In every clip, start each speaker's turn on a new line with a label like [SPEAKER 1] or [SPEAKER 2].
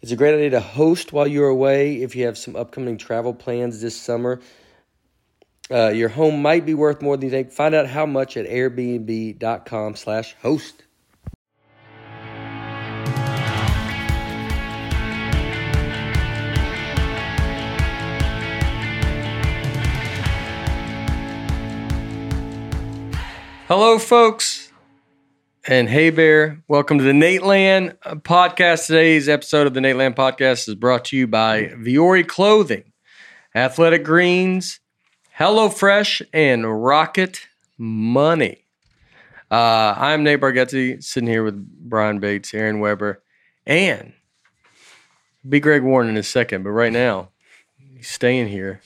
[SPEAKER 1] It's a great idea to host while you're away if you have some upcoming travel plans this summer. Uh, your home might be worth more than you think. Find out how much at airbnb.com/host. Hello, folks, and hey, Bear. Welcome to the Nate Land podcast. Today's episode of the Nate Land podcast is brought to you by Viore Clothing, Athletic Greens, HelloFresh, and Rocket Money. Uh, I'm Nate Bargatze, sitting here with Brian Bates, Aaron Weber, and be Greg Warren in a second. But right now, he's staying here.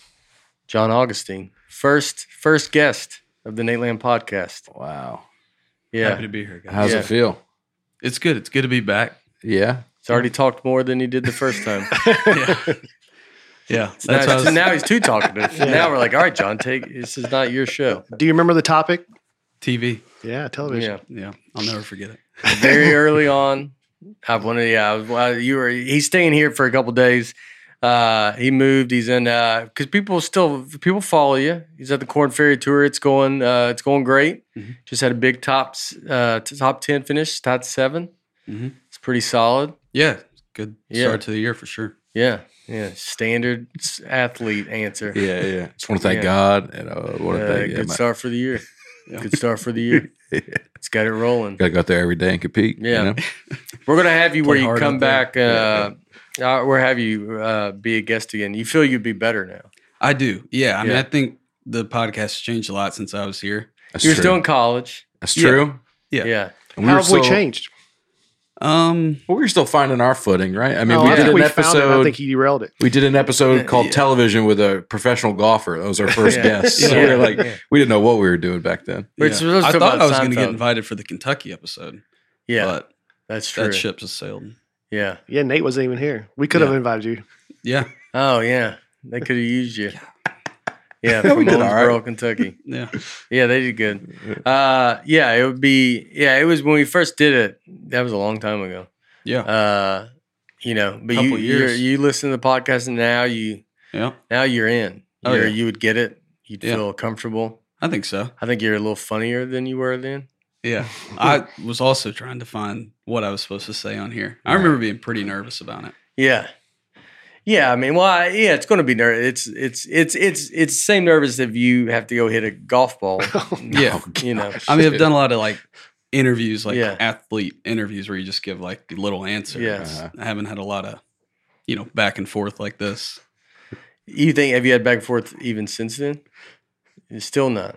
[SPEAKER 1] John Augustine, first first guest of the Nate Land podcast.
[SPEAKER 2] Wow.
[SPEAKER 1] Yeah,
[SPEAKER 3] Happy to be here, guys.
[SPEAKER 2] How's
[SPEAKER 1] Yeah.
[SPEAKER 2] it feel?
[SPEAKER 3] It's good. It's good to be back.
[SPEAKER 2] Yeah.
[SPEAKER 1] He's already talked more than he did the first time.
[SPEAKER 3] Yeah. yeah. That's
[SPEAKER 1] now,
[SPEAKER 3] what I was-
[SPEAKER 1] now he's too talkative. Now we're like, all right, John, take this is not your show.
[SPEAKER 4] Do you remember the topic?
[SPEAKER 3] TV.
[SPEAKER 4] Yeah, television.
[SPEAKER 1] Yeah,
[SPEAKER 3] Yeah. I'll never forget it.
[SPEAKER 1] very early on, I wanted. Yeah, I was, well, you were. He's staying here for a couple days. Uh, he moved. He's in because people still people follow you. He's at the Corn Ferry Tour. It's going. Uh, it's going great.
[SPEAKER 3] Mhm.
[SPEAKER 1] Just had a big top s- uh, t- top ten finish. Top 7
[SPEAKER 3] Mhm.
[SPEAKER 1] It's pretty solid.
[SPEAKER 3] Yeah. Good
[SPEAKER 1] Yeah.
[SPEAKER 3] start to the year for sure.
[SPEAKER 1] Yeah, yeah. Standard s- athlete answer.
[SPEAKER 2] Yeah, yeah. Just want to thank
[SPEAKER 1] Yeah.
[SPEAKER 2] God and uh, want to
[SPEAKER 1] Uh,
[SPEAKER 2] thank yeah,
[SPEAKER 1] good
[SPEAKER 2] my-
[SPEAKER 1] start for the year.
[SPEAKER 3] Yeah.
[SPEAKER 1] Good start for the year.
[SPEAKER 2] Yeah.
[SPEAKER 1] It's got it rolling.
[SPEAKER 2] Gotta go out there every day and compete. you
[SPEAKER 1] Yeah.
[SPEAKER 2] know?
[SPEAKER 1] We're gonna have you where
[SPEAKER 3] Play
[SPEAKER 1] you
[SPEAKER 3] hard
[SPEAKER 1] come
[SPEAKER 3] out there.
[SPEAKER 1] back. Uh, uh, where have you uh, be a guest again? You feel you'd be better now.
[SPEAKER 3] I do. Yeah. I mean,
[SPEAKER 1] Yeah.
[SPEAKER 3] I think the podcast has changed a lot since I was here.
[SPEAKER 2] That's
[SPEAKER 1] You're
[SPEAKER 2] true.
[SPEAKER 1] still in college.
[SPEAKER 2] That's
[SPEAKER 3] Yeah.
[SPEAKER 2] true.
[SPEAKER 3] Yeah.
[SPEAKER 1] Yeah.
[SPEAKER 2] And
[SPEAKER 4] How
[SPEAKER 2] were
[SPEAKER 4] have we
[SPEAKER 2] still-
[SPEAKER 4] changed?
[SPEAKER 3] Um,
[SPEAKER 2] Well, we were still finding our footing, right? I mean,
[SPEAKER 4] Oh,
[SPEAKER 2] we
[SPEAKER 4] I
[SPEAKER 2] did
[SPEAKER 4] think
[SPEAKER 2] an
[SPEAKER 4] we found it. I
[SPEAKER 2] episode.
[SPEAKER 4] think he derailed it.
[SPEAKER 2] we did an episode called
[SPEAKER 3] Yeah.
[SPEAKER 2] Television with a professional golfer. That was our first
[SPEAKER 1] Yeah.
[SPEAKER 2] guest. So
[SPEAKER 1] Yeah.
[SPEAKER 2] we were like,
[SPEAKER 1] Yeah.
[SPEAKER 2] we didn't know what we were doing back then.
[SPEAKER 1] We're supposed to
[SPEAKER 3] I
[SPEAKER 1] talk
[SPEAKER 3] thought
[SPEAKER 1] about
[SPEAKER 3] I was going to
[SPEAKER 1] Seinfeld.
[SPEAKER 3] get invited for the Kentucky episode,
[SPEAKER 1] Yeah,
[SPEAKER 3] but
[SPEAKER 1] that's true.
[SPEAKER 3] that ship has sailed.
[SPEAKER 1] Yeah.
[SPEAKER 4] Yeah, Nate wasn't even here. We could have
[SPEAKER 3] Yeah.
[SPEAKER 4] invited you.
[SPEAKER 3] Yeah.
[SPEAKER 1] Oh yeah, they could have used you. Yeah,
[SPEAKER 2] We
[SPEAKER 1] from
[SPEAKER 2] did all right.
[SPEAKER 1] Owensboro, Kentucky.
[SPEAKER 3] Yeah.
[SPEAKER 1] Yeah, they did good. Uh, yeah, it would be. Yeah, it was when we first did it. That was a long time ago.
[SPEAKER 3] Yeah.
[SPEAKER 1] Uh, you know, but you
[SPEAKER 3] Couple
[SPEAKER 1] you're-
[SPEAKER 3] years.
[SPEAKER 1] you listen to the podcast and now you
[SPEAKER 3] yeah.
[SPEAKER 1] now you're in.
[SPEAKER 3] Oh,
[SPEAKER 1] You're-
[SPEAKER 3] yeah.
[SPEAKER 1] You would get it. You'd
[SPEAKER 3] Yeah.
[SPEAKER 1] feel comfortable.
[SPEAKER 3] I think so.
[SPEAKER 1] I think you're a little funnier than you were then.
[SPEAKER 3] Yeah. I was also trying to find what I was supposed to say on here. I remember being pretty nervous about it.
[SPEAKER 1] Yeah. Yeah, I mean, well, I, yeah, it's going to be nervous. It's it's it's it's it's the same nervous if you have to go hit a golf ball.
[SPEAKER 3] Yeah.
[SPEAKER 1] you know.
[SPEAKER 3] Oh, I mean, I've done a lot of like interviews, like
[SPEAKER 1] Yeah.
[SPEAKER 3] athlete interviews, where you just give like the little answer.
[SPEAKER 1] Yes.
[SPEAKER 2] Uh-huh.
[SPEAKER 3] I haven't had a lot of, you know, back and forth like this.
[SPEAKER 1] You think have you had back and forth even since then? Still not.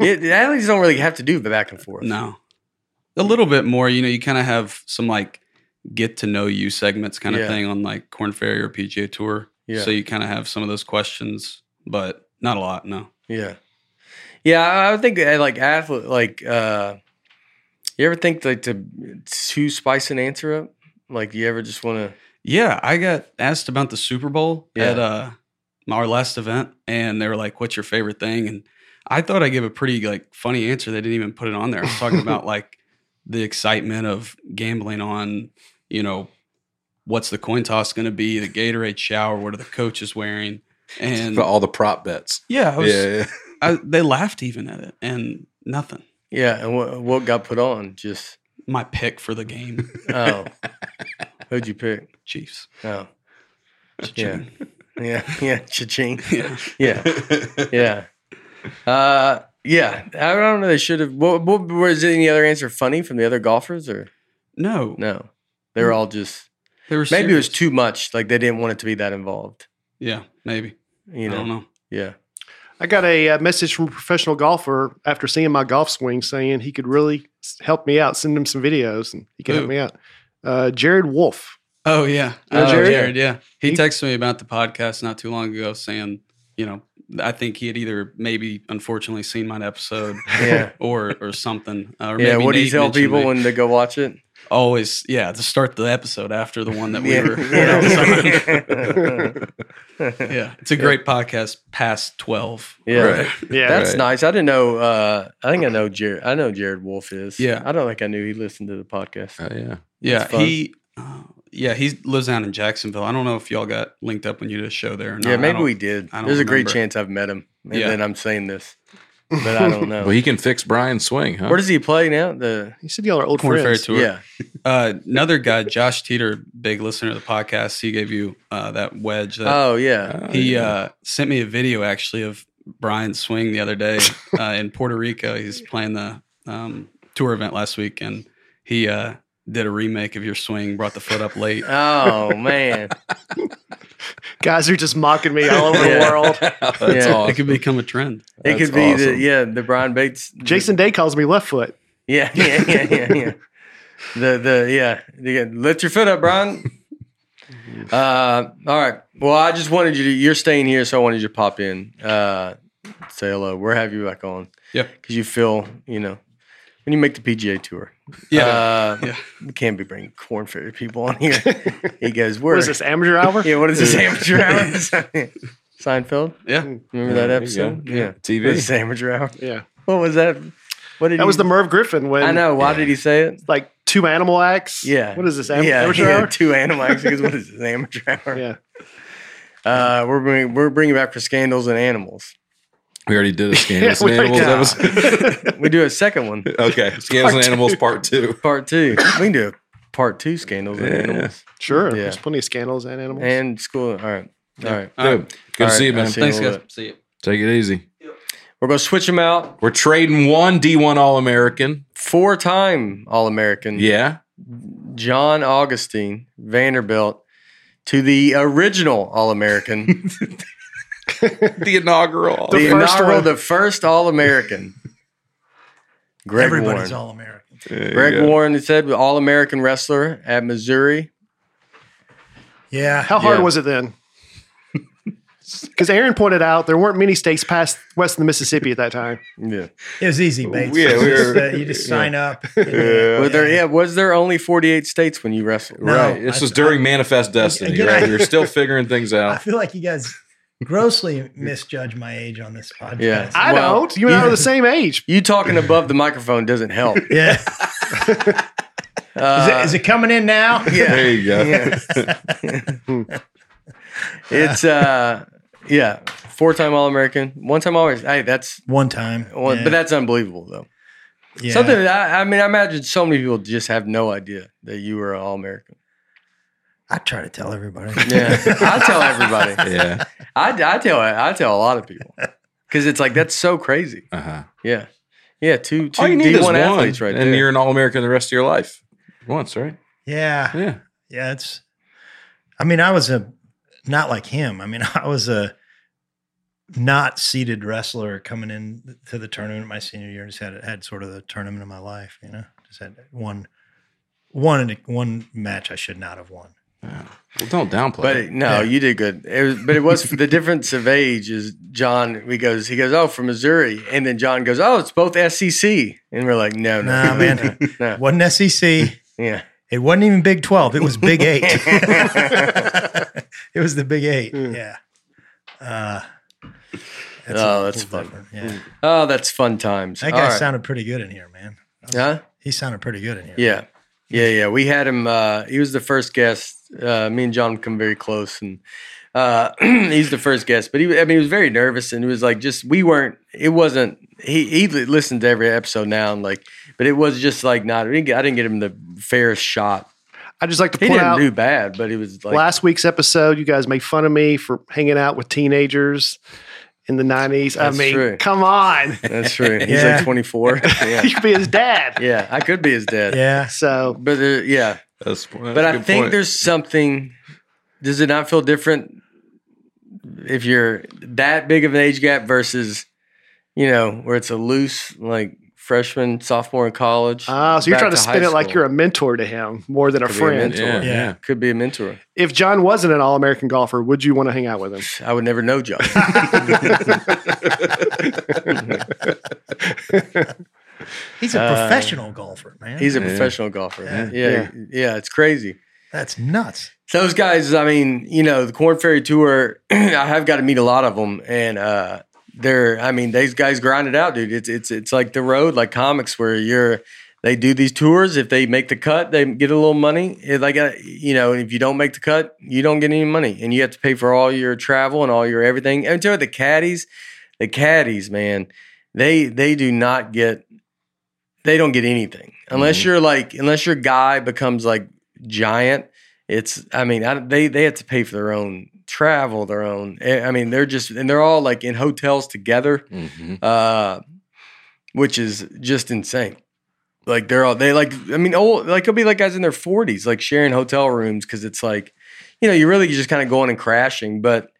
[SPEAKER 1] it, athletes don't really have to do the back and forth.
[SPEAKER 3] No, a little bit more. You know, you kind of have some like get to know you segments kind of
[SPEAKER 1] Yeah.
[SPEAKER 3] thing on like Corn Ferry or PGA Tour.
[SPEAKER 1] Yeah.
[SPEAKER 3] So you kind of have some of those questions, but not a lot. No.
[SPEAKER 1] Yeah. Yeah, I I would think
[SPEAKER 5] eh,
[SPEAKER 1] uh, like athlete like uh you ever think like to to spice an answer up? Like you ever just want to
[SPEAKER 3] Yeah, I got asked about the Super Bowl
[SPEAKER 1] Yeah.
[SPEAKER 3] at uh our last event, and they were like, "What's your favorite thing?" And I thought I gave a pretty like funny answer. They didn't even put it on there. I was talking about like the excitement of gambling on, you know, what's the coin toss going to be, the Gatorade shower, what are the coaches wearing, and
[SPEAKER 2] But all the prop bets.
[SPEAKER 3] yeah, I was,
[SPEAKER 2] yeah, yeah.
[SPEAKER 3] I, they laughed even at it, and nothing.
[SPEAKER 1] Yeah, and what what got put on? Just
[SPEAKER 3] My pick for the game,
[SPEAKER 1] oh, who'd you pick?
[SPEAKER 3] Chiefs.
[SPEAKER 1] Oh,
[SPEAKER 3] Cha-ching.
[SPEAKER 5] Yeah, yeah, cha-ching.
[SPEAKER 3] Yeah.
[SPEAKER 5] Yeah, yeah, uh, yeah. I don't know. They should have. What, what was any other answer funny from the other golfers or
[SPEAKER 3] No,
[SPEAKER 5] no? They were all just
[SPEAKER 3] they were
[SPEAKER 5] maybe it was
[SPEAKER 3] Mm.
[SPEAKER 5] too
[SPEAKER 3] serious.
[SPEAKER 5] much. Like they didn't want it to be that involved.
[SPEAKER 3] Yeah, maybe.
[SPEAKER 5] You
[SPEAKER 3] I don't
[SPEAKER 5] know?
[SPEAKER 3] know.
[SPEAKER 5] Yeah.
[SPEAKER 4] I got a uh, message from a professional golfer after seeing my golf swing saying he could really s- help me out, send him some videos, and he can
[SPEAKER 3] Who?
[SPEAKER 4] help me out. Uh, Jared Wolf.
[SPEAKER 3] Oh yeah,
[SPEAKER 5] Oh,
[SPEAKER 3] Oh,
[SPEAKER 5] Jared?
[SPEAKER 3] Jared. Yeah, he,
[SPEAKER 4] He-
[SPEAKER 3] texted me about the podcast not too long ago, saying, you know, I think he had either maybe unfortunately seen my episode,
[SPEAKER 5] Yeah.
[SPEAKER 3] or or something. Uh, or
[SPEAKER 5] yeah.
[SPEAKER 3] maybe
[SPEAKER 5] What do you
[SPEAKER 3] Nate
[SPEAKER 5] tell
[SPEAKER 3] mentioned
[SPEAKER 5] people
[SPEAKER 3] me.
[SPEAKER 5] when they go watch it?
[SPEAKER 3] Always, yeah, to start the episode after the one that we were.
[SPEAKER 5] yeah.
[SPEAKER 3] yeah, it's a great podcast. Past twelve.
[SPEAKER 5] Yeah.
[SPEAKER 2] Right.
[SPEAKER 4] Yeah.
[SPEAKER 5] That's
[SPEAKER 2] Right.
[SPEAKER 5] nice. I didn't know. Uh, I think I know Jared. I know Jared Wolf is.
[SPEAKER 3] Yeah.
[SPEAKER 5] I don't think I knew he listened to the podcast.
[SPEAKER 2] Oh yeah.
[SPEAKER 3] Yeah,
[SPEAKER 5] It's fun.
[SPEAKER 3] he. Uh, yeah, he lives down in Jacksonville. I don't know if y'all got linked up when you did a show there. Or not.
[SPEAKER 5] yeah,
[SPEAKER 3] I
[SPEAKER 5] maybe
[SPEAKER 3] don't-
[SPEAKER 5] we did.
[SPEAKER 3] I
[SPEAKER 5] There's
[SPEAKER 3] don't
[SPEAKER 5] a great
[SPEAKER 3] remember.
[SPEAKER 5] chance I've met him, and
[SPEAKER 3] Yeah.
[SPEAKER 5] then I'm saying this, but I don't know.
[SPEAKER 2] Well, he can fix Brian's swing, huh?
[SPEAKER 5] Where does he play now? The
[SPEAKER 4] He said y'all are old
[SPEAKER 3] Corn Ferry
[SPEAKER 4] friends.
[SPEAKER 3] Tour.
[SPEAKER 5] yeah,
[SPEAKER 3] Uh, another guy, Josh Teeter, big listener of the podcast. He gave you uh, that wedge. That
[SPEAKER 5] oh yeah,
[SPEAKER 2] Oh,
[SPEAKER 3] he
[SPEAKER 2] yeah.
[SPEAKER 3] uh, sent me a video actually of Brian's swing the other day uh, in Puerto Rico. He's playing the um, tour event last week, and he uh, did a remake of your swing. Brought the foot up late.
[SPEAKER 5] oh man,
[SPEAKER 4] Guys are just mocking me all over
[SPEAKER 5] Yeah.
[SPEAKER 4] the world.
[SPEAKER 2] That's
[SPEAKER 5] Yeah.
[SPEAKER 2] awesome.
[SPEAKER 3] It could become a trend.
[SPEAKER 5] it
[SPEAKER 2] That's
[SPEAKER 5] could be the
[SPEAKER 2] awesome.
[SPEAKER 5] yeah the Brian Bates
[SPEAKER 4] Jason Day calls me left foot.
[SPEAKER 5] Yeah, yeah, yeah, yeah, yeah. the the yeah, the, lift your foot up, Brian. Uh, all right. Well, I just wanted you to. You're staying here, so I wanted you to pop in, uh, say hello. We're have you back on.
[SPEAKER 3] Yeah.
[SPEAKER 5] because you feel you know when you make the PGA tour.
[SPEAKER 3] Yeah,
[SPEAKER 5] uh,
[SPEAKER 3] yeah.
[SPEAKER 5] we can't be bringing corn fairy people on here. he goes, "Where
[SPEAKER 4] What is this, amateur hour?
[SPEAKER 5] Yeah, what is this amateur hour? Seinfeld.
[SPEAKER 3] yeah.
[SPEAKER 5] Remember that
[SPEAKER 2] Yeah, there you go.
[SPEAKER 5] episode? Yeah, What is
[SPEAKER 2] TV.
[SPEAKER 5] this amateur hour?
[SPEAKER 4] Yeah.
[SPEAKER 5] What was that? What did
[SPEAKER 4] That
[SPEAKER 5] he-
[SPEAKER 4] was the Merv Griffin when
[SPEAKER 5] I know. Why did he say it?
[SPEAKER 4] like two animal acts.
[SPEAKER 5] Yeah.
[SPEAKER 4] What is this? Am-
[SPEAKER 5] yeah,
[SPEAKER 4] amateur
[SPEAKER 5] yeah,
[SPEAKER 4] hour?
[SPEAKER 5] two animal acts. Because what is this amateur hour?
[SPEAKER 4] Yeah.
[SPEAKER 5] Uh, we're bringing we're bringing back for scandals and animals.
[SPEAKER 2] We already did a Scandals
[SPEAKER 4] we
[SPEAKER 2] and Animals
[SPEAKER 4] already-
[SPEAKER 2] episode.
[SPEAKER 5] We do a second one,
[SPEAKER 2] okay. Scandals and Animals Part Two.
[SPEAKER 5] part two. We can do a part two scandals and
[SPEAKER 2] Yeah.
[SPEAKER 5] animals
[SPEAKER 4] Sure.
[SPEAKER 5] Yeah.
[SPEAKER 4] There's plenty of scandals and animals.
[SPEAKER 5] and school. All right, all right.
[SPEAKER 3] All right.
[SPEAKER 2] Good. Good
[SPEAKER 5] All
[SPEAKER 2] to see
[SPEAKER 5] right,
[SPEAKER 2] you,
[SPEAKER 5] I'll
[SPEAKER 2] man.
[SPEAKER 5] see
[SPEAKER 3] Thanks,
[SPEAKER 5] in a
[SPEAKER 3] guys.
[SPEAKER 5] little bit.
[SPEAKER 3] See you.
[SPEAKER 2] Take it easy.
[SPEAKER 5] We're gonna switch them out.
[SPEAKER 2] We're trading one D1 All American.
[SPEAKER 5] Four time All American
[SPEAKER 2] Yeah.
[SPEAKER 5] John Augustine Vanderbilt to the original All American,
[SPEAKER 2] The inaugural.
[SPEAKER 5] the,
[SPEAKER 4] The first
[SPEAKER 5] inaugural,
[SPEAKER 4] one.
[SPEAKER 5] the first All American. Greg Warren.
[SPEAKER 6] Everybody's all American.
[SPEAKER 2] There you
[SPEAKER 5] Greg
[SPEAKER 2] go.
[SPEAKER 5] Warren, it said, All American wrestler at Missouri.
[SPEAKER 6] Yeah.
[SPEAKER 4] How hard
[SPEAKER 5] Yeah.
[SPEAKER 4] was it then? Because Aaron pointed out there weren't many states past west of the Mississippi at that time.
[SPEAKER 5] Yeah.
[SPEAKER 6] It was easy, Bates.
[SPEAKER 2] Yeah,
[SPEAKER 6] It's
[SPEAKER 2] we
[SPEAKER 6] just,
[SPEAKER 2] were-
[SPEAKER 6] uh, you just sign up. and, uh,
[SPEAKER 5] Were there, yeah. Was there only 48 states when you wrestled?
[SPEAKER 6] No.
[SPEAKER 2] Right. This
[SPEAKER 6] I-
[SPEAKER 2] was during Manifest Destiny.
[SPEAKER 6] Again,
[SPEAKER 2] right?
[SPEAKER 6] I-
[SPEAKER 2] You're still figuring things
[SPEAKER 6] I
[SPEAKER 2] out.
[SPEAKER 6] feel like you guys grossly misjudge my age on this podcast.
[SPEAKER 5] Yeah.
[SPEAKER 4] I
[SPEAKER 5] Well,
[SPEAKER 4] don't. You and I
[SPEAKER 6] yeah.
[SPEAKER 4] are the same age.
[SPEAKER 5] You talking above the microphone doesn't help.
[SPEAKER 6] Yeah. Is, it,
[SPEAKER 5] Uh,
[SPEAKER 6] is it coming in now?
[SPEAKER 5] yeah.
[SPEAKER 2] There you go.
[SPEAKER 5] yeah. it's, uh, yeah, four time All American, one time All Hey, that's,
[SPEAKER 6] One time.
[SPEAKER 5] well,
[SPEAKER 6] yeah.
[SPEAKER 5] but that's unbelievable, though.
[SPEAKER 6] yeah.
[SPEAKER 5] Something that I, I mean, I imagine so many people just have no idea that you were an All American.
[SPEAKER 6] I try to tell everybody.
[SPEAKER 5] Yeah. I tell everybody.
[SPEAKER 2] Yeah.
[SPEAKER 5] I, I tell I tell a lot of people because it's like that's so crazy.
[SPEAKER 2] Uh-huh.
[SPEAKER 5] Yeah, yeah. Two two
[SPEAKER 2] All you need
[SPEAKER 5] D
[SPEAKER 2] is
[SPEAKER 5] one
[SPEAKER 2] one,
[SPEAKER 5] athletes right
[SPEAKER 2] and
[SPEAKER 5] there.
[SPEAKER 2] you're an All American the rest of your life. Once, right?
[SPEAKER 6] Yeah.
[SPEAKER 2] Yeah.
[SPEAKER 6] Yeah. It's, I mean, I was a, not like him. I mean, I was a not seated wrestler coming in to the tournament my senior year. Just had, had sort of the tournament of my life, you know, just had one, one, one match I should not have won.
[SPEAKER 2] Yeah. Well, don't downplay.
[SPEAKER 5] but
[SPEAKER 2] it.
[SPEAKER 5] it- no,
[SPEAKER 6] Yeah.
[SPEAKER 5] you did good. It was, but it was the difference of age is John. He goes, he goes, oh, from Missouri, and then John goes, oh, it's both SEC, and we're like, no, no,
[SPEAKER 6] Nah, man.
[SPEAKER 5] no,
[SPEAKER 6] Wasn't SEC.
[SPEAKER 5] yeah,
[SPEAKER 6] It wasn't even Big 12. It was Big Eight. it was the Big Eight. Yeah. Uh, a
[SPEAKER 5] Hmm. Oh, that's
[SPEAKER 6] little
[SPEAKER 5] fun.
[SPEAKER 6] different, Yeah.
[SPEAKER 5] oh, that's fun times.
[SPEAKER 6] That
[SPEAKER 5] All
[SPEAKER 6] guy
[SPEAKER 5] right.
[SPEAKER 6] sounded pretty good in here, man.
[SPEAKER 5] huh?
[SPEAKER 6] He sounded pretty good in here.
[SPEAKER 5] Yeah. Yeah, yeah. We had him uh he was the first guest. Uh me and John come very close and uh he's the first guest, but he I mean he was very nervous and it was like just we weren't it wasn't he he li- listened to every episode now and like but it was just like not I didn't get, I didn't get him the fairest shot.
[SPEAKER 4] I just like to
[SPEAKER 5] He
[SPEAKER 4] point
[SPEAKER 5] didn't
[SPEAKER 4] out
[SPEAKER 5] do bad, but he was like,
[SPEAKER 4] last week's episode. You guys made fun of me for hanging out with teenagers in the nineties. I
[SPEAKER 5] That's
[SPEAKER 4] mean,
[SPEAKER 5] true.
[SPEAKER 4] come on,
[SPEAKER 5] that's true. He's
[SPEAKER 6] Yeah.
[SPEAKER 5] like 24. yeah.
[SPEAKER 4] you could be his dad.
[SPEAKER 5] Yeah. I could be his dad.
[SPEAKER 6] Yeah.
[SPEAKER 4] So
[SPEAKER 5] But uh, yeah.
[SPEAKER 2] That's, that's
[SPEAKER 5] But I think there's something. Does it not feel different if you're that big of an age gap versus, you know, where it's a loose like freshman, sophomore in college?
[SPEAKER 4] ah, so you're
[SPEAKER 5] back
[SPEAKER 4] trying to,
[SPEAKER 5] high
[SPEAKER 4] spin it like
[SPEAKER 5] school.
[SPEAKER 4] you're a mentor to him more than a
[SPEAKER 5] Could be a
[SPEAKER 4] friend.
[SPEAKER 5] mentor.
[SPEAKER 2] yeah,
[SPEAKER 6] Yeah.
[SPEAKER 2] yeah.
[SPEAKER 5] Could be a mentor.
[SPEAKER 4] if John wasn't an All American golfer, would you want to hang out with him?
[SPEAKER 5] I would never know John.
[SPEAKER 6] He's a
[SPEAKER 5] Uh,
[SPEAKER 6] professional golfer, man.
[SPEAKER 5] He's a
[SPEAKER 2] Yeah.
[SPEAKER 5] professional golfer.
[SPEAKER 6] Yeah.
[SPEAKER 5] Yeah. Yeah. It's crazy.
[SPEAKER 6] That's nuts.
[SPEAKER 5] Those guys, I mean, you know, the Corn Ferry Tour, I have got to meet a lot of them. And, uh, they're, I mean, these guys grind it out, dude. It's, it's, it's like the road, like comics where you're, they do these tours. If they make the cut, they get a little money. It, like, uh, you know, and if you don't make the cut, you don't get any money and you have to pay for all your travel and all your everything. And to the caddies, the caddies, man, they, they do not get, they don't get anything unless
[SPEAKER 2] Mhm.
[SPEAKER 5] you're like, unless your guy becomes like giant. It's, I mean, I, they, they have to pay for their own travel, their own, eh, I mean, they're just, and they're all like in hotels together
[SPEAKER 2] Mhm.
[SPEAKER 5] uh, which is just insane. Like they're all they like. I mean, old like it'll be like guys in their forties, like sharing hotel rooms because it's like, you know, you're really just kind of going and crashing, but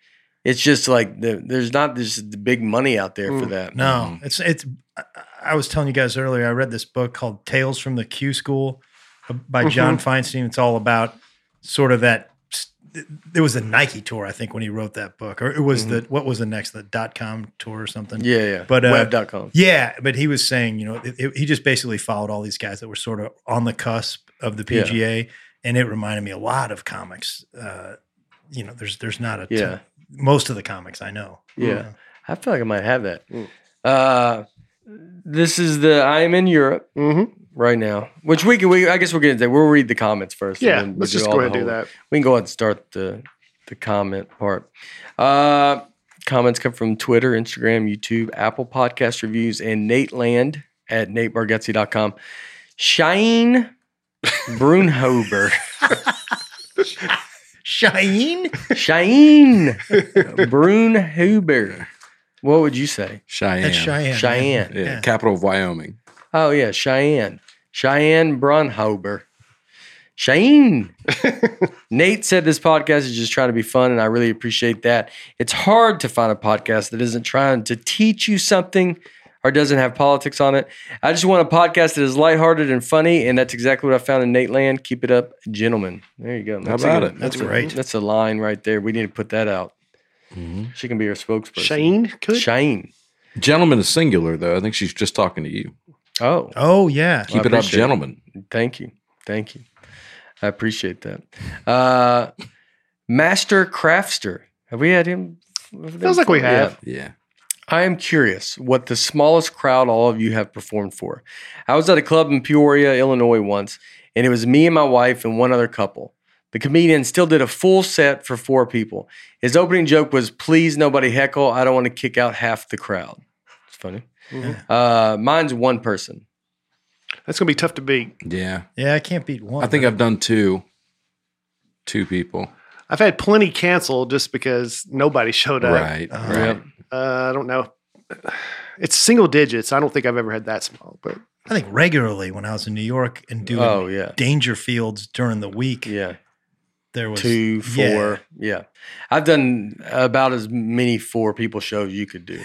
[SPEAKER 5] it's just like the, there's not this big money out there for
[SPEAKER 4] Mm.
[SPEAKER 5] that.
[SPEAKER 6] No, it's it's. I- I was telling you guys earlier. I read this book called Tales from the Q School uh, by
[SPEAKER 5] Mm-hmm.
[SPEAKER 6] John Feinstein. It's all about sort of that. It was the Nike tour, I think, when he wrote that book, or it was the
[SPEAKER 5] Mm-hmm.
[SPEAKER 6] what was the next the dot com tour or something.
[SPEAKER 5] Yeah, yeah.
[SPEAKER 6] But, uh,
[SPEAKER 5] web.com.
[SPEAKER 6] Yeah, but he was saying, you know, it, it- he just basically followed all these guys that were sort of on the cusp of the
[SPEAKER 5] Yeah.
[SPEAKER 6] PGA, and it reminded me a lot of comics. Uh, you know, there's there's not a ton-
[SPEAKER 5] Yeah.
[SPEAKER 6] most of the comics I know.
[SPEAKER 5] Yeah. I feel like I might have that.
[SPEAKER 4] Mm.
[SPEAKER 5] Uh, this is the I am in Europe
[SPEAKER 4] Mm-hmm.
[SPEAKER 5] right now, which we can. We I guess we'll get into. that. We'll read the comments first. and
[SPEAKER 4] Yeah,
[SPEAKER 5] then we'll
[SPEAKER 4] let's
[SPEAKER 5] do
[SPEAKER 4] just
[SPEAKER 5] all
[SPEAKER 4] go
[SPEAKER 5] the
[SPEAKER 4] ahead and do
[SPEAKER 5] whole-
[SPEAKER 4] that.
[SPEAKER 5] we can go ahead and start the the comment part. Uh, comments come from Twitter, Instagram, YouTube, Apple Podcast reviews, and Nate Land at natebargetsy.com. Shine Brunhober.
[SPEAKER 6] Cheyenne,
[SPEAKER 5] Shine Brunhuber. What would you say?
[SPEAKER 2] Cheyenne.
[SPEAKER 6] that's Cheyenne. man.
[SPEAKER 5] Cheyenne.
[SPEAKER 2] Yeah,
[SPEAKER 6] Yeah.
[SPEAKER 2] capital of Wyoming.
[SPEAKER 5] Oh yeah, Cheyenne. Cheyenne Brunhober. Cheyenne. Nate said this podcast is just trying to be fun, and I really appreciate that. It's hard to find a podcast that isn't trying to teach you something or doesn't have politics on it. I just want a podcast that is lighthearted and funny, and that's exactly what I found in Nate Land. Keep it up, gentlemen. There you go.
[SPEAKER 2] How about it?
[SPEAKER 6] That's
[SPEAKER 5] a-
[SPEAKER 6] great.
[SPEAKER 5] That's a line right there. We need to put that out.
[SPEAKER 2] Mhm.
[SPEAKER 5] She can be our spokesperson.
[SPEAKER 4] Shane could.
[SPEAKER 5] Cheyenne.
[SPEAKER 2] Gentleman is singular, though. I think she's just talking to you.
[SPEAKER 5] Oh.
[SPEAKER 6] Oh yeah,
[SPEAKER 2] Keep it up,
[SPEAKER 5] appreciate it.
[SPEAKER 2] gentlemen.
[SPEAKER 5] Thank you. Thank you. I appreciate that. Uh, Master Craftster. Have we had him?
[SPEAKER 4] Feels like we have.
[SPEAKER 2] Yeah.
[SPEAKER 5] I am curious what the smallest crowd all of you have performed for. I was at a club in Peoria, Illinois once, and it was me and my wife and one other couple. The comedian still did a full set for four people. His opening joke was, Please, nobody heckle. I don't want to kick out half the crowd. It's funny.
[SPEAKER 4] Mhm.
[SPEAKER 5] Uh, mine's one person.
[SPEAKER 4] That's gonna be tough to beat.
[SPEAKER 2] Yeah.
[SPEAKER 6] yeah. I can't beat one.
[SPEAKER 2] I think
[SPEAKER 6] but
[SPEAKER 2] I've done two. Two people.
[SPEAKER 4] I've had plenty canceled just because nobody showed up.
[SPEAKER 2] Right.
[SPEAKER 6] Uh,
[SPEAKER 2] right.
[SPEAKER 5] Yep.
[SPEAKER 4] Uh, I don't know. It's single digits. I don't think I've ever had that small, but
[SPEAKER 6] I think regularly when I was in New York and doing
[SPEAKER 5] Oh, yeah.
[SPEAKER 6] Dangerfields during the week,
[SPEAKER 5] Yeah.
[SPEAKER 6] there was
[SPEAKER 5] two,
[SPEAKER 6] yeah.
[SPEAKER 5] four. Yeah. I've done about as many four people shows you could do.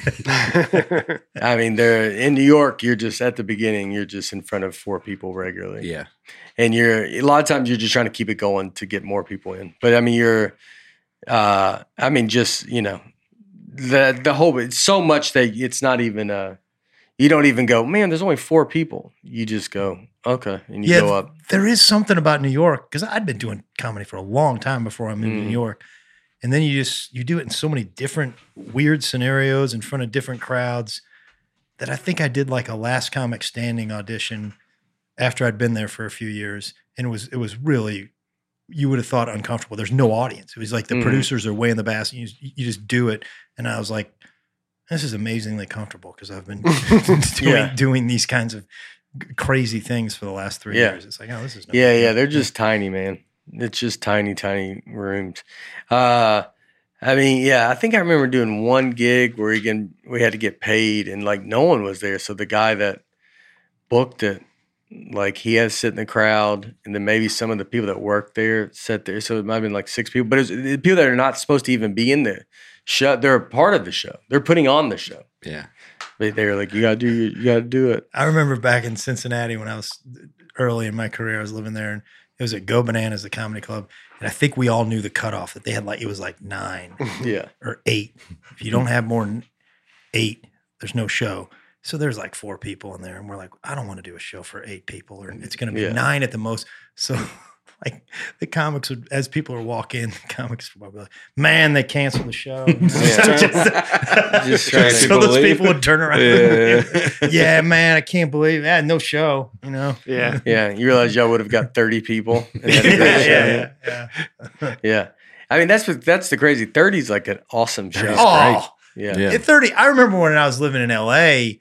[SPEAKER 5] I mean, they're in New York, you're just at the beginning, you're just in front of four people regularly.
[SPEAKER 2] Yeah.
[SPEAKER 5] And you're a lot of times you're just trying to keep it going to get more people in. But I mean, you're, uh, I mean, just, you know, the, the whole, it's so much that it's not even, uh, you don't even go, man, there's only four people. You just go, okay. And you
[SPEAKER 6] Yeah,
[SPEAKER 5] go up.
[SPEAKER 6] there is something about New York because I'd been doing comedy for a long time before I moved to
[SPEAKER 5] Mhm.
[SPEAKER 6] New York, and then you just you do it in so many different weird scenarios in front of different crowds that I think I did like a last comic standing audition after I'd been there for a few years, and it was it was really you would have thought uncomfortable. There's no audience. It was like the
[SPEAKER 5] Mhm.
[SPEAKER 6] producers are way in the back, and you just, you just do it, and I was like. This is amazingly comfortable because I've been doing,
[SPEAKER 5] Yeah.
[SPEAKER 6] doing these kinds of g- crazy things for the last three
[SPEAKER 5] Yeah.
[SPEAKER 6] years. It's like, oh, this is no
[SPEAKER 5] Yeah,
[SPEAKER 6] big
[SPEAKER 5] yeah,
[SPEAKER 6] deal.
[SPEAKER 5] they're just tiny, man. It's just tiny, tiny rooms. Uh, I mean, yeah, I think I remember doing one gig where again we had to get paid, and like no one was there. So the guy that booked it, like he had to sit in the crowd, and then maybe some of the people that worked there sat there. So it might have been like six people, but it was the people that are not supposed to even be in the show. They're a part of the show. They're putting on the show.
[SPEAKER 2] Yeah.
[SPEAKER 5] But they were like, you gotta do, you gotta do it.
[SPEAKER 6] I remember back in Cincinnati when I was early in my career, I was living there and it was at Go Bananas, the comedy club. And I think we all knew the cutoff that they had like, it was like nine
[SPEAKER 5] Yeah,
[SPEAKER 6] or eight. If you don't have more than eight, there's no show. So there's like four people in there. And we're like, I don't want to do a show for eight people or it's going to be
[SPEAKER 5] Yeah.
[SPEAKER 6] nine at the most. So like the comics would, as people are walking, the comics would be like, man, they canceled the show.
[SPEAKER 5] Just
[SPEAKER 6] Just-
[SPEAKER 5] trying to
[SPEAKER 6] so those
[SPEAKER 2] believe.
[SPEAKER 6] people would turn around.
[SPEAKER 2] Yeah.
[SPEAKER 6] yeah, man, I can't believe that. No show, you know.
[SPEAKER 4] Yeah.
[SPEAKER 5] yeah. You realize y'all would have got thirty people. and had a great
[SPEAKER 6] yeah,
[SPEAKER 5] show.
[SPEAKER 6] yeah, yeah.
[SPEAKER 5] Yeah. I mean, that's what that's the crazy. 30's like an awesome show.
[SPEAKER 6] Oh,
[SPEAKER 5] yeah.
[SPEAKER 2] Yeah.
[SPEAKER 6] at 30, I remember when I was living in LA,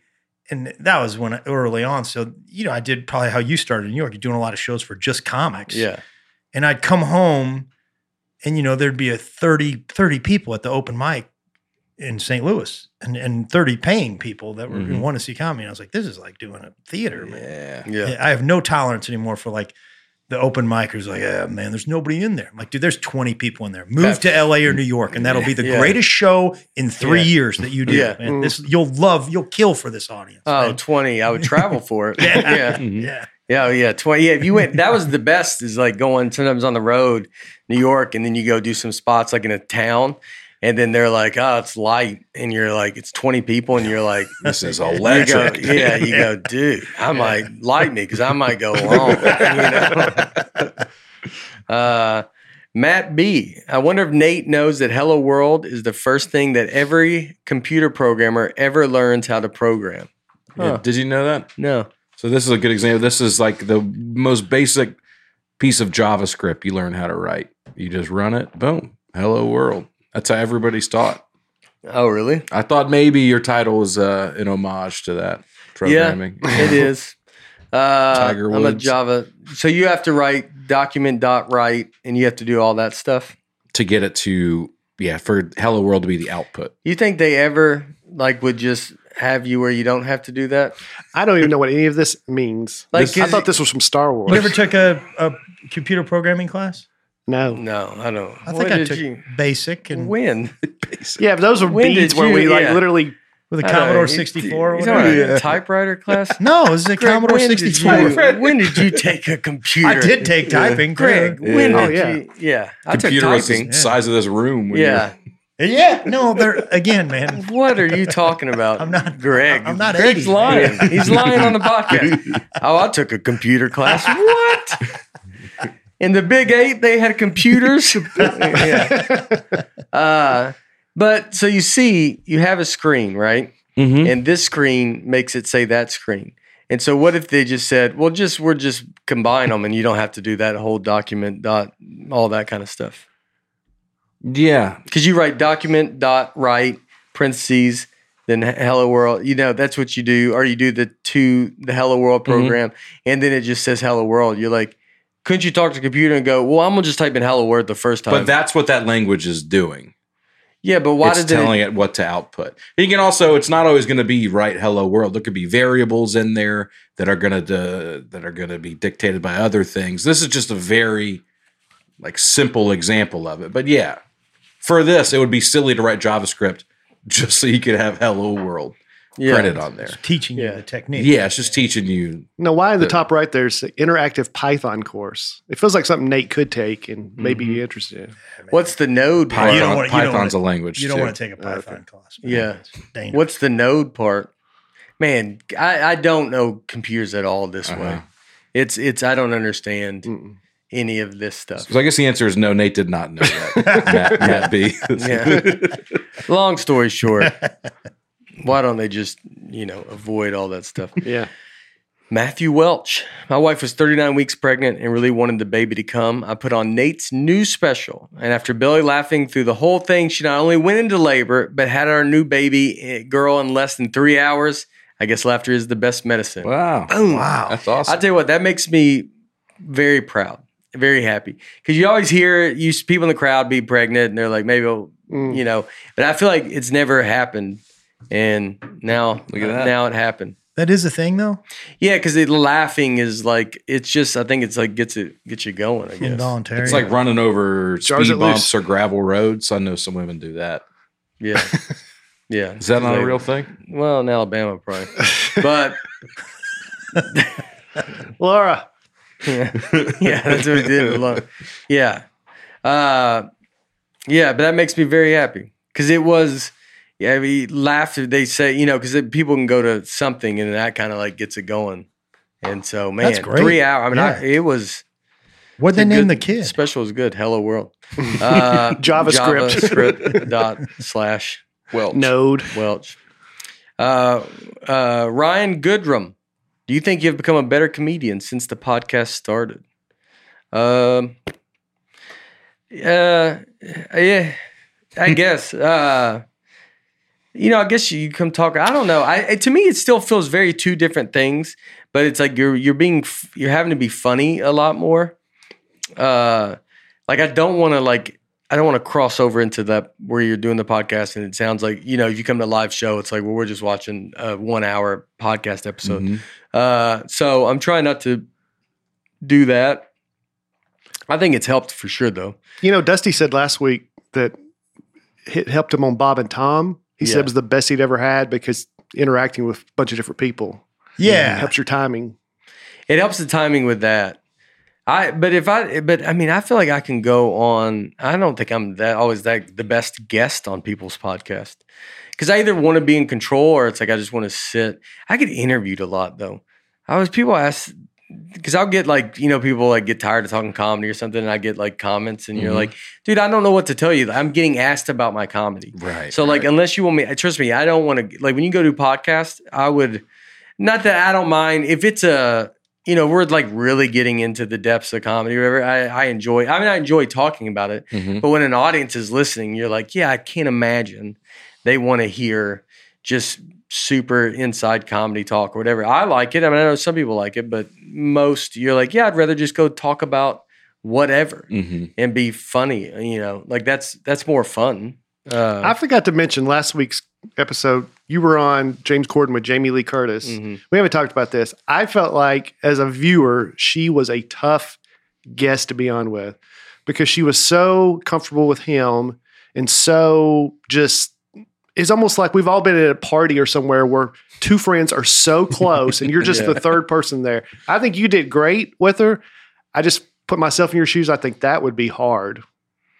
[SPEAKER 6] and that was when I- early on. So, you know, I did probably how you started in New York. You're doing a lot of shows for just comics.
[SPEAKER 5] Yeah.
[SPEAKER 6] And I'd come home, and, you know, there'd be a 30, 30 people at the open mic in St. Louis and, and 30 paying people that were who
[SPEAKER 2] Mhm.
[SPEAKER 6] want to see comedy. And I was like, this is like doing a theater, man.
[SPEAKER 2] Yeah.
[SPEAKER 5] Mm-hmm. Yeah.
[SPEAKER 6] I have no tolerance anymore for like the open micers. Like, yeah, man, there's nobody in there. I'm like, dude, there's 20 people in there. Move to LA or New York, and that'll be the
[SPEAKER 5] Yeah.
[SPEAKER 6] greatest show in three
[SPEAKER 5] Yeah.
[SPEAKER 6] years that you do.
[SPEAKER 5] Yeah. Mm.
[SPEAKER 6] Man, this you'll love, you'll kill for this audience.
[SPEAKER 5] Oh,
[SPEAKER 6] man.
[SPEAKER 5] 20. I would travel for it.
[SPEAKER 6] Yeah.
[SPEAKER 5] yeah.
[SPEAKER 2] Mhm.
[SPEAKER 6] yeah,
[SPEAKER 5] Yeah. oh, Yeah. 20. Yeah. If you went, that was the best is like going sometimes on the road, New York, and then you go do some spots like in a town. And then they're like, oh, it's light. And you're like, it's 20 people. And you're like,
[SPEAKER 2] This is
[SPEAKER 5] you go,
[SPEAKER 2] electric.
[SPEAKER 5] yeah, you go, dude, I might light me because I might go long. you know? uh, Matt B. I wonder if Nate knows that Hello World is the first thing that every computer programmer ever learns how to program.
[SPEAKER 2] Yeah, Did you know that?
[SPEAKER 5] No.
[SPEAKER 2] So this is a good example. This is like the most basic piece of JavaScript you learn how to write. You just run it, boom, hello world. That's how everybody's taught.
[SPEAKER 5] Oh, really?
[SPEAKER 2] I thought maybe your title was uh, an homage to that programming.
[SPEAKER 5] It is. Uh,
[SPEAKER 2] Tiger
[SPEAKER 5] I'm a
[SPEAKER 2] Woods.
[SPEAKER 5] Java. So you have to write document dot write, and you have to do all that stuff.
[SPEAKER 2] to get it to yeah for hello world to be the output.
[SPEAKER 5] You think they ever like would just have you where you don't have to do that?
[SPEAKER 4] I don't even know what any of this means.
[SPEAKER 5] Like,
[SPEAKER 4] I
[SPEAKER 5] is-
[SPEAKER 4] thought this was from Star Wars.
[SPEAKER 6] you ever took a, a computer programming class?
[SPEAKER 4] no.
[SPEAKER 5] No, I don't.
[SPEAKER 6] I
[SPEAKER 5] What
[SPEAKER 6] think I
[SPEAKER 5] did
[SPEAKER 6] took
[SPEAKER 5] you-
[SPEAKER 6] basic and
[SPEAKER 5] when?
[SPEAKER 4] Yeah, but those were
[SPEAKER 5] When
[SPEAKER 4] beads
[SPEAKER 5] did
[SPEAKER 4] where
[SPEAKER 5] you-
[SPEAKER 4] we like
[SPEAKER 5] yeah.
[SPEAKER 4] literally.
[SPEAKER 6] with a
[SPEAKER 5] I don't know.
[SPEAKER 6] Commodore
[SPEAKER 5] You-
[SPEAKER 6] 64. Or
[SPEAKER 5] You talking
[SPEAKER 6] whatever.
[SPEAKER 5] about a typewriter class?
[SPEAKER 6] No, it was a
[SPEAKER 5] Greg,
[SPEAKER 6] Commodore
[SPEAKER 5] when did
[SPEAKER 6] 64.
[SPEAKER 5] you- when did you take a computer?
[SPEAKER 6] I did take typing,
[SPEAKER 5] Greg,
[SPEAKER 6] yeah.
[SPEAKER 5] when
[SPEAKER 4] Yeah.
[SPEAKER 5] did
[SPEAKER 4] Oh, yeah.
[SPEAKER 5] you? Yeah, I took
[SPEAKER 2] Computer was
[SPEAKER 5] typing.
[SPEAKER 2] the size of this room. when
[SPEAKER 5] Yeah.
[SPEAKER 6] Yeah, no, they're again, man.
[SPEAKER 5] What are you talking about?
[SPEAKER 6] I'm not-
[SPEAKER 5] Greg.
[SPEAKER 6] I'm not
[SPEAKER 5] Greg's
[SPEAKER 6] 80.
[SPEAKER 5] lying. He's lying on the podcast. Oh, I took a computer class. What? In the Big Eight, they had computers. yeah. Uh, but so you see, you have a screen, right?
[SPEAKER 2] You're,
[SPEAKER 4] Mm-hmm.
[SPEAKER 5] and this screen makes it say that screen. And so, what if they just said, "Well, just we're just combine them, and you don't have to do that whole document dot all that kind of stuff."
[SPEAKER 2] yeah.
[SPEAKER 5] Because you write document dot write parentheses, then hello world. You know that's what you do, or you do the two the hello world
[SPEAKER 2] Mm-hmm.
[SPEAKER 5] program, and then it just says hello world. You're like, couldn't you talk to the computer and go, "Well, I'm gonna just type in hello world the first time."
[SPEAKER 2] But that's what that language is doing.
[SPEAKER 5] yeah, but why
[SPEAKER 2] it's
[SPEAKER 5] does it?
[SPEAKER 2] telling it what to output. You can also it's not always going to be right hello world. There could be variables in there that are going to that are going to be dictated by other things. This is just a very like simple example of it. But yeah, for this it would be silly to write JavaScript just so you could have hello world
[SPEAKER 5] Yeah.
[SPEAKER 2] credit on there.
[SPEAKER 6] Teaching
[SPEAKER 5] Yeah.
[SPEAKER 6] you the technique.
[SPEAKER 2] Yeah, it's just teaching you
[SPEAKER 4] No, why at the
[SPEAKER 2] The-
[SPEAKER 4] top right there's the interactive Python course. It feels like something Nate could take and maybe be interested in.
[SPEAKER 5] What's the node part?
[SPEAKER 2] Python.
[SPEAKER 6] don't wanna- you don't
[SPEAKER 2] Python's
[SPEAKER 6] wanna-
[SPEAKER 2] a language.
[SPEAKER 6] You don't
[SPEAKER 2] too.
[SPEAKER 6] want to take a Python class. man.
[SPEAKER 5] Yeah.
[SPEAKER 6] It's dangerous.
[SPEAKER 5] What's the node part? Man, I, I don't know computers at all this way.
[SPEAKER 2] Uh-huh.
[SPEAKER 5] It's it's I don't understand
[SPEAKER 4] Mm-mm.
[SPEAKER 5] any of this stuff.
[SPEAKER 2] So I guess the answer is no. Nate did not know that. Matt, Matt B.
[SPEAKER 5] Yeah. Long story short, why don't they just you know avoid all that stuff?
[SPEAKER 4] Yeah.
[SPEAKER 5] Matthew Welch. My wife was 39 weeks pregnant and really wanted the baby to come. I put on Nate's new special. And after belly laughing through the whole thing, she not only went into labor, but had our new baby eh, girl in less than three hours. I guess laughter is the best medicine.
[SPEAKER 2] Wow.
[SPEAKER 5] Boom.
[SPEAKER 6] Wow.
[SPEAKER 2] That's awesome.
[SPEAKER 5] I tell you what, that makes me very proud, very happy, because you always hear you people in the crowd be pregnant, and they're like, maybe I'll-
[SPEAKER 4] Mm.
[SPEAKER 5] you know, but I feel like it's never happened, and now
[SPEAKER 2] Look at that.
[SPEAKER 5] now it happened.
[SPEAKER 6] That is a thing though.
[SPEAKER 5] Yeah, because laughing is like it's just I think it's like gets it gets you going. I guess.
[SPEAKER 6] Involuntary.
[SPEAKER 2] It's like running over
[SPEAKER 4] Jars
[SPEAKER 2] speed
[SPEAKER 4] it
[SPEAKER 2] bumps
[SPEAKER 4] loose.
[SPEAKER 2] or gravel roads. I know some women do that.
[SPEAKER 5] Yeah, yeah.
[SPEAKER 2] Is that not
[SPEAKER 5] Like,
[SPEAKER 2] a real thing?
[SPEAKER 5] Well, in Alabama, probably, but
[SPEAKER 4] Laura,
[SPEAKER 5] yeah, yeah, that's what we did. with love. Yeah, uh, yeah, but that makes me very happy because it was. Yeah, we laughed. They say you know because people can go to something and that kind of like gets it going. And so, man,
[SPEAKER 6] That's great.
[SPEAKER 5] three hour. I mean, I, it was
[SPEAKER 6] What'd they
[SPEAKER 5] a good-
[SPEAKER 6] name the kid?
[SPEAKER 5] special was good. Hello world. Uh,
[SPEAKER 4] JavaScript.
[SPEAKER 5] JavaScript dot slash
[SPEAKER 2] Well,
[SPEAKER 4] Node.
[SPEAKER 5] Welch. Uh, uh, Ryan Goodrum, do you think you've become a better comedian since the podcast started? Um, uh, yeah, I guess. Uh, you know, I guess you come talk. I don't know. I it- to me, it still feels very two different things. But it's like you're you're being f- you're having to be funny a lot more. Uh, like I don't want to like I don't want to cross over into that where you're doing the podcast and it sounds like you know if you come to a live show it's like well we're just watching a one hour podcast episode.
[SPEAKER 2] Mhm.
[SPEAKER 5] Uh, so I'm trying not to do that. I think it's helped for sure though.
[SPEAKER 4] You know, Dusty said last week that it helped him on Bob and Tom. He said
[SPEAKER 5] Yeah.
[SPEAKER 4] it was the best he'd ever had because interacting with a bunch of different people
[SPEAKER 6] yeah.
[SPEAKER 4] helps your timing.
[SPEAKER 5] It helps the timing with that. I but if I but I mean I feel like I can go on. I don't think I'm that always that the best guest on people's podcast because I either want to be in control or it's like I just want to sit. I get interviewed a lot though. I was people ask because I'll get like you know people like get tired of talking comedy or something, and I get like comments, and you're
[SPEAKER 2] Mhm.
[SPEAKER 5] like, dude, I don't know what to tell you. I'm getting asked about my comedy.
[SPEAKER 2] Right.
[SPEAKER 5] So like,
[SPEAKER 2] right.
[SPEAKER 5] unless you want me, trust me, I don't want to. Like when you go do podcast, I would not that I don't mind if it's a you know we're like really getting into the depths of comedy or whatever. I, I enjoy. I mean, I enjoy talking about it.
[SPEAKER 2] Mhm.
[SPEAKER 5] But when an audience is listening, you're like, yeah, I can't imagine they want to hear just super inside comedy talk or whatever. I like it. I mean, I know some people like it, but most you're like, yeah, I'd rather just go talk about whatever
[SPEAKER 2] Mhm.
[SPEAKER 5] and be funny. You know, like that's that's more fun. Uh,
[SPEAKER 4] I forgot to mention last week's episode, you were on James Corden with Jamie Lee Curtis.
[SPEAKER 1] Mm-hmm.
[SPEAKER 5] mhm.
[SPEAKER 4] We haven't talked about this. I felt like, as a viewer, she was a tough guest to be on with because she was so comfortable with him and so just. It's almost like we've all been at a party or somewhere where two friends are so close and you're just the third person there. I think you did great with her. I just put myself in your shoes. I think that would be hard.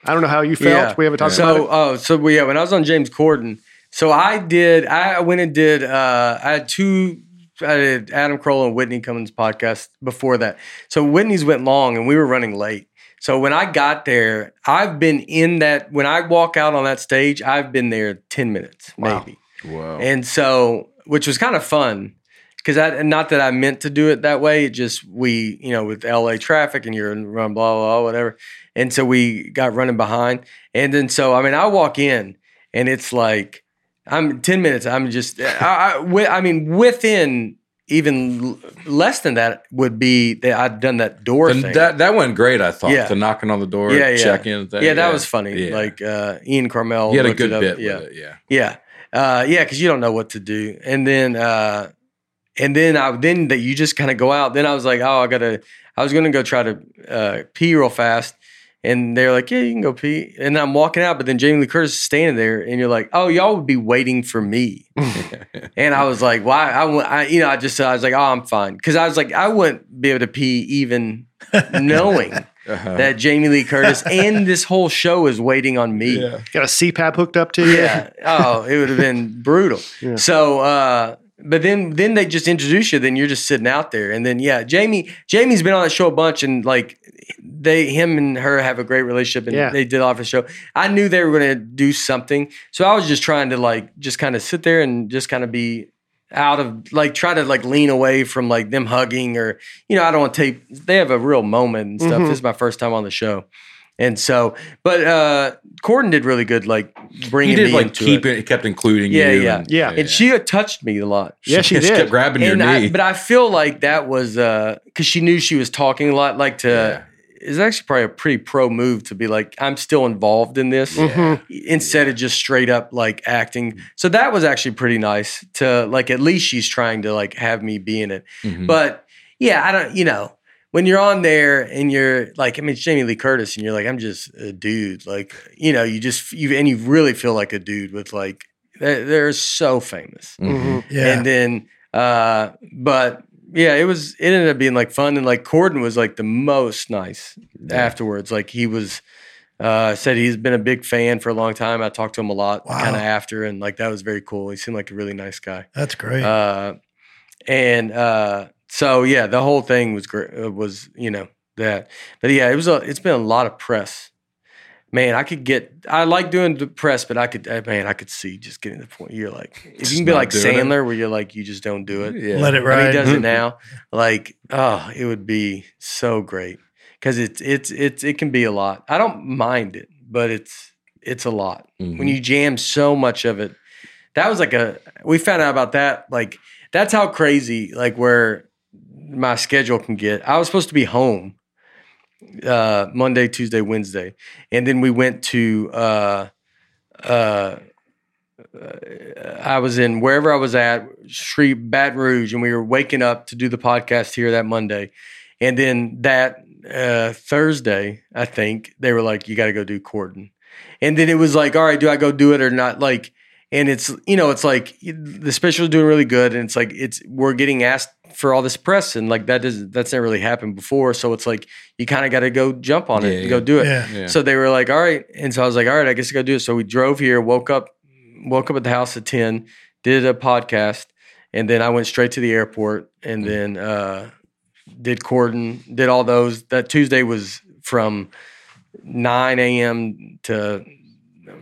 [SPEAKER 4] I don't know how you felt.
[SPEAKER 5] Yeah.
[SPEAKER 4] We haven't talked
[SPEAKER 5] so,
[SPEAKER 4] about it.
[SPEAKER 5] oh, so we, yeah, when I was on James Corden, so I did, I went and did, uh, I had two, I did Adam Kroll and Whitney Cummings podcast before that. So Whitney's went long and we were running late. So when I got there, I've been in that, when I walk out on that stage, I've been there 10 minutes,
[SPEAKER 4] Wow.
[SPEAKER 5] maybe.
[SPEAKER 2] Wow.
[SPEAKER 5] And so, which was kind of fun because I, not that I meant to do it that way. It just, we, you know, with LA traffic and you're in run, blah, blah, blah, whatever. And so we got running behind. And then, so, I mean, I walk in and it's like, I'm 10 minutes. I'm just, I, I, wi- I mean, within even l- less than that would be that I'd done that door
[SPEAKER 2] The-
[SPEAKER 5] thing.
[SPEAKER 2] that that went great. I thought
[SPEAKER 5] Yeah.
[SPEAKER 2] the knocking on the door,
[SPEAKER 5] Yeah, yeah.
[SPEAKER 2] checking. Thing,
[SPEAKER 5] yeah, that was funny.
[SPEAKER 2] Yeah.
[SPEAKER 5] Like uh, Ian Carmel.
[SPEAKER 2] you had a
[SPEAKER 5] looked it
[SPEAKER 2] good
[SPEAKER 5] up.
[SPEAKER 2] bit.
[SPEAKER 5] Yeah.
[SPEAKER 2] with it, yeah.
[SPEAKER 5] Yeah. Uh, yeah, because you don't know what to do. And then uh, and then I then that you just kind of go out. Then I was like, oh, I gotta I was gonna go try to uh, pee real fast. And they're like, yeah, you can go pee. And I'm walking out, but then Jamie Lee Curtis is standing there, and you're like, oh, y'all would be waiting for me. and I was like, why? I, went- I, you know, I just, I was like, oh, I'm fine. Cause I was like, I wouldn't be able to pee even knowing
[SPEAKER 2] Uh-huh.
[SPEAKER 5] that Jamie Lee Curtis and this whole show is waiting on me.
[SPEAKER 4] Got a CPAP hooked up to you.
[SPEAKER 5] Yeah. Oh, it would have been brutal.
[SPEAKER 4] Yeah.
[SPEAKER 5] So, uh, but then then they just introduce you. Then you're just sitting out there, and then yeah, Jamie Jamie's been on that show a bunch, and like they him and her have a great relationship, and
[SPEAKER 4] Yeah.
[SPEAKER 5] they did off the show. I knew they were going to do something, so I was just trying to like just kind of sit there and just kind of be out of like try to like lean away from like
[SPEAKER 2] Mm-hmm.
[SPEAKER 5] them hugging or you know I don't want to take they have a real moment and stuff.
[SPEAKER 4] Mhm.
[SPEAKER 5] This is my first time on the show.
[SPEAKER 1] And so, but uh, Corden did really good, like bringing
[SPEAKER 2] He did
[SPEAKER 1] me
[SPEAKER 2] like
[SPEAKER 1] into
[SPEAKER 2] keep
[SPEAKER 1] it.
[SPEAKER 2] it. It kept including
[SPEAKER 1] Yeah,
[SPEAKER 2] you.
[SPEAKER 1] yeah.
[SPEAKER 2] and,
[SPEAKER 4] Yeah.
[SPEAKER 1] And she had touched me a lot.
[SPEAKER 4] Yeah, she
[SPEAKER 2] just
[SPEAKER 4] did.
[SPEAKER 2] kept grabbing your
[SPEAKER 1] And
[SPEAKER 2] knee.
[SPEAKER 1] I, but I feel like that was because she knew she was talking a lot. Like to
[SPEAKER 2] Yeah.
[SPEAKER 1] it's actually probably a pretty pro move to be like, I'm still involved in this
[SPEAKER 2] Mm.
[SPEAKER 4] Mhm.
[SPEAKER 1] instead of just straight up like acting. So that was actually pretty nice to like at least she's trying to like have me be in it.
[SPEAKER 2] Mhm.
[SPEAKER 1] But yeah, I don't, you know, when you're on there and you're like, I mean, it's Jamie Lee Curtis, and you're like, I'm just a dude. Like, you know, you just, you, and you really feel like a dude with like, they're, they're so famous.
[SPEAKER 4] mm-hmm.
[SPEAKER 2] Mhm.
[SPEAKER 6] Yeah.
[SPEAKER 1] And then, uh, but yeah, it was, it ended up being like fun. And like Corden was like the most nice afterwards. Like he was, uh, said he's been a big fan for a long time. I talked to him a lot
[SPEAKER 6] Wow.
[SPEAKER 1] kind of after, and like that was very cool. He seemed like a really nice guy.
[SPEAKER 6] That's great.
[SPEAKER 1] Uh, and uh, so yeah, the whole thing was great. Was you know that, but yeah, it was a. It's been a lot of press. Man, I could get. I like doing the press, but I could. uh, Man, I could see just getting to the point. You're like, if you
[SPEAKER 2] Just
[SPEAKER 1] can be
[SPEAKER 2] not
[SPEAKER 1] like
[SPEAKER 2] doing it.
[SPEAKER 1] Sandler, where you're like, you just don't do it.
[SPEAKER 2] Yeah.
[SPEAKER 6] Let it
[SPEAKER 1] But
[SPEAKER 6] ride.
[SPEAKER 1] he does it now. Like, oh, it would be so great because it's it's it's it can be a lot. I don't mind it, but it's it's a lot
[SPEAKER 2] Mm-hmm.
[SPEAKER 1] when you jam so much of it that was like a we found out about that like that's how crazy like where my schedule can get i was supposed to be home uh monday tuesday wednesday and then we went to uh uh I was in wherever I was at, Sri Baton Rouge, and we were waking up to do the podcast here that Monday, and then that uh, Thursday, I think they were like, "You got to go do Corden," and then it was like, "All right, do I go do it or not?" Like, and it's you know, it's like the special is doing really good, and it's like it's we're getting asked for all this press, and like that doesn't that's never really happened before, so it's like you kind of got to go jump on it
[SPEAKER 2] Yeah,
[SPEAKER 1] and
[SPEAKER 2] yeah.
[SPEAKER 1] go do it.
[SPEAKER 6] yeah.
[SPEAKER 2] Yeah.
[SPEAKER 1] So they were like, "All right," and so I was like, "All right, I guess I go do it." So we drove here, woke up, woke up at the house at ten, did a podcast, and then I went straight to the airport, and then uh, did Corden, did all those. That Tuesday was from nine a.m. to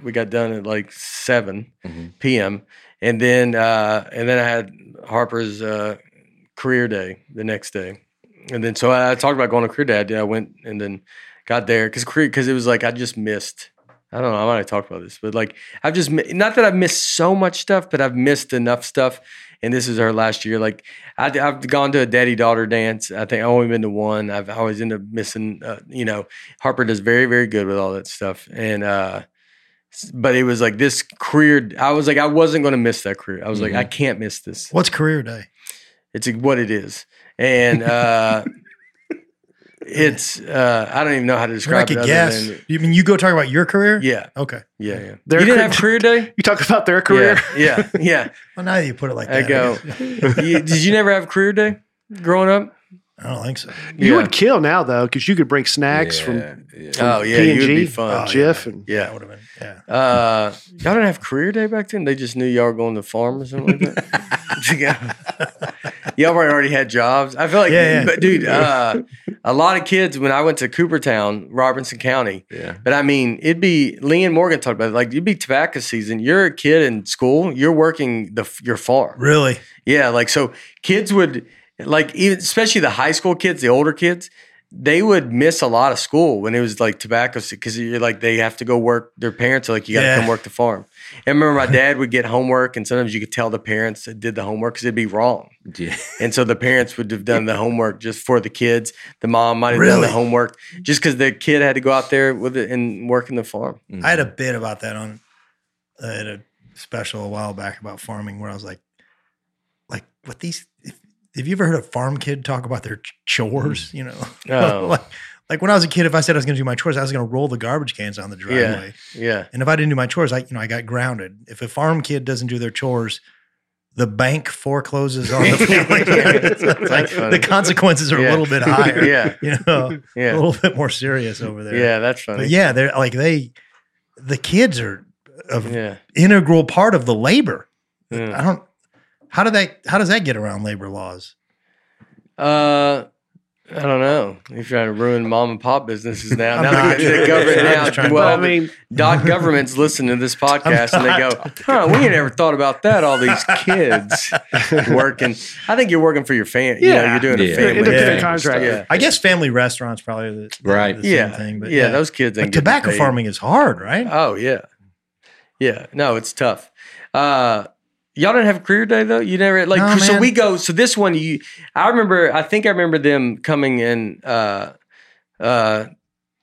[SPEAKER 1] we got done at like 7
[SPEAKER 2] Mhm.
[SPEAKER 1] p.m. and then uh, and then I had Harper's uh, career day the next day, and then so I, I talked about going to career day. I, did, I went and then got there because because it was like I just missed. I don't know. I might have talked about this, but like I've just mi- not that I've missed so much stuff, but I've missed enough stuff. And this is our last year. Like I, have gone to a daddy daughter dance. I think I only been to one. I've always ended up missing. Uh, you know, Harper does very very good with all that stuff. And uh, s- but it was like this career. I was like I wasn't going to miss that career. I was
[SPEAKER 2] Mhm.
[SPEAKER 1] like I can't miss this.
[SPEAKER 6] What's career day?
[SPEAKER 1] It's what it is. And uh, it's uh, I don't even know how to
[SPEAKER 6] I, mean, I
[SPEAKER 1] describe it.
[SPEAKER 6] could
[SPEAKER 1] other
[SPEAKER 6] guess.
[SPEAKER 1] than-
[SPEAKER 6] you mean you go talk about your career?
[SPEAKER 1] yeah,
[SPEAKER 6] Okay.
[SPEAKER 1] yeah, yeah.
[SPEAKER 4] Their
[SPEAKER 1] you didn't
[SPEAKER 4] career-
[SPEAKER 1] have career day?
[SPEAKER 4] You talk about their career.
[SPEAKER 1] Yeah, yeah,
[SPEAKER 6] Well, now that you put it like
[SPEAKER 1] I
[SPEAKER 6] that,
[SPEAKER 1] go.
[SPEAKER 6] guess-
[SPEAKER 1] yeah. You- did you never have career day growing up?
[SPEAKER 6] I don't think so.
[SPEAKER 4] You
[SPEAKER 1] yeah.
[SPEAKER 4] would kill now though, because you could bring snacks from
[SPEAKER 2] yeah.
[SPEAKER 1] Oh yeah,
[SPEAKER 4] P
[SPEAKER 1] you
[SPEAKER 4] and
[SPEAKER 1] would be
[SPEAKER 4] G,
[SPEAKER 1] fun.
[SPEAKER 4] Jif, and
[SPEAKER 6] That
[SPEAKER 1] Oh, Yeah.
[SPEAKER 6] would have been. Yeah.
[SPEAKER 1] Uh, y'all didn't have career day back then. They just knew y'all were going to the farm or something like that. y'all probably already had jobs. I feel like,
[SPEAKER 6] Yeah, yeah.
[SPEAKER 1] but dude, uh, a lot of kids when I went to Coopertown, Robinson County.
[SPEAKER 2] Yeah.
[SPEAKER 1] But I mean, it'd be Lee and Morgan talked about it. Like it'd be tobacco season. You're a kid in school. You're working the f- your farm.
[SPEAKER 6] Really?
[SPEAKER 1] Yeah, like so kids would like even especially the high school kids, the older kids, they would miss a lot of school when it was like tobacco because you're like they have to go work. Their parents are like, you got to
[SPEAKER 6] Yeah.
[SPEAKER 1] come work the farm. And remember, my dad would get homework, and sometimes you could tell the parents that did the homework because it'd be wrong.
[SPEAKER 2] Yeah.
[SPEAKER 1] And so the parents would have done the homework just for the kids. The mom might have done the
[SPEAKER 6] Really?
[SPEAKER 1] homework just because the kid had to go out there with it and work in the farm.
[SPEAKER 2] Mm-hmm.
[SPEAKER 6] I had a bit about that on uh, at a special a while back about farming where I was like, like, what these, if, have you ever heard a farm kid talk about their ch- chores? You know,
[SPEAKER 1] Oh.
[SPEAKER 6] like, like when I was a kid, if I said I was going to do my chores, I was going to roll the garbage cans on the driveway.
[SPEAKER 1] Yeah.
[SPEAKER 6] And if I didn't do my chores, I, you know, I got grounded. If a farm kid doesn't do their chores, the bank forecloses on the family. It's like
[SPEAKER 1] That's funny.
[SPEAKER 6] the consequences are
[SPEAKER 1] Yeah.
[SPEAKER 6] a little bit higher.
[SPEAKER 1] Yeah.
[SPEAKER 6] You know, a
[SPEAKER 1] Yeah.
[SPEAKER 6] little bit more serious over there.
[SPEAKER 1] Yeah. That's
[SPEAKER 6] But
[SPEAKER 1] funny.
[SPEAKER 6] yeah, they're like they, the kids are an
[SPEAKER 1] Yeah. Mm.
[SPEAKER 6] integral part of the labor.
[SPEAKER 1] Yeah.
[SPEAKER 6] I don't. How do that? How does that get around labor laws?
[SPEAKER 1] Uh, I don't know. You're trying to ruin mom and pop businesses now.
[SPEAKER 6] I'm
[SPEAKER 1] Now
[SPEAKER 6] not.
[SPEAKER 1] the, the government
[SPEAKER 6] I'm
[SPEAKER 1] now.
[SPEAKER 6] just trying to-
[SPEAKER 1] well,
[SPEAKER 4] I mean,
[SPEAKER 1] dot governments listen to this podcast and they go, "Huh, we ain't ever thought about that." All these kids working. I think you're working for your family. Yeah,
[SPEAKER 4] Yeah.
[SPEAKER 1] you're doing
[SPEAKER 2] Yeah.
[SPEAKER 1] a family.
[SPEAKER 4] independent
[SPEAKER 6] Yeah.
[SPEAKER 4] contractor.
[SPEAKER 1] Yeah.
[SPEAKER 6] I guess family restaurants probably the, the-
[SPEAKER 2] Right.
[SPEAKER 6] the same
[SPEAKER 1] Yeah.
[SPEAKER 6] thing. But
[SPEAKER 1] yeah, those kids. ain't
[SPEAKER 6] but
[SPEAKER 1] getting
[SPEAKER 6] tobacco
[SPEAKER 1] paid.
[SPEAKER 6] farming is hard, right?
[SPEAKER 1] Oh yeah, yeah. No, it's tough. Uh, y'all didn't have career day though. You never like.
[SPEAKER 6] No,
[SPEAKER 1] so
[SPEAKER 6] man.
[SPEAKER 1] we go. So this one, you. I remember. I think I remember them coming and uh, uh,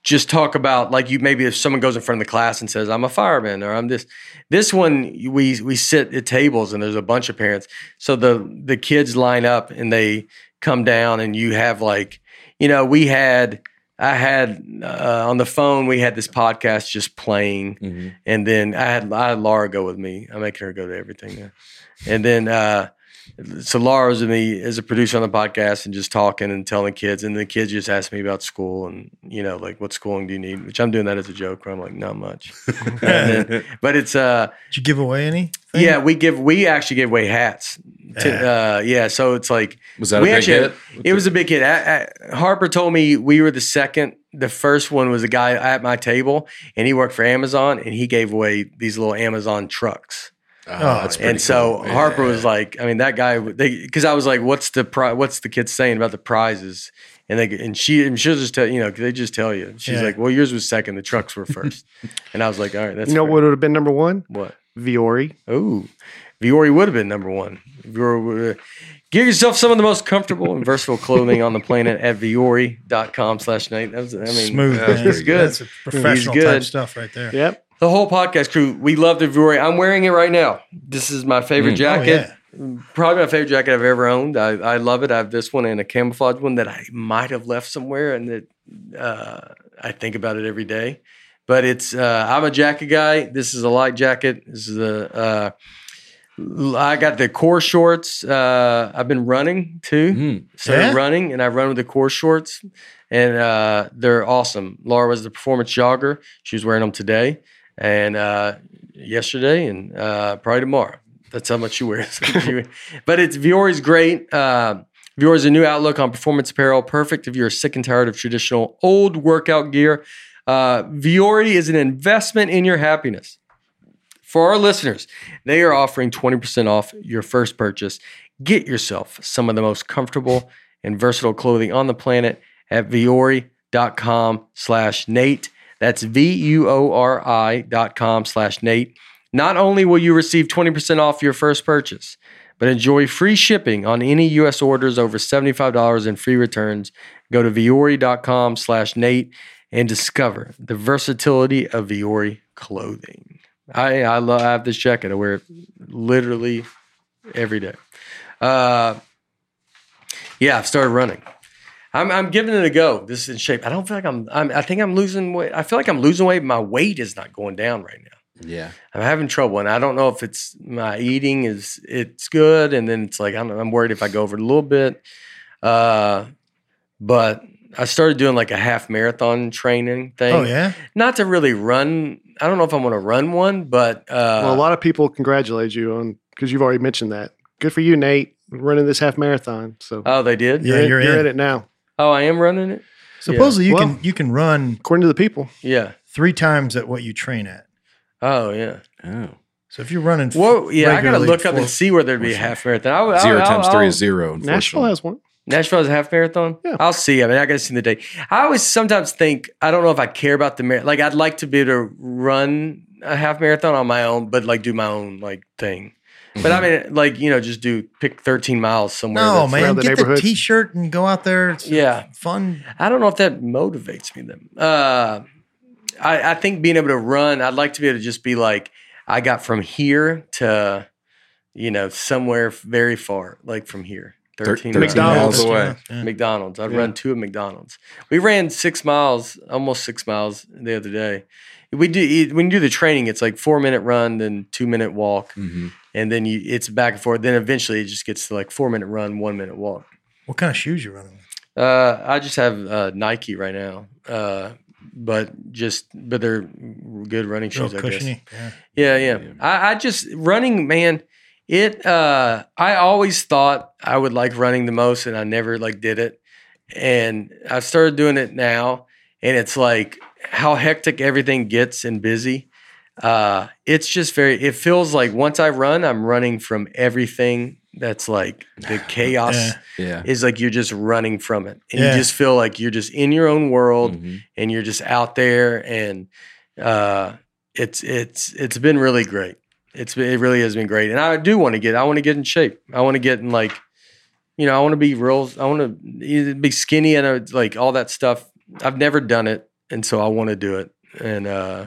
[SPEAKER 1] just talk about like you. Maybe if someone goes in front of the class and says, "I'm a fireman" or "I'm this." This one, we we sit at tables and there's a bunch of parents. So the the kids line up and they come down and you have like, you know, we had. I had uh, on the phone. We had this podcast just playing,
[SPEAKER 2] Mhm.
[SPEAKER 1] and then I had I had Laura go with me. I'm making her go to everything now. And then uh, so Laura was with me as a producer on the podcast and just talking and telling kids. And the kids just asked me about school and you know like what schooling do you need? Which I'm doing that as a joke where I'm like not much. And then- but it's uh
[SPEAKER 6] Did you give away any?
[SPEAKER 1] yeah we give we actually give away hats. To, uh, yeah, so it's like
[SPEAKER 2] Was that
[SPEAKER 1] we
[SPEAKER 2] a big
[SPEAKER 1] actually-
[SPEAKER 2] hit?
[SPEAKER 1] it was a big hit. I, I, Harper told me we were the second. The first one was a guy at my table, and he worked for Amazon, and he gave away these little Amazon trucks.
[SPEAKER 2] Oh, that's pretty
[SPEAKER 1] and so
[SPEAKER 2] cool.
[SPEAKER 1] Harper was
[SPEAKER 2] Yeah.
[SPEAKER 1] like, I mean, that guy, because I was like, what's the pri- what's the kid saying about the prizes? And they and she and she'll just tell you know 'cause they just tell you. She's
[SPEAKER 6] Yeah.
[SPEAKER 1] like, well, yours was second, the trucks were first, and I was like, all right, that's
[SPEAKER 4] you know
[SPEAKER 1] fair.
[SPEAKER 4] what would have been number one?
[SPEAKER 1] What?
[SPEAKER 4] Viore.
[SPEAKER 1] Ooh, Viore would have been number one. Viore would Get yourself some of the most comfortable and versatile clothing on the planet at viore.com slash Nate. That was, I mean,
[SPEAKER 6] Smooth.
[SPEAKER 2] that's
[SPEAKER 6] man.
[SPEAKER 2] pretty good.
[SPEAKER 6] That's a professional
[SPEAKER 1] good.
[SPEAKER 6] type stuff right there.
[SPEAKER 4] Yep.
[SPEAKER 1] the whole podcast crew, we love the Viore. I'm wearing it right now. This is my favorite
[SPEAKER 2] Mm.
[SPEAKER 6] Oh,
[SPEAKER 1] jacket.
[SPEAKER 6] yeah.
[SPEAKER 1] Probably my favorite jacket I've ever owned. I, I love it. I have this one and a camouflage one that I might have left somewhere and that uh, I think about it every day. But it's uh, I'm a jacket guy. This is a light jacket. This is a uh, l- I got the core shorts. Uh, I've been running too.
[SPEAKER 2] Mhm.
[SPEAKER 1] Started
[SPEAKER 6] Yeah?
[SPEAKER 1] running and I run with the core shorts and uh, they're awesome. Laura was the performance jogger. She was wearing them today and uh, yesterday and uh, probably tomorrow. That's how much she wears. but it's Viore's great. Uh, Viore's a new outlook on performance apparel, perfect if you're sick and tired of traditional old workout gear. Uh, Viore is an investment in your happiness. For our listeners, they are offering 20% off your first purchase. Get yourself some of the most comfortable and versatile clothing on the planet at viori.com slash Nate. That's V-U-O-R-I dot com slash Nate. Not only will you receive 20% off your first purchase, but enjoy free shipping on any U.S. orders over $75 and free returns. Go to viori.com slash Nate and discover the versatility of Viori clothing. I, I love I have this jacket. I wear it literally every day. Uh, yeah, I've started running. I'm, I'm giving it a go. This is in shape. I don't feel like I'm, I'm. I think I'm losing weight. I feel like I'm losing weight. My weight is not going down right now.
[SPEAKER 2] yeah.
[SPEAKER 1] I'm having trouble, and I don't know if it's my eating is it's good, and then it's like I don't know, I'm worried if I go over it a little bit. Uh, but I started doing like a half marathon training thing.
[SPEAKER 6] Oh yeah.
[SPEAKER 1] Not to really run. I don't know if I'm going to run one, but uh,
[SPEAKER 4] well, a lot of people congratulate you on because you've already mentioned that. Good for you, Nate, running this half marathon. So
[SPEAKER 1] oh, they did.
[SPEAKER 6] Yeah,
[SPEAKER 4] in-
[SPEAKER 6] you're in.
[SPEAKER 4] in it now,
[SPEAKER 1] Oh, I am running it.
[SPEAKER 6] Supposedly you
[SPEAKER 4] Well-
[SPEAKER 6] can you can run
[SPEAKER 4] according to the people.
[SPEAKER 1] Yeah.
[SPEAKER 6] three times at what you train at.
[SPEAKER 1] Oh, yeah.
[SPEAKER 2] Oh.
[SPEAKER 6] So if you're running, f-
[SPEAKER 1] Whoa. Yeah, I gotta
[SPEAKER 6] regularly
[SPEAKER 1] look up
[SPEAKER 6] four-
[SPEAKER 1] and see where there'd be a half marathon. I, I,
[SPEAKER 2] 0
[SPEAKER 1] I,
[SPEAKER 2] times
[SPEAKER 1] I,
[SPEAKER 2] three is zero.
[SPEAKER 4] Nashville
[SPEAKER 2] unfortunately.
[SPEAKER 4] has one.
[SPEAKER 1] Nashville has a half marathon.
[SPEAKER 4] Yeah.
[SPEAKER 1] I'll see. I mean, I gotta see the day. I always sometimes think I don't know if I care about the mar- like I'd like to be able to run a half marathon on my own, but like do my own like thing. But I mean, like you know, just do pick 13 miles somewhere.
[SPEAKER 6] Mm-hmm. no
[SPEAKER 1] that's-
[SPEAKER 6] man,
[SPEAKER 4] around the
[SPEAKER 6] get the
[SPEAKER 4] neighborhood.
[SPEAKER 6] t-shirt and go out there. It's
[SPEAKER 1] Yeah.
[SPEAKER 6] fun.
[SPEAKER 1] I don't know if that motivates me. Then uh, I, I think being able to run, I'd like to be able to just be like, I got from here to, you know, somewhere very far, like from here,
[SPEAKER 2] Thir-
[SPEAKER 1] thirteen
[SPEAKER 2] 13
[SPEAKER 1] miles.
[SPEAKER 4] McDonald's.
[SPEAKER 2] miles away.
[SPEAKER 6] Yeah.
[SPEAKER 1] McDonald's. I'd
[SPEAKER 4] Yeah.
[SPEAKER 1] run two at McDonald's. We ran six miles, almost six miles the other day. We do e, when you do the training, it's like four minute run, then two minute walk,
[SPEAKER 2] Mhm.
[SPEAKER 1] and then you it's back and forth. Then eventually it just gets to like four minute run, one minute walk.
[SPEAKER 6] What kind of shoes you running? with?
[SPEAKER 1] Uh, I just have uh, Nike right now, uh, but just but they're good running
[SPEAKER 6] Real
[SPEAKER 1] shoes. I guess.
[SPEAKER 6] cushiony. Yeah.
[SPEAKER 1] Yeah, yeah.
[SPEAKER 2] Yeah.
[SPEAKER 1] I, I just running, man. It. uh I always thought I would like running the most, and I never like did it.
[SPEAKER 5] and I've started doing it now, and it's like how hectic everything gets and busy. Uh, it's just very. It feels like once I run, I'm running from everything that's like the chaos
[SPEAKER 6] Yeah.
[SPEAKER 2] Yeah.
[SPEAKER 5] is like you're just running from it, and
[SPEAKER 6] Yeah. Mm.
[SPEAKER 5] you just feel like you're just in your own world,
[SPEAKER 2] Mhm.
[SPEAKER 5] and you're just out there, and uh, it's it's it's been really great. It's been, it really has been great, and I do want to get I want to get in shape. I want to get in like you know, I want to be real. I want to be skinny and uh, like all that stuff. I've never done it, and so I want to do it. And uh,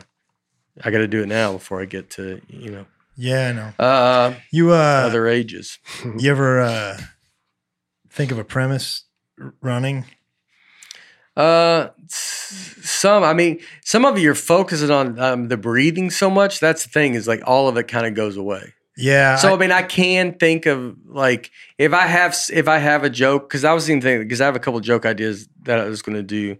[SPEAKER 5] I got to do it now before I get to you know
[SPEAKER 6] Yeah, I know.
[SPEAKER 5] uh,
[SPEAKER 6] You uh,
[SPEAKER 5] other ages.
[SPEAKER 6] you ever uh, think of a premise r- running?
[SPEAKER 5] Uh, s- some. I mean, some of you're focusing on um, the breathing so much. That's the thing is like all of it kind of goes away.
[SPEAKER 6] Yeah.
[SPEAKER 5] So I,
[SPEAKER 6] I-
[SPEAKER 5] mean, I can think of like if I have s- if I have a joke because I was even thinking because I have a couple joke ideas that I was going to do.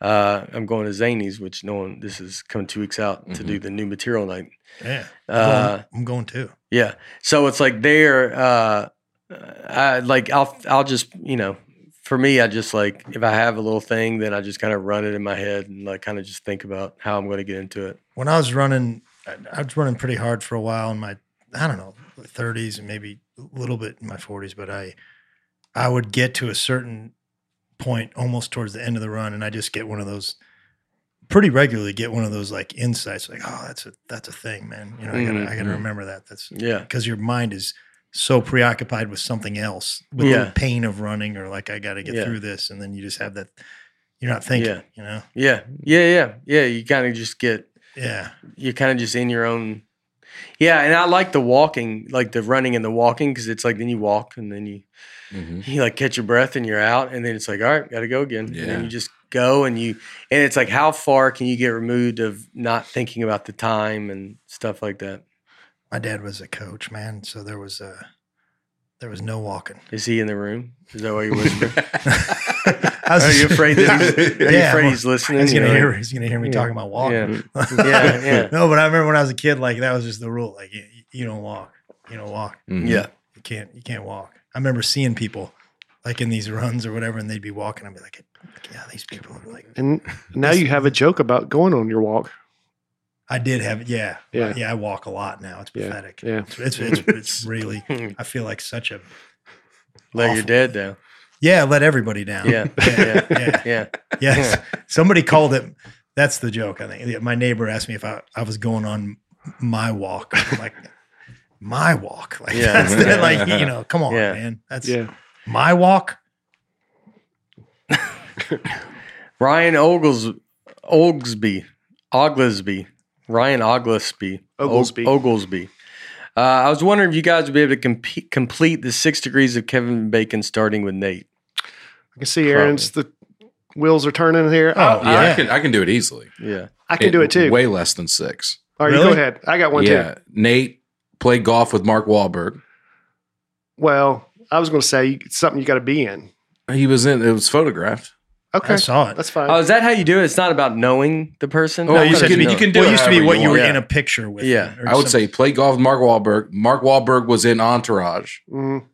[SPEAKER 5] Uh, I'm going to Zanies, which no one. This is coming two weeks out to do the new material night.
[SPEAKER 6] yeah.
[SPEAKER 5] Uh,
[SPEAKER 6] I'm going too.
[SPEAKER 5] yeah. So it's like there, uh, I like I'll I'll just you know, for me, I just like if I have a little thing, then I just kind of run it in my head and like kind of just think about how I'm going to get into it.
[SPEAKER 6] when I was running, I, I was running pretty hard for a while in my, I don't know, 30s and maybe a little bit in my 40s, but I, I would get to a certain point almost towards the end of the run, and I just get one of those, pretty regularly get one of those like insights, like oh that's a that's a thing, man. You know, I gotta I
[SPEAKER 5] Mm,
[SPEAKER 6] gotta
[SPEAKER 2] Mhm.
[SPEAKER 6] remember that. That's
[SPEAKER 5] Yeah.
[SPEAKER 6] because your mind is so preoccupied with something else, with
[SPEAKER 5] Yeah.
[SPEAKER 6] the pain of running, or like I gotta get
[SPEAKER 5] Yeah.
[SPEAKER 6] through this, and then you just have that. You're not thinking,
[SPEAKER 5] Yeah.
[SPEAKER 6] you know.
[SPEAKER 5] Yeah. Yeah. Yeah. Yeah. You kind of just get
[SPEAKER 6] Yeah,
[SPEAKER 5] you're kind of just in your own. Yeah, and I like the walking, like the running and the walking, because it's like then you walk and then you
[SPEAKER 2] Mhm.
[SPEAKER 5] you like catch your breath and you're out, and then it's like all right, got to go again, and
[SPEAKER 2] Yeah.
[SPEAKER 5] then you just go and you and it's like how far can you get removed of not thinking about the time and stuff like that?
[SPEAKER 6] my dad was a coach, man, so there was uh there was no walking.
[SPEAKER 5] Is he in the room? Is that why you whisper?
[SPEAKER 6] I
[SPEAKER 5] Are you afraid that he's, are you
[SPEAKER 6] Yeah,
[SPEAKER 5] afraid
[SPEAKER 6] well,
[SPEAKER 5] he's listening?
[SPEAKER 6] He's gonna
[SPEAKER 5] You're
[SPEAKER 6] hear
[SPEAKER 5] like,
[SPEAKER 6] he's gonna hear me
[SPEAKER 5] Yeah.
[SPEAKER 6] talking about walking.
[SPEAKER 5] Yeah. Yeah, yeah.
[SPEAKER 6] no, but I remember when I was a kid, like that was just the rule. Like you, you don't walk, you don't walk,
[SPEAKER 2] Mhm.
[SPEAKER 5] Yeah.
[SPEAKER 6] you can't, you can't walk. I remember seeing people like in these runs or whatever, and they'd be walking. I'd be like, yeah, these people are like,
[SPEAKER 4] And now you have a joke about going on your walk.
[SPEAKER 6] I did have, yeah,
[SPEAKER 4] Yeah.
[SPEAKER 6] yeah. I walk a lot now. It's
[SPEAKER 4] Yeah.
[SPEAKER 6] pathetic.
[SPEAKER 4] Yeah.
[SPEAKER 6] It's, it's it's really. I feel like such a
[SPEAKER 5] Like you're
[SPEAKER 6] Awful.
[SPEAKER 5] dead though.
[SPEAKER 6] yeah. Let everybody down.
[SPEAKER 5] Yeah.
[SPEAKER 6] yeah,
[SPEAKER 5] Yeah.
[SPEAKER 6] yeah.
[SPEAKER 5] Yeah.
[SPEAKER 6] Yes. Somebody called it. That's the joke. I think my neighbor asked me if I, I was going on my walk. I'm like my walk. Like
[SPEAKER 5] Yeah.
[SPEAKER 6] that's the, like you know, come on,
[SPEAKER 5] Yeah.
[SPEAKER 6] man. That's
[SPEAKER 4] Yeah.
[SPEAKER 6] my walk.
[SPEAKER 5] Ryan Ogles Oglesby. Oglesby. Ryan Oglesby. Og-
[SPEAKER 4] Oglesby.
[SPEAKER 5] Oglesby. Uh, I was wondering if you guys would be able to comp- complete the six degrees of Kevin Bacon starting with Nate.
[SPEAKER 4] I can see Aaron's the wheels are turning here.
[SPEAKER 6] Oh,
[SPEAKER 4] I,
[SPEAKER 2] I
[SPEAKER 6] yeah.
[SPEAKER 2] can I can do it easily.
[SPEAKER 5] Yeah.
[SPEAKER 4] I can do it too.
[SPEAKER 2] Way less than six.
[SPEAKER 4] All right, you
[SPEAKER 6] Really?
[SPEAKER 4] go ahead. I got one too.
[SPEAKER 2] yeah. Nate played golf with Mark Wahlberg.
[SPEAKER 4] Well, I was going to say it's something you got to be in.
[SPEAKER 2] He was in it was photographed.
[SPEAKER 4] Okay,
[SPEAKER 6] I saw it.
[SPEAKER 4] that's fine.
[SPEAKER 5] Oh, is that how you do it? It's not about knowing the person.
[SPEAKER 2] Oh,
[SPEAKER 5] I
[SPEAKER 2] you
[SPEAKER 5] thought
[SPEAKER 2] said
[SPEAKER 6] to be,
[SPEAKER 2] you
[SPEAKER 5] know.
[SPEAKER 2] can do
[SPEAKER 6] well,
[SPEAKER 2] it
[SPEAKER 6] used to be
[SPEAKER 2] however
[SPEAKER 6] what
[SPEAKER 2] you
[SPEAKER 6] you were
[SPEAKER 5] want.
[SPEAKER 6] in a picture with.
[SPEAKER 5] Yeah.
[SPEAKER 6] or
[SPEAKER 2] I would
[SPEAKER 6] some-
[SPEAKER 2] say play golf with Mark Wahlberg. Mark Wahlberg was in Entourage.
[SPEAKER 4] Mhm.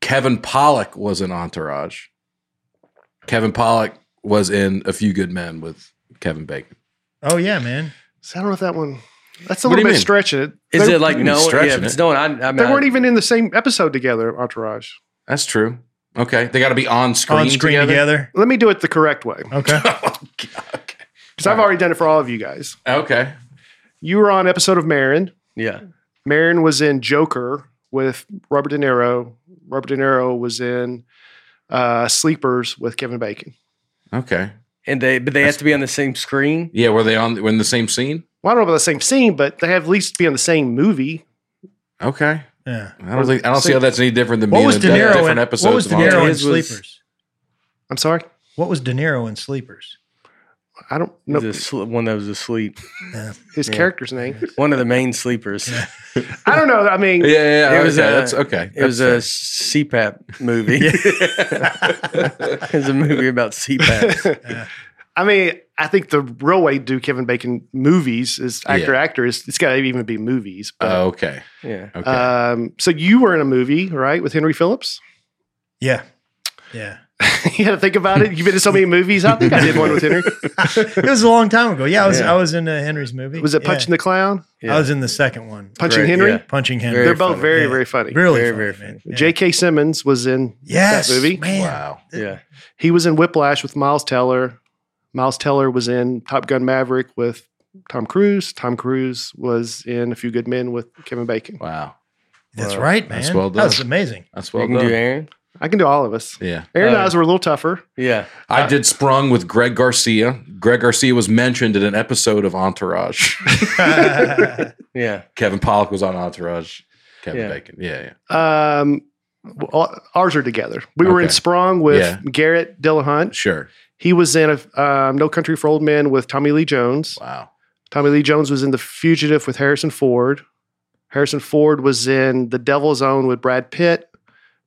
[SPEAKER 2] Kevin Pollock was in Entourage. Kevin Pollock was in A Few Good Men with Kevin Bacon.
[SPEAKER 6] Oh yeah, man.
[SPEAKER 4] So I don't know if that one. That's a
[SPEAKER 2] What do
[SPEAKER 4] little
[SPEAKER 2] you
[SPEAKER 4] bit
[SPEAKER 2] mean?
[SPEAKER 4] stretching it.
[SPEAKER 5] Is
[SPEAKER 4] They-
[SPEAKER 5] it like
[SPEAKER 2] You're
[SPEAKER 5] knowing? Yeah,
[SPEAKER 2] stretching
[SPEAKER 5] if it's
[SPEAKER 2] it.
[SPEAKER 5] knowing. I, I mean,
[SPEAKER 4] They
[SPEAKER 5] I-
[SPEAKER 4] weren't even in the same episode together, Entourage.
[SPEAKER 2] That's true. Okay, they got to be on screen,
[SPEAKER 6] On screen
[SPEAKER 2] together.
[SPEAKER 6] together.
[SPEAKER 4] Let me do it the correct way
[SPEAKER 6] Okay.
[SPEAKER 4] because I've already done it for all of you guys.
[SPEAKER 2] Okay,
[SPEAKER 4] You were on episode of Marin.
[SPEAKER 5] Yeah.
[SPEAKER 4] Marin was in Joker with Robert De Niro. Robert De Niro was in uh, Sleepers with Kevin Bacon.
[SPEAKER 2] okay.
[SPEAKER 5] And they, but they have to be on the same screen.
[SPEAKER 2] Yeah, were they on? Were in the same scene?
[SPEAKER 4] Well, I don't know about the same scene, but they have at least be on the same movie.
[SPEAKER 2] Okay,
[SPEAKER 6] Yeah.
[SPEAKER 2] I don't think I don't see
[SPEAKER 4] So-
[SPEAKER 2] how that's any different than
[SPEAKER 6] What
[SPEAKER 2] being
[SPEAKER 6] was
[SPEAKER 2] in
[SPEAKER 6] De
[SPEAKER 2] di-
[SPEAKER 6] Niro?
[SPEAKER 2] different
[SPEAKER 6] In,
[SPEAKER 2] episodes.
[SPEAKER 6] what was
[SPEAKER 2] of
[SPEAKER 6] De Niro in
[SPEAKER 2] Entourage.
[SPEAKER 5] His was-
[SPEAKER 6] Sleepers?
[SPEAKER 4] I'm sorry,
[SPEAKER 6] What was De Niro in Sleepers?
[SPEAKER 4] I don't know
[SPEAKER 5] Nope. one that was asleep.
[SPEAKER 6] Yeah.
[SPEAKER 4] his
[SPEAKER 5] yeah.
[SPEAKER 4] character's name.
[SPEAKER 5] One of the main sleepers.
[SPEAKER 4] I don't know. I mean,
[SPEAKER 2] Yeah, yeah, yeah.
[SPEAKER 5] It was
[SPEAKER 2] okay,
[SPEAKER 5] a-
[SPEAKER 2] that's
[SPEAKER 6] uh,
[SPEAKER 2] okay.
[SPEAKER 5] It was a CPAP movie. it was a movie about CPAP.
[SPEAKER 4] I mean, I think the real way to do Kevin Bacon movies is actor actor is it's got to even be movies. But,
[SPEAKER 2] Oh, okay,
[SPEAKER 5] Yeah.
[SPEAKER 6] Uh,
[SPEAKER 2] okay.
[SPEAKER 4] um, so you were in a movie, right, with Henry Phillips?
[SPEAKER 6] Yeah. Yeah.
[SPEAKER 4] you got to think about it. You've been in so many movies. I think I did one with Henry.
[SPEAKER 6] it was a long time ago. Yeah, I was
[SPEAKER 5] Yeah.
[SPEAKER 6] I was in uh, Henry's movie.
[SPEAKER 4] Was it Punching the Clown?
[SPEAKER 6] I was in the second one.
[SPEAKER 4] Punching
[SPEAKER 5] Right,
[SPEAKER 4] Henry?
[SPEAKER 5] yeah.
[SPEAKER 6] Punching Henry.
[SPEAKER 5] Very
[SPEAKER 4] They're both
[SPEAKER 5] funny.
[SPEAKER 4] very,
[SPEAKER 6] Yeah.
[SPEAKER 4] very funny.
[SPEAKER 6] really
[SPEAKER 5] very,
[SPEAKER 6] funny,
[SPEAKER 5] very funny.
[SPEAKER 6] man. Yeah.
[SPEAKER 4] J.K. Simmons was in
[SPEAKER 6] yes,
[SPEAKER 4] that movie.
[SPEAKER 6] Man.
[SPEAKER 2] Wow.
[SPEAKER 5] Yeah.
[SPEAKER 4] He was in Whiplash with Miles Teller. Miles Teller was in Top Gun Maverick with Tom Cruise. Tom Cruise was in A Few Good Men with Kevin Bacon.
[SPEAKER 2] Wow.
[SPEAKER 6] That's
[SPEAKER 5] Wow.
[SPEAKER 6] right, man.
[SPEAKER 2] That's well
[SPEAKER 6] That was
[SPEAKER 2] done.
[SPEAKER 6] amazing.
[SPEAKER 2] That's
[SPEAKER 5] You
[SPEAKER 2] well
[SPEAKER 5] can do
[SPEAKER 2] done.
[SPEAKER 5] Aaron.
[SPEAKER 4] I can do all of us.
[SPEAKER 2] Yeah.
[SPEAKER 4] Aaron and
[SPEAKER 5] Uh,
[SPEAKER 4] I were a little tougher.
[SPEAKER 5] Yeah.
[SPEAKER 2] I did sprung with Greg Garcia. Greg Garcia was mentioned in an episode of Entourage.
[SPEAKER 5] Yeah.
[SPEAKER 2] Kevin Pollock was on Entourage. Kevin
[SPEAKER 5] Yeah.
[SPEAKER 2] Bacon. Yeah, yeah.
[SPEAKER 4] Um, well, ours are together. We were in
[SPEAKER 2] Okay.
[SPEAKER 4] Sprong with
[SPEAKER 2] Yeah.
[SPEAKER 4] Garrett Dillahunt.
[SPEAKER 2] Sure.
[SPEAKER 4] He was in a, um, No Country for Old Men with Tommy Lee Jones.
[SPEAKER 2] Wow.
[SPEAKER 4] Tommy Lee Jones was in The Fugitive with Harrison Ford. Harrison Ford was in The Devil's Own with Brad Pitt.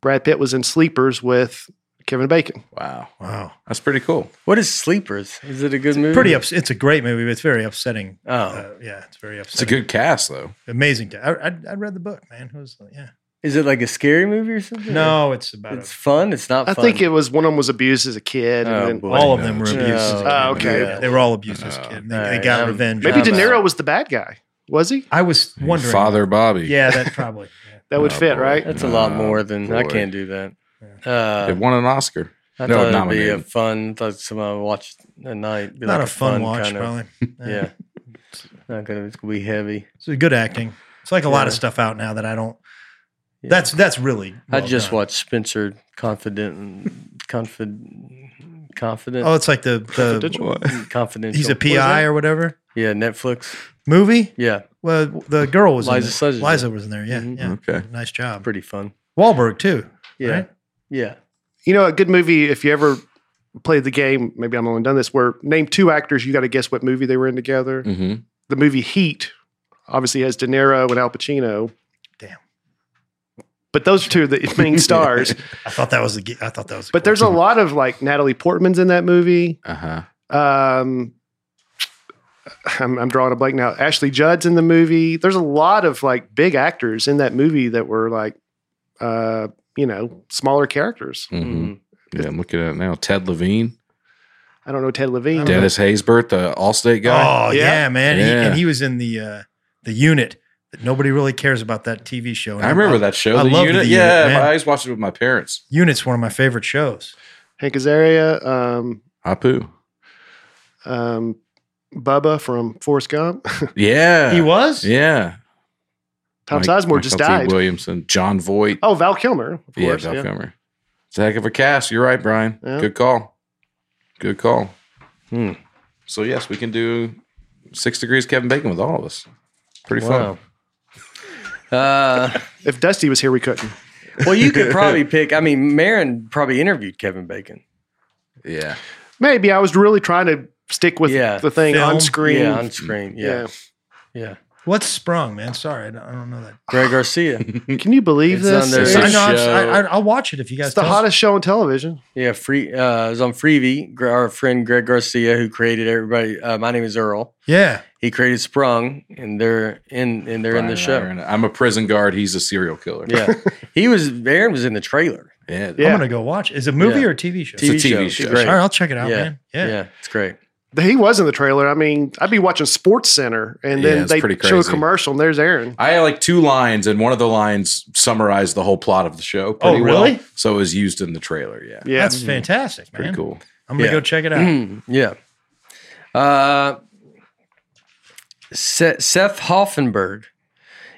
[SPEAKER 4] Brad Pitt was in Sleepers with Kevin Bacon.
[SPEAKER 2] Wow.
[SPEAKER 6] wow.
[SPEAKER 2] That's pretty cool.
[SPEAKER 5] What is Sleepers? Is it a good movie?
[SPEAKER 6] Pretty ups- It's a great movie, but it's very upsetting.
[SPEAKER 5] Oh,
[SPEAKER 6] Uh, yeah, it's very
[SPEAKER 2] It's a
[SPEAKER 6] upsetting.
[SPEAKER 2] good cast though.
[SPEAKER 6] amazing. To, I, I I read the book, man. It was uh, yeah.
[SPEAKER 5] is it like a scary movie or something?
[SPEAKER 6] No, it's about
[SPEAKER 5] It's fun. It's not.
[SPEAKER 4] I
[SPEAKER 5] fun.
[SPEAKER 4] think it was one of them was abused as a kid.
[SPEAKER 5] Oh,
[SPEAKER 4] and
[SPEAKER 5] boy.
[SPEAKER 4] then,
[SPEAKER 6] a, all of
[SPEAKER 2] No,
[SPEAKER 6] them were
[SPEAKER 2] it's-
[SPEAKER 6] abused. as a
[SPEAKER 5] No.
[SPEAKER 6] kid.
[SPEAKER 4] Oh, okay.
[SPEAKER 6] Yeah, They were all abused as a
[SPEAKER 2] Oh,
[SPEAKER 6] kid. They,
[SPEAKER 5] all
[SPEAKER 6] they
[SPEAKER 5] right.
[SPEAKER 6] got
[SPEAKER 5] Um,
[SPEAKER 6] revenge.
[SPEAKER 4] maybe
[SPEAKER 6] on
[SPEAKER 4] De
[SPEAKER 6] them.
[SPEAKER 4] Niro was the bad guy. Was he?
[SPEAKER 6] I was wondering.
[SPEAKER 2] Father Bobby.
[SPEAKER 6] Yeah, that probably. yeah.
[SPEAKER 4] That would
[SPEAKER 2] Oh,
[SPEAKER 4] fit,
[SPEAKER 2] boy.
[SPEAKER 4] right?
[SPEAKER 5] that's a lot
[SPEAKER 2] Oh,
[SPEAKER 5] more than I
[SPEAKER 2] boy.
[SPEAKER 5] can't do that. Uh,
[SPEAKER 2] It won an Oscar.
[SPEAKER 5] I
[SPEAKER 2] No,
[SPEAKER 5] thought it'd be
[SPEAKER 2] nominated.
[SPEAKER 5] a fun. Thought someone watch at night. Be
[SPEAKER 6] Not
[SPEAKER 5] like
[SPEAKER 6] a fun, watch,
[SPEAKER 5] kind of-
[SPEAKER 6] probably.
[SPEAKER 5] Yeah. Not gonna. It's gonna be heavy.
[SPEAKER 6] So good acting. It's like a lot of
[SPEAKER 5] Yeah.
[SPEAKER 6] stuff out now that I don't.
[SPEAKER 5] Yeah.
[SPEAKER 6] That's that's really.
[SPEAKER 5] I
[SPEAKER 6] well
[SPEAKER 5] just
[SPEAKER 6] done.
[SPEAKER 5] watched Spencer Confident, confid, confident,
[SPEAKER 6] Oh, it's like the the
[SPEAKER 5] confidential.
[SPEAKER 6] Oh, he's a
[SPEAKER 5] What is
[SPEAKER 6] PI
[SPEAKER 5] that?
[SPEAKER 6] or whatever
[SPEAKER 5] yeah, Netflix.
[SPEAKER 6] movie.
[SPEAKER 5] Yeah,
[SPEAKER 6] Well, the girl was in
[SPEAKER 5] Liza
[SPEAKER 6] it.
[SPEAKER 5] Slezier's
[SPEAKER 6] Liza was in there. Yeah,
[SPEAKER 5] Mhm.
[SPEAKER 6] yeah.
[SPEAKER 2] Okay.
[SPEAKER 6] Nice job.
[SPEAKER 5] pretty fun.
[SPEAKER 6] Wahlberg too.
[SPEAKER 5] Yeah,
[SPEAKER 6] Right?
[SPEAKER 5] yeah.
[SPEAKER 4] You know, a good movie, if you ever played the game, maybe I'm only done this, where name two actors, you got to guess what movie they were in together.
[SPEAKER 2] Mm-hmm.
[SPEAKER 4] The movie Heat obviously has De Niro and Al Pacino.
[SPEAKER 6] Damn.
[SPEAKER 4] But those two are the main stars.
[SPEAKER 6] I thought that was the. ge- I thought that was. The
[SPEAKER 4] but there's a lot of like Natalie Portman's in that movie.
[SPEAKER 2] Uh huh.
[SPEAKER 4] Um, I'm, I'm drawing a blank now. Ashley Judd's in the movie. There's a lot of like big actors in that movie that were like, uh, you know, smaller characters.
[SPEAKER 2] hmm
[SPEAKER 5] Mhm.
[SPEAKER 2] Yeah, I'm looking at it now. Ted Levine,
[SPEAKER 4] I don't know Ted Levine.
[SPEAKER 6] Dead.
[SPEAKER 2] Dennis Haysbert, the Allstate guy.
[SPEAKER 6] Oh
[SPEAKER 4] Yeah.
[SPEAKER 6] yeah, man. He,
[SPEAKER 2] Yeah.
[SPEAKER 6] and he was in the uh, the unit that nobody really cares about that TV show. And
[SPEAKER 2] I remember that show.
[SPEAKER 6] Oh, I
[SPEAKER 2] the
[SPEAKER 6] love
[SPEAKER 2] unit.
[SPEAKER 6] The
[SPEAKER 2] yeah,
[SPEAKER 6] Unit, man.
[SPEAKER 2] I always watched it with my parents.
[SPEAKER 6] Unit's one of my favorite shows.
[SPEAKER 4] Hank Azaria, um,
[SPEAKER 2] Apu.
[SPEAKER 4] um, Bubba from Forrest Gump.
[SPEAKER 2] Yeah.
[SPEAKER 6] He was.
[SPEAKER 2] Yeah.
[SPEAKER 4] Tom
[SPEAKER 2] Mike-
[SPEAKER 4] Sizemore just
[SPEAKER 2] Michael T.
[SPEAKER 4] died.
[SPEAKER 2] Williamson, John Voight.
[SPEAKER 4] Oh, Val Kilmer, of
[SPEAKER 2] yeah,
[SPEAKER 4] course.
[SPEAKER 2] Val
[SPEAKER 4] Yeah,
[SPEAKER 2] Kilmer. It's a heck of a cast. You're right, Brian.
[SPEAKER 4] Yeah.
[SPEAKER 2] Good call. Good call.
[SPEAKER 5] Hmm.
[SPEAKER 2] So yes, we can do six degrees Kevin Bacon with all of us. Pretty
[SPEAKER 5] Wow.
[SPEAKER 2] fun.
[SPEAKER 5] Uh,
[SPEAKER 4] If Dusty was here, we couldn't.
[SPEAKER 5] well, you could probably pick. I mean, Marin probably interviewed Kevin Bacon.
[SPEAKER 2] Yeah.
[SPEAKER 4] Maybe I was really trying to stick with
[SPEAKER 5] Yeah.
[SPEAKER 4] the thing
[SPEAKER 6] Film.
[SPEAKER 4] on screen.
[SPEAKER 5] Yeah, on screen. Yeah,
[SPEAKER 4] Yeah.
[SPEAKER 5] yeah.
[SPEAKER 6] What's sprung, man? Sorry, I don't, I don't know that.
[SPEAKER 5] Greg Garcia.
[SPEAKER 2] Mm.
[SPEAKER 4] Can you believe
[SPEAKER 5] It's on
[SPEAKER 4] this?
[SPEAKER 5] there.
[SPEAKER 4] It's,
[SPEAKER 5] It's
[SPEAKER 6] I
[SPEAKER 5] a
[SPEAKER 6] know. I'm,
[SPEAKER 2] show.
[SPEAKER 6] I, I- I'll watch it if you guys.
[SPEAKER 4] the
[SPEAKER 6] tell us.
[SPEAKER 4] hottest show on television.
[SPEAKER 5] Yeah, free. Uh, it was on Freebie. Gr- Our friend Greg Garcia, who created everybody. Uh, my name is Earl.
[SPEAKER 6] Yeah.
[SPEAKER 5] He created Sprung, and they're in. And they're in the
[SPEAKER 2] Brian
[SPEAKER 5] show.
[SPEAKER 2] Iron- I'm a prison guard. He's a serial killer.
[SPEAKER 5] Yeah, he was. Aaron was in the trailer.
[SPEAKER 2] Yeah.
[SPEAKER 4] Yeah.
[SPEAKER 6] I'm gonna go watch. it. Is it a movie
[SPEAKER 5] Yeah.
[SPEAKER 6] or a TV show?
[SPEAKER 2] It's a TV show.
[SPEAKER 5] Great.
[SPEAKER 6] All right, I'll check it out,
[SPEAKER 5] Yeah.
[SPEAKER 6] man.
[SPEAKER 5] Yeah.
[SPEAKER 6] Yeah.
[SPEAKER 5] it's great.
[SPEAKER 4] He was in the trailer. I mean, I'd be watching Sports Center, and
[SPEAKER 2] Yeah,
[SPEAKER 4] then
[SPEAKER 2] it's
[SPEAKER 4] they
[SPEAKER 2] pretty
[SPEAKER 4] show a
[SPEAKER 2] crazy.
[SPEAKER 4] commercial, and there's Aaron.
[SPEAKER 2] I had like two lines, and one of the lines summarized the whole plot of the show.
[SPEAKER 6] Oh,
[SPEAKER 2] Pretty
[SPEAKER 6] really?
[SPEAKER 2] Well. So it was used in the trailer. Yeah.
[SPEAKER 4] Yeah,
[SPEAKER 6] That's fantastic,
[SPEAKER 2] Pretty
[SPEAKER 6] man.
[SPEAKER 2] cool.
[SPEAKER 6] I'm gonna
[SPEAKER 5] Yeah.
[SPEAKER 6] go check it out.
[SPEAKER 5] yeah. Uh, Se- Seth Hoffenberg.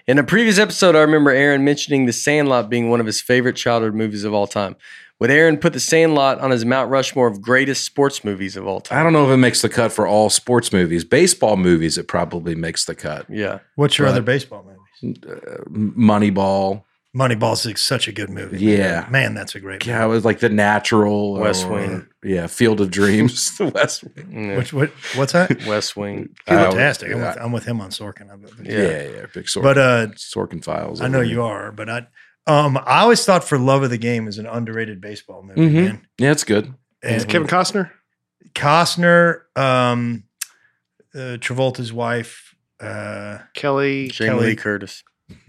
[SPEAKER 5] In a previous episode, I remember Aaron mentioning The Sandlot being one of his favorite childhood movies of all time. Would Aaron put The Sandlot on his Mount Rushmore of greatest sports movies of all time?
[SPEAKER 2] I don't know if it makes the cut for all sports movies. Baseball movies, it probably makes the cut.
[SPEAKER 5] Yeah.
[SPEAKER 6] What's your
[SPEAKER 2] Right.
[SPEAKER 6] other baseball movie?
[SPEAKER 2] M- Moneyball.
[SPEAKER 6] Moneyball's is such a good movie.
[SPEAKER 2] Yeah.
[SPEAKER 6] Man, that's a great
[SPEAKER 2] Yeah, it was like The Natural.
[SPEAKER 5] West
[SPEAKER 2] or-
[SPEAKER 5] Wing.
[SPEAKER 2] Yeah, Field of Dreams. the West Wing.
[SPEAKER 6] movie.
[SPEAKER 5] Yeah.
[SPEAKER 6] Which what what's that? He's
[SPEAKER 5] West Wing.
[SPEAKER 6] Mm,
[SPEAKER 2] Uh,
[SPEAKER 6] fantastic. I'm,
[SPEAKER 2] yeah.
[SPEAKER 6] with, I'm with him on Sorkin. I believe.
[SPEAKER 2] Yeah,
[SPEAKER 5] Yeah.
[SPEAKER 2] yeah. Big Sorkin.
[SPEAKER 6] But uh
[SPEAKER 2] Sorkin Files.
[SPEAKER 6] I know you are, but I um I always thought for Love of the Game is an underrated baseball movie,
[SPEAKER 2] Mhm.
[SPEAKER 6] man.
[SPEAKER 2] Yeah, it's good.
[SPEAKER 4] Is
[SPEAKER 6] And
[SPEAKER 4] it Kevin Costner.
[SPEAKER 6] Costner, um uh, Travolta's wife, uh
[SPEAKER 4] Kelly.
[SPEAKER 5] Jamie
[SPEAKER 6] Kelly.
[SPEAKER 5] Lee Curtis.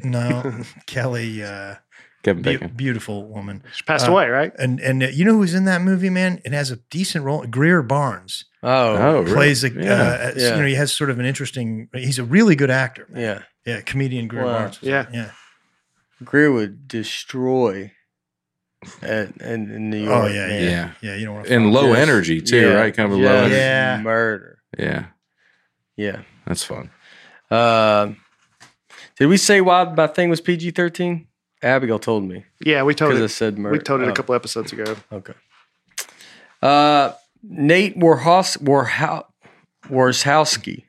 [SPEAKER 6] no, Kelly uh
[SPEAKER 2] Kevin
[SPEAKER 6] Be-
[SPEAKER 2] Bacon.
[SPEAKER 6] beautiful woman.
[SPEAKER 4] She passed
[SPEAKER 6] Uh,
[SPEAKER 4] away, right?
[SPEAKER 6] And and you know who's in that movie, man? It has a decent role. Greer Barnes
[SPEAKER 5] Oh,
[SPEAKER 2] Oh, really?
[SPEAKER 6] plays a.
[SPEAKER 2] Yeah.
[SPEAKER 6] Uh,
[SPEAKER 5] Yeah.
[SPEAKER 6] You know, he has sort of an interesting. He's a really good actor. man.
[SPEAKER 5] yeah.
[SPEAKER 6] Yeah, comedian Greer
[SPEAKER 5] Wow.
[SPEAKER 6] Barnes.
[SPEAKER 4] Yeah.
[SPEAKER 6] yeah.
[SPEAKER 5] Greer would destroy at, in, in New York.
[SPEAKER 6] Oh yeah, yeah,
[SPEAKER 5] man.
[SPEAKER 6] yeah,
[SPEAKER 2] Yeah.
[SPEAKER 6] You don't want to.
[SPEAKER 2] And low
[SPEAKER 5] Yes.
[SPEAKER 2] energy too,
[SPEAKER 5] Yeah.
[SPEAKER 2] right? Kind of a low.
[SPEAKER 5] Yes.
[SPEAKER 2] Energy.
[SPEAKER 6] Yeah.
[SPEAKER 5] Murder.
[SPEAKER 2] Yeah,
[SPEAKER 5] Yeah.
[SPEAKER 2] that's fun.
[SPEAKER 5] Um did we say why my thing was PG 13? Abigail told me
[SPEAKER 4] Yeah, we told
[SPEAKER 5] because I
[SPEAKER 4] it.
[SPEAKER 5] said murder.
[SPEAKER 4] We told it
[SPEAKER 5] Oh,
[SPEAKER 4] a couple episodes ago.
[SPEAKER 5] Okay. Uh, Nate Warhos, Warhow, Warshowski.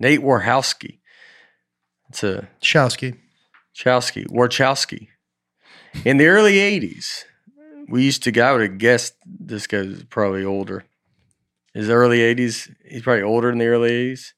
[SPEAKER 5] Nate Warhowski. It's a
[SPEAKER 6] Chowski.
[SPEAKER 5] Chowski, Warchowski. In the early 80s, we used to, I would have guessed this guy's probably older. His early 80s, he's probably older in the early 80s.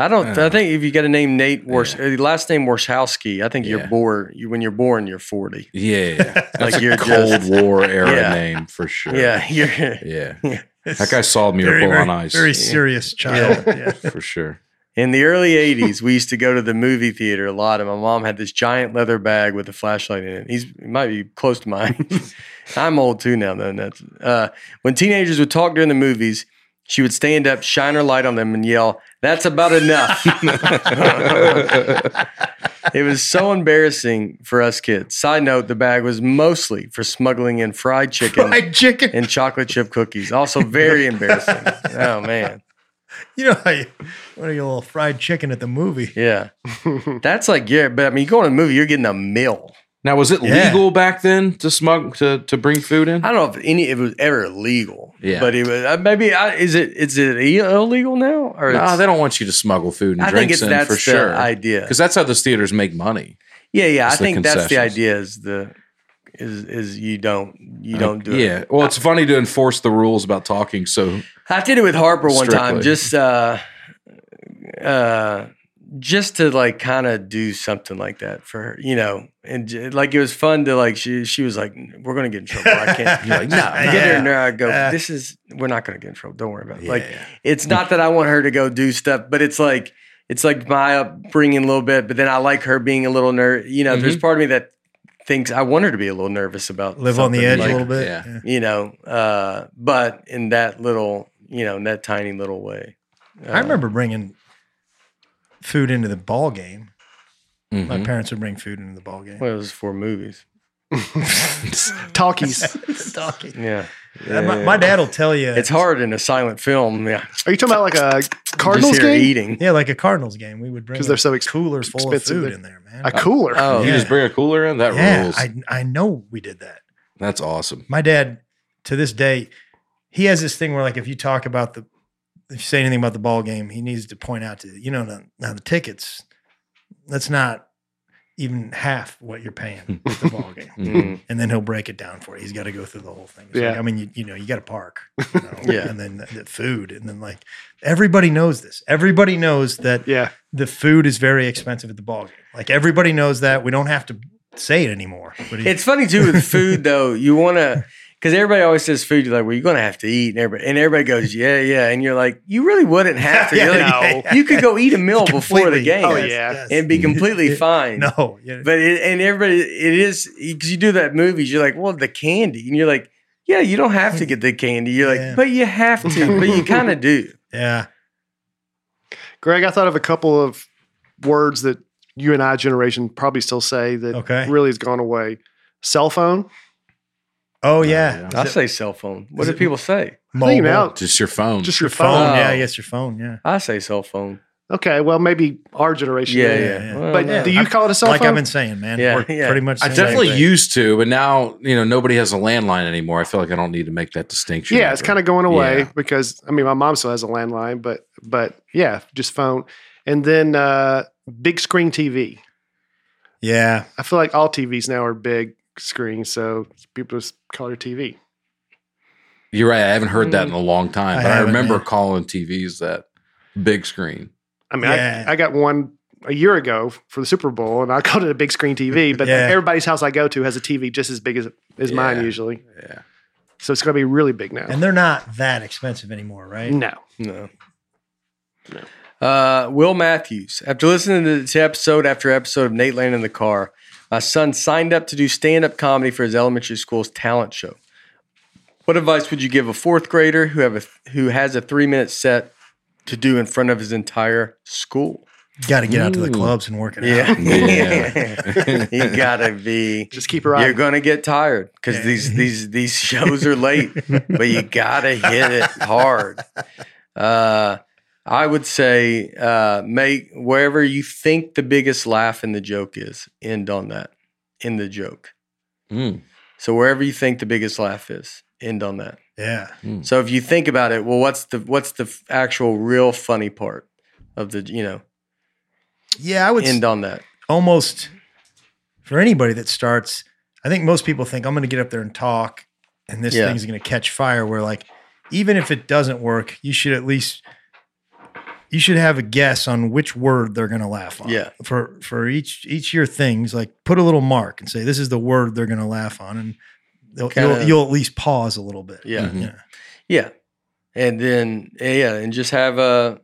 [SPEAKER 5] I don't, I
[SPEAKER 2] Uh,
[SPEAKER 5] think if you got a name Nate Wars, uh, last name Warshowski, I think you're
[SPEAKER 2] Yeah.
[SPEAKER 5] born, you, when you're born, you're 40.
[SPEAKER 2] Yeah, that's
[SPEAKER 5] Like
[SPEAKER 2] a
[SPEAKER 5] you're
[SPEAKER 2] Cold
[SPEAKER 5] just-
[SPEAKER 2] War era
[SPEAKER 5] Yeah.
[SPEAKER 2] name for sure.
[SPEAKER 5] Yeah, you're
[SPEAKER 2] yeah. That
[SPEAKER 6] That
[SPEAKER 2] guy saw Miracle on Ice
[SPEAKER 6] Very serious child. Yeah.
[SPEAKER 2] for sure.
[SPEAKER 5] in the early 80s. We used to go to the movie theater a lot, and my mom had this giant leather bag with a flashlight in it. He's he might be close to mine. I'm old too now, though. and That's uh, when teenagers would talk during the movies. She would stand up, shine her light on them, and yell, "That's about enough." it was so embarrassing for us kids. Side note: the bag was mostly for smuggling in fried chicken
[SPEAKER 6] Fried chicken.
[SPEAKER 5] and chocolate chip cookies. Also, very embarrassing. Oh man.
[SPEAKER 6] you know, I want to get a little fried chicken at the movie.
[SPEAKER 5] Yeah. That's like, yeah, but I mean, you go to a movie, you're getting a meal.
[SPEAKER 2] Now, was it
[SPEAKER 6] Yeah.
[SPEAKER 2] legal back then to smug to to bring food in?
[SPEAKER 5] I don't know if any if it was ever legal.
[SPEAKER 2] Yeah.
[SPEAKER 5] But it was, uh, maybe, I, is it is it illegal now? Or
[SPEAKER 2] No,
[SPEAKER 5] it's-
[SPEAKER 2] they don't want you to smuggle food and
[SPEAKER 5] I think
[SPEAKER 2] drinks
[SPEAKER 5] it's
[SPEAKER 2] in
[SPEAKER 5] that's
[SPEAKER 2] for
[SPEAKER 5] the
[SPEAKER 2] sure.
[SPEAKER 5] idea.
[SPEAKER 2] Because that's how those theaters make money.
[SPEAKER 5] Yeah, yeah. I
[SPEAKER 2] it's the
[SPEAKER 5] think that's the
[SPEAKER 2] concessions.
[SPEAKER 5] idea is the, is, is you don't, you don't do it.
[SPEAKER 2] Uh, yeah. Well, it's funny to enforce the rules about talking. So
[SPEAKER 5] I did it with Harper one time,
[SPEAKER 2] Strictly.
[SPEAKER 5] just uh, uh, just to like kind of do something like that for her, you know, and j- like it was fun to like she she was like, "We're gonna get in trouble." I can't.
[SPEAKER 6] You're like, "No,
[SPEAKER 5] I get her in there. I go,
[SPEAKER 6] uh,
[SPEAKER 5] "This is we're not gonna get in trouble. Don't worry about it." Like
[SPEAKER 6] Yeah.
[SPEAKER 5] it's not that I want her to go do stuff, but it's like it's like my upbringing a little bit. But then I like her being a little nerve. You know,
[SPEAKER 6] Mm-hmm.
[SPEAKER 5] there's part of me that thinks I want her to be a little nervous about
[SPEAKER 6] Live on the
[SPEAKER 5] something,
[SPEAKER 6] edge
[SPEAKER 5] like-
[SPEAKER 6] a little bit.
[SPEAKER 2] yeah.
[SPEAKER 6] Yeah.
[SPEAKER 5] you know, uh, but in that little, you know, in that tiny little way. Uh,
[SPEAKER 6] I remember bringing food into the ball game. My
[SPEAKER 2] Mhm.
[SPEAKER 6] parents would bring food into the ball game.
[SPEAKER 5] Mm-hmm. Well, it was for movies.
[SPEAKER 4] Talkies.
[SPEAKER 6] Talking.
[SPEAKER 5] Yeah.
[SPEAKER 6] Uh, my, my dad will tell you.
[SPEAKER 5] It's hard in a silent film. Yeah.
[SPEAKER 4] Are you talking about like a Cardinals
[SPEAKER 5] Just hear
[SPEAKER 4] game?
[SPEAKER 6] E.
[SPEAKER 5] eating.
[SPEAKER 6] Yeah, like a Cardinals game, we would bring
[SPEAKER 4] 'Cause they're so ex-
[SPEAKER 6] a cooler full of
[SPEAKER 4] expensive
[SPEAKER 6] food
[SPEAKER 4] there.
[SPEAKER 6] in there, man.
[SPEAKER 4] A cooler.
[SPEAKER 5] Oh,
[SPEAKER 2] You
[SPEAKER 6] Yeah.
[SPEAKER 2] just bring a cooler in? That
[SPEAKER 6] yeah,
[SPEAKER 2] rules.
[SPEAKER 6] I I know we did that.
[SPEAKER 2] that's awesome.
[SPEAKER 6] My dad, to this day, he has this thing where like if you talk about the, if you say anything about the ball game, he needs to point out to you you know now, now the tickets, that's not even half what you're paying at the ball game,
[SPEAKER 5] Mm.
[SPEAKER 6] and then he'll break it down for you. He's got to go through the whole thing. It's
[SPEAKER 4] Yeah.
[SPEAKER 6] like, I mean you you know you got to park, you know,
[SPEAKER 5] Yeah.
[SPEAKER 6] and then the, the food, and then like everybody knows this. Everybody knows that
[SPEAKER 4] Yeah.
[SPEAKER 6] the food is very expensive at the ball game. Like everybody knows that. We don't have to say it anymore. But he-
[SPEAKER 5] It's funny too with food though. You want to, because everybody always says food. You're like, well, you're gonna have to eat, and everybody, and everybody goes, yeah, yeah, and you're like, you really wouldn't have to.
[SPEAKER 6] Yeah,
[SPEAKER 5] You're
[SPEAKER 6] no.
[SPEAKER 5] like, You could go eat a meal before the
[SPEAKER 6] Completely.
[SPEAKER 5] game
[SPEAKER 4] Oh, yeah.
[SPEAKER 5] and be completely fine.
[SPEAKER 6] no. Yeah.
[SPEAKER 5] But it, and everybody, it is because you do that movies. You're like, well, the candy, and you're like, yeah, you don't have to get the candy. You're like,
[SPEAKER 6] Yeah.
[SPEAKER 5] but you have to, but you kind of do.
[SPEAKER 6] yeah.
[SPEAKER 4] Greg, I thought of a couple of words that you and I generation probably still say that
[SPEAKER 6] Okay.
[SPEAKER 4] really has gone away. Cell phone.
[SPEAKER 6] Oh yeah.
[SPEAKER 5] I say cell phone. What
[SPEAKER 6] is
[SPEAKER 5] do
[SPEAKER 6] it-
[SPEAKER 5] people say?
[SPEAKER 4] I think
[SPEAKER 6] Mobile.
[SPEAKER 4] now
[SPEAKER 2] Just your phone.
[SPEAKER 4] just your
[SPEAKER 6] Phone.
[SPEAKER 4] phone. Uh,
[SPEAKER 5] Oh.
[SPEAKER 6] Yeah. Yes, your phone. Yeah.
[SPEAKER 5] I say cell phone.
[SPEAKER 4] Okay, well maybe our generation.
[SPEAKER 5] Yeah, yeah.
[SPEAKER 6] yeah, yeah.
[SPEAKER 5] Well,
[SPEAKER 4] But
[SPEAKER 6] yeah.
[SPEAKER 4] do you
[SPEAKER 6] I'm-
[SPEAKER 4] call it a cell
[SPEAKER 6] Like
[SPEAKER 4] phone?
[SPEAKER 6] I've been saying, man.
[SPEAKER 5] Yeah,
[SPEAKER 6] we're
[SPEAKER 5] yeah.
[SPEAKER 6] pretty much.
[SPEAKER 2] I
[SPEAKER 6] the same
[SPEAKER 2] definitely
[SPEAKER 6] thing.
[SPEAKER 2] used to, but now, you know, nobody has a landline anymore. I feel like I don't need to make that distinction.
[SPEAKER 4] yeah, it's
[SPEAKER 2] ever.
[SPEAKER 4] kind of going away
[SPEAKER 2] Yeah.
[SPEAKER 4] because I mean my mom still has a landline, but but yeah, just phone. And then uh big screen TV.
[SPEAKER 6] Yeah.
[SPEAKER 4] I feel like all TVs now are big screen, so people just call it a TV.
[SPEAKER 2] You're right. I haven't heard that in a long time.
[SPEAKER 6] Mm. I
[SPEAKER 2] But I,
[SPEAKER 6] haven't,
[SPEAKER 2] remember
[SPEAKER 6] yeah.
[SPEAKER 2] calling TVs that big screen.
[SPEAKER 4] I mean,
[SPEAKER 6] Yeah.
[SPEAKER 4] I, I got one a year ago for the Super Bowl, and I called it a big screen TV. But
[SPEAKER 6] Yeah.
[SPEAKER 4] everybody's house I go to has a TV just as big as as mine
[SPEAKER 2] Yeah.
[SPEAKER 4] usually,
[SPEAKER 2] Yeah.
[SPEAKER 4] so it's going to be really big now.
[SPEAKER 6] And they're not that expensive anymore, right?
[SPEAKER 5] Mm.
[SPEAKER 4] no,
[SPEAKER 5] No. Uh, Will Matthews. After listening to this episode after episode of Nate Land in the car, My son signed up to do stand up comedy for his elementary school's talent show. What advice would you give a fourth grader who have a, who has a three minute set to do in front of his entire school?
[SPEAKER 6] Got to get out to
[SPEAKER 5] Mm.
[SPEAKER 6] the clubs and work it out.
[SPEAKER 2] Yeah.
[SPEAKER 5] you gotta be.
[SPEAKER 4] Just keep her eye.
[SPEAKER 5] You're gonna get tired because
[SPEAKER 6] Yeah.
[SPEAKER 5] these these these shows are late, but you gotta hit it hard. Uh, I would say uh, make wherever you think the biggest laugh in the joke is, end on that. End the joke.
[SPEAKER 2] Mm.
[SPEAKER 5] So wherever you think the biggest laugh is, end on that.
[SPEAKER 6] Yeah.
[SPEAKER 5] So if you think about it, well, what's the what's the f- actual real funny part of the you know
[SPEAKER 6] Yeah. I would s-
[SPEAKER 5] end on that?
[SPEAKER 6] almost for anybody that starts, I think most people think I'm going to get up there and talk and this
[SPEAKER 5] Yeah.
[SPEAKER 6] thing's going to catch fire. Where like, even if it doesn't work, you should at least, you should have a guess on which word they're going to laugh on.
[SPEAKER 5] Yeah.
[SPEAKER 6] For, for each, each of your things, like put a little mark and say, this is the word they're going to laugh on. And they'll,
[SPEAKER 5] Kinda-
[SPEAKER 6] you'll, you'll at least pause a little bit.
[SPEAKER 5] Yeah.
[SPEAKER 2] Mhm.
[SPEAKER 6] Yeah.
[SPEAKER 5] Yeah. And then eh, yeah, and just have a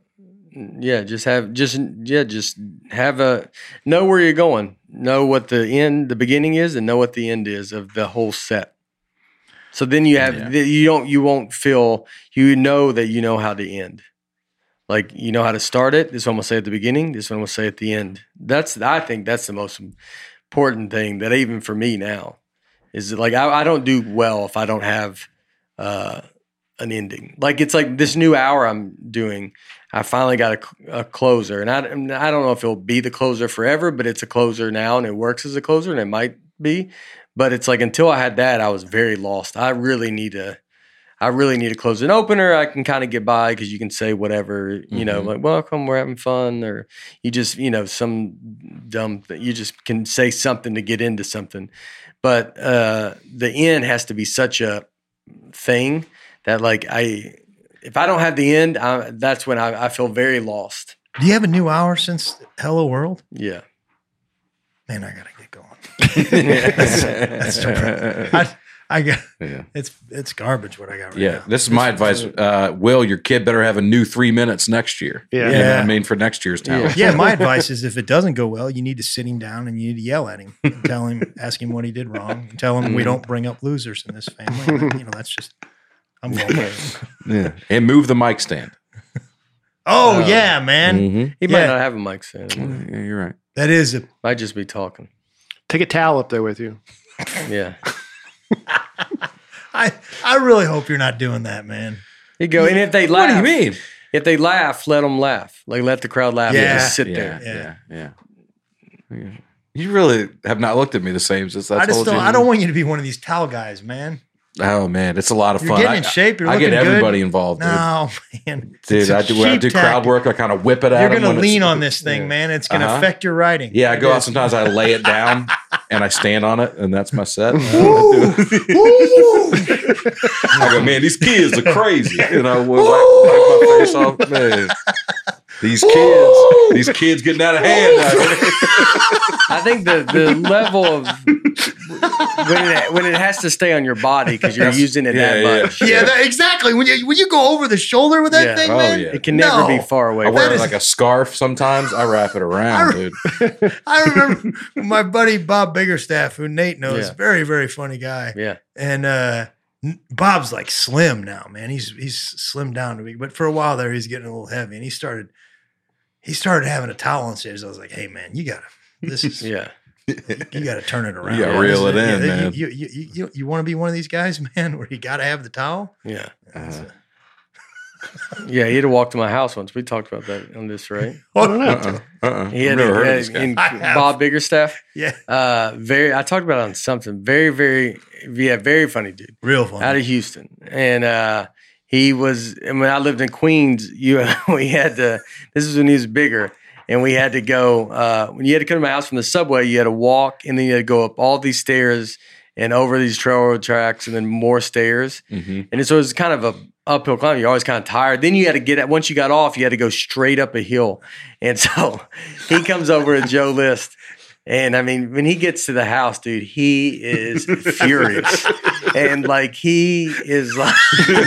[SPEAKER 5] yeah, just have just yeah, just have a know where you're going. Know what the end the beginning is and know what the end is of the whole set. So then you have
[SPEAKER 2] Yeah.
[SPEAKER 5] th- you don't you won't feel you know that you know how to end. Like you know how to start it. This one will say at the beginning, this one will say at the end. That's I think that's the most important thing that even for me now is that, like I, I don't do well if I don't have uh an ending. Like it's like this new hour I'm doing. I finally got a, a closer, and I and I don't know if it'll be the closer forever, but it's a closer now, and it works as a closer, and it might be. But it's like until I had that, I was very lost. I really need a, I really need a closing opener. I can kind of get by because you can say whatever, you know,
[SPEAKER 2] Mhm.
[SPEAKER 5] like welcome, we're having fun, or you just, you know, some dumb thing. You just can say something to get into something, but uh, the end has to be such a thing that like I, if I don't have the end, I, that's when I, I feel very lost.
[SPEAKER 6] Do you have a new hour since Hello World?
[SPEAKER 5] Yeah.
[SPEAKER 6] Man, I got to get going.
[SPEAKER 2] that's
[SPEAKER 6] I, I got,
[SPEAKER 2] yeah.
[SPEAKER 6] it's, it's garbage what I got right
[SPEAKER 2] Yeah,
[SPEAKER 6] now.
[SPEAKER 2] this is my advice. Uh, Will, your kid better have a new three minutes next year.
[SPEAKER 4] Yeah.
[SPEAKER 2] You know what
[SPEAKER 6] Yeah.
[SPEAKER 2] I mean, for next year's talent.
[SPEAKER 6] yeah, my advice is if it doesn't go well, you need to sit him down and you need to yell at him, and tell him, ask him what he did wrong, and tell
[SPEAKER 2] Mm.
[SPEAKER 6] him we don't bring up losers in this family. You know, that's just. I'm going. there.
[SPEAKER 2] Yeah. And move the mic stand.
[SPEAKER 6] Oh
[SPEAKER 2] Um,
[SPEAKER 6] yeah, man,
[SPEAKER 2] Mhm.
[SPEAKER 5] He
[SPEAKER 6] Yeah.
[SPEAKER 5] might not have a mic stand.
[SPEAKER 2] Yeah, you're right.
[SPEAKER 6] that is a
[SPEAKER 5] Might just be talking.
[SPEAKER 4] Take a towel up there with you.
[SPEAKER 5] Yeah.
[SPEAKER 6] I. I really hope you're not doing that, man.
[SPEAKER 5] You go. And if they
[SPEAKER 2] What
[SPEAKER 5] laugh,
[SPEAKER 2] do you mean?
[SPEAKER 5] If they laugh, let them laugh. Like let the crowd laugh.
[SPEAKER 6] Yeah.
[SPEAKER 5] Yeah. Just sit
[SPEAKER 2] Yeah,
[SPEAKER 5] there.
[SPEAKER 2] yeah, yeah, Yeah. You really have not looked at me the same since I,
[SPEAKER 6] I just
[SPEAKER 2] told
[SPEAKER 6] don't.
[SPEAKER 2] you.
[SPEAKER 6] I don't want you to be one of these towel guys, man.
[SPEAKER 2] Oh man, it's a lot of
[SPEAKER 6] You're
[SPEAKER 2] fun.
[SPEAKER 6] getting
[SPEAKER 2] I,
[SPEAKER 6] in shape. You're
[SPEAKER 2] I get
[SPEAKER 6] looking good.
[SPEAKER 2] everybody involved, dude.
[SPEAKER 6] No, man, It's
[SPEAKER 2] Dude,
[SPEAKER 6] a
[SPEAKER 2] I do, when I
[SPEAKER 6] cheap
[SPEAKER 2] do crowd
[SPEAKER 6] tactic.
[SPEAKER 2] work. I kind of whip it out.
[SPEAKER 6] You're gonna lean on this thing, man. It's gonna
[SPEAKER 2] Uh-huh.
[SPEAKER 6] affect your writing.
[SPEAKER 2] Yeah, I
[SPEAKER 6] It
[SPEAKER 2] go out
[SPEAKER 6] is.
[SPEAKER 2] sometimes. I lay it down and I stand on it, and that's my set.
[SPEAKER 6] Ooh.
[SPEAKER 2] I go, man, these kids are crazy. You know, we wipe, wipe my face off, man. These kids, these kids getting out of hand. now.
[SPEAKER 5] I think the the level of when it, when it has to stay on your body because you're
[SPEAKER 2] That's-
[SPEAKER 5] using it
[SPEAKER 2] yeah,
[SPEAKER 5] that
[SPEAKER 2] yeah.
[SPEAKER 5] much.
[SPEAKER 6] Yeah, that, exactly. When you when you go over the shoulder with that
[SPEAKER 5] Yeah.
[SPEAKER 6] thing,
[SPEAKER 2] Oh,
[SPEAKER 6] man,
[SPEAKER 2] yeah.
[SPEAKER 5] It can never
[SPEAKER 6] No.
[SPEAKER 5] be far away.
[SPEAKER 2] I
[SPEAKER 5] from
[SPEAKER 2] wear
[SPEAKER 6] is-
[SPEAKER 2] like a scarf sometimes. I wrap it around,
[SPEAKER 6] I-
[SPEAKER 2] dude.
[SPEAKER 6] I remember my buddy Bob Biggerstaff, who Nate knows,
[SPEAKER 5] Yeah.
[SPEAKER 6] very very funny guy,
[SPEAKER 5] Yeah.
[SPEAKER 6] and uh, n- Bob's like slim now, man. He's he's slimmed down to me, but for a while there, he's getting a little heavy, and he started he started having a towel on stage. I was like, hey man, you gotta this is
[SPEAKER 5] Yeah.
[SPEAKER 6] you gotta turn it around.
[SPEAKER 2] You gotta
[SPEAKER 6] man.
[SPEAKER 2] reel
[SPEAKER 6] This
[SPEAKER 2] it
[SPEAKER 6] is-
[SPEAKER 2] in,
[SPEAKER 6] yeah,
[SPEAKER 2] man.
[SPEAKER 6] You you you, you, want to be one of these guys, man, where you gotta have the towel.
[SPEAKER 5] Yeah.
[SPEAKER 2] Uh-huh.
[SPEAKER 5] Yeah. He had to walk to my house once. We talked about that on this, right?
[SPEAKER 6] I don't
[SPEAKER 2] Uh-uh, uh-uh.
[SPEAKER 5] He had,
[SPEAKER 2] I've never heard
[SPEAKER 5] yeah,
[SPEAKER 2] of this guy.
[SPEAKER 5] and
[SPEAKER 6] I have.
[SPEAKER 5] Bob Biggerstaff.
[SPEAKER 6] Yeah,
[SPEAKER 5] Uh, very. I talked about it on something. Very, very, yeah, very funny dude.
[SPEAKER 6] real funny.
[SPEAKER 5] out of Houston, and uh, he was. And when I lived in Queens, you we had to. This is when he was bigger, and we had to go. Uh, when you had to come to my house from the subway, you had to walk, and then you had to go up all these stairs and over these railroad tracks, and then more stairs.
[SPEAKER 2] Mhm.
[SPEAKER 5] And so it was kind of a uphill climb. You're always kind of tired. Then you had to get once you got off, you had to go straight up a hill. And so he comes over to Joe List. And I mean, when he gets to the house, dude, he is furious. and like he is like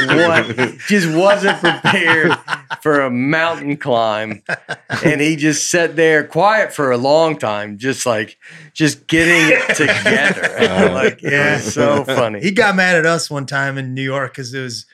[SPEAKER 5] what just wasn't prepared for a mountain climb. And he just sat there quiet for a long time, just like, just getting it together.
[SPEAKER 2] Oh.
[SPEAKER 5] like, yeah, so funny.
[SPEAKER 6] He got mad at us one time in New York because it was.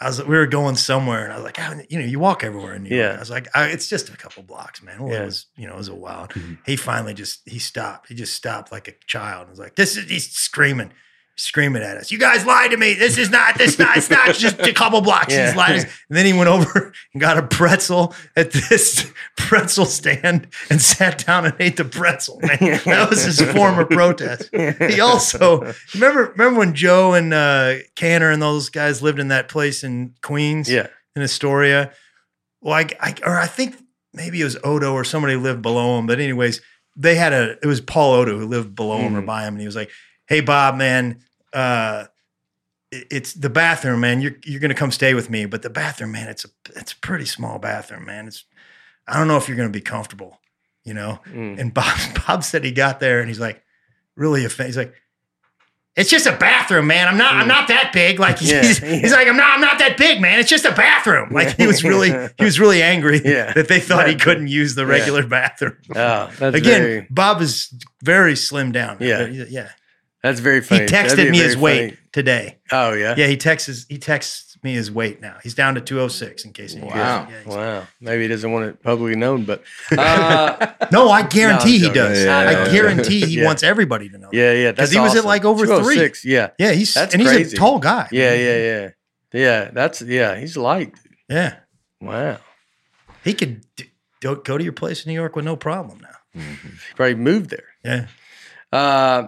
[SPEAKER 6] I was we were going somewhere, and I was like, "How- you know, you walk everywhere in New York.
[SPEAKER 5] Yeah.
[SPEAKER 6] I was like, I, it's just a couple blocks, man. Well,
[SPEAKER 5] Yeah.
[SPEAKER 6] It was, you know, it was a wild.
[SPEAKER 2] Mhm.
[SPEAKER 6] He finally just he stopped. He just stopped like a child. and was like, this is he's screaming, screaming at us. You guys lied to me. This is not. This not. It's not just a couple blocks.
[SPEAKER 5] Yeah.
[SPEAKER 6] He's lied. to us." And then he went over and got a pretzel at this pretzel stand and sat down and ate the pretzel. Man, that was his form of protest he also remember remember when Joe and uh Canner and those guys lived in that place in Queens,
[SPEAKER 5] Yeah.
[SPEAKER 6] in Astoria. Well, I, I or I think maybe it was Odo or somebody lived below him, but anyways, they had a it was Paul Odo who lived below him or
[SPEAKER 5] Mhm.
[SPEAKER 6] by him, and he was like, "Hey, Bob, man." uh it- it's the bathroom, man. You're you're gonna come stay with me, but the bathroom, man, it's a it's a pretty small bathroom, man. It's I don't know if you're gonna be comfortable, you know.
[SPEAKER 5] Mm.
[SPEAKER 6] And Bob Bob said he got there and he's like, really offended. He's like, it's just a bathroom, man. I'm not I'm not that big. Like he's,
[SPEAKER 5] Yeah,
[SPEAKER 6] he's,
[SPEAKER 5] yeah.
[SPEAKER 6] he's like, I'm not I'm not that big, man. It's just a bathroom. Like he was really he was really angry
[SPEAKER 5] Yeah.
[SPEAKER 6] that they thought he couldn't use the regular bathroom.
[SPEAKER 5] Oh, that's
[SPEAKER 6] Again,
[SPEAKER 5] very,
[SPEAKER 6] Bob is very slimmed down.
[SPEAKER 5] Yeah.
[SPEAKER 6] yeah.
[SPEAKER 5] that's very
[SPEAKER 6] He
[SPEAKER 5] funny. That'd be
[SPEAKER 6] texted
[SPEAKER 5] a
[SPEAKER 6] me
[SPEAKER 5] very
[SPEAKER 6] his weight
[SPEAKER 5] funny-
[SPEAKER 6] today.
[SPEAKER 5] Oh yeah.
[SPEAKER 6] Yeah, he texts he texts me his weight now. He's down to 206 in case. anyone-
[SPEAKER 2] Wow.
[SPEAKER 6] Yeah, he's-
[SPEAKER 5] Wow. Maybe he doesn't want it publicly known, but uh,
[SPEAKER 6] No, I guarantee he
[SPEAKER 5] joking.
[SPEAKER 6] does.
[SPEAKER 2] Yeah, yeah,
[SPEAKER 6] I
[SPEAKER 2] yeah.
[SPEAKER 6] guarantee he
[SPEAKER 5] Yeah.
[SPEAKER 6] wants everybody to know.
[SPEAKER 5] yeah, yeah. Because
[SPEAKER 6] he was at, like, over three.
[SPEAKER 5] oh Yeah.
[SPEAKER 6] Yeah, he's
[SPEAKER 5] That's
[SPEAKER 6] and he's
[SPEAKER 5] crazy.
[SPEAKER 6] a tall guy.
[SPEAKER 5] Yeah, yeah, yeah. Yeah, that's yeah, he's light.
[SPEAKER 6] Yeah.
[SPEAKER 5] Wow.
[SPEAKER 6] He could d- do, go to your place in New York with no problem now.
[SPEAKER 5] He probably moved there.
[SPEAKER 6] Yeah.
[SPEAKER 5] Uh,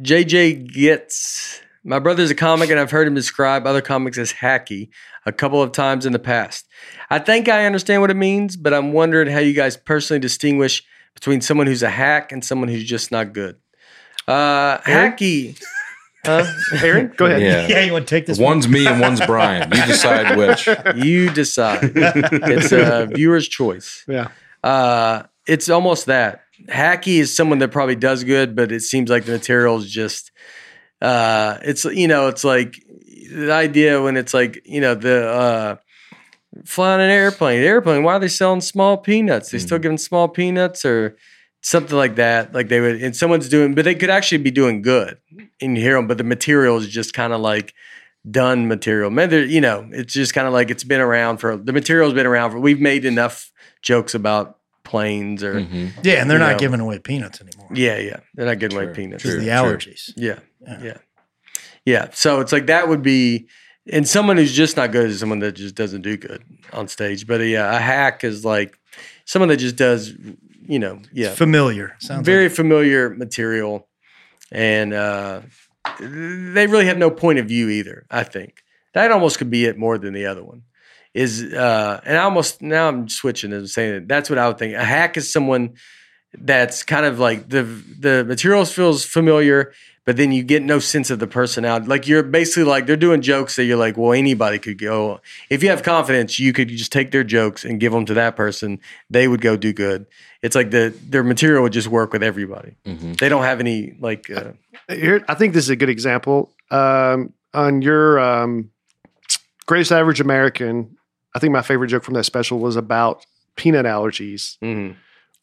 [SPEAKER 5] JJ gets my brother's a comic, and I've heard him describe other comics as hacky a couple of times in the past. I think I understand what it means, but I'm wondering how you guys personally distinguish between someone who's a hack and someone who's just not good. Uh, hacky, huh?
[SPEAKER 4] Aaron, go ahead.
[SPEAKER 2] Yeah.
[SPEAKER 6] you want to take
[SPEAKER 2] One's me and one's Brian. You decide which.
[SPEAKER 5] you decide. It's a viewer's choice.
[SPEAKER 4] Yeah.
[SPEAKER 5] Uh, it's almost that. Hacky is someone that probably does good, but it seems like the material's just uh it's you know, it's like the idea when it's like, you know, the uh flying an airplane. The airplane, why are they selling small peanuts? They
[SPEAKER 2] Hmm.
[SPEAKER 5] still giving small peanuts or something like that. Like they would and someone's doing but they could actually be doing good and you hear them, but the material is just kind of like done material. Man, they're- you know, it's just kind of like it's been around for the material's been around for we've made enough jokes about planes or
[SPEAKER 2] Mhm.
[SPEAKER 6] Yeah, and they're
[SPEAKER 5] you
[SPEAKER 6] not
[SPEAKER 5] know.
[SPEAKER 6] giving away peanuts anymore.
[SPEAKER 5] yeah, yeah. They're not getting away
[SPEAKER 2] True,
[SPEAKER 5] peanuts.
[SPEAKER 6] because of the
[SPEAKER 2] true.
[SPEAKER 6] allergies.
[SPEAKER 5] Yeah,
[SPEAKER 6] Yeah.
[SPEAKER 5] yeah, yeah. So it's like that would be, and someone who's just not good is someone that just doesn't do good on stage. But yeah, a hack is like someone that just does, you know, yeah,
[SPEAKER 6] Familiar. Sounds
[SPEAKER 5] very familiar material, and uh, they really have no point of view either. I think that almost could be it more than the other one. Is uh, and I almost now I'm switching and saying it. That's what I would think. A hack is someone that's kind of like the the materials feels familiar, but then you get no sense of the personality. Like you're basically like they're doing jokes that you're like, well, anybody could go. If you have confidence, you could just take their jokes and give them to that person. They would go do good. It's like the their material would just work with everybody.
[SPEAKER 2] Mhm.
[SPEAKER 5] They don't have any like uh,
[SPEAKER 4] Here, I think this is a good example. Um, on your um, greatest average American, I think my favorite joke from that special was about peanut allergies,
[SPEAKER 2] Mm-hmm.
[SPEAKER 5] mhm.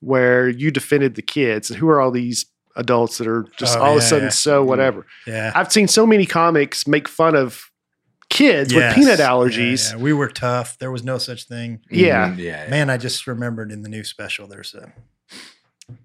[SPEAKER 4] where you defended the kids. Who are all these adults that are just
[SPEAKER 6] Oh,
[SPEAKER 4] all of a
[SPEAKER 6] yeah,
[SPEAKER 4] sudden
[SPEAKER 6] yeah.
[SPEAKER 4] so whatever?
[SPEAKER 6] Like, yeah.
[SPEAKER 4] I've seen so many comics make fun of kids with
[SPEAKER 6] Yes.
[SPEAKER 4] peanut
[SPEAKER 6] Yeah,
[SPEAKER 4] allergies.
[SPEAKER 6] yeah. We were tough. There was no such thing.
[SPEAKER 4] Yeah.
[SPEAKER 2] Mhm. Yeah.
[SPEAKER 6] Man, I just remembered in the new special, there's a,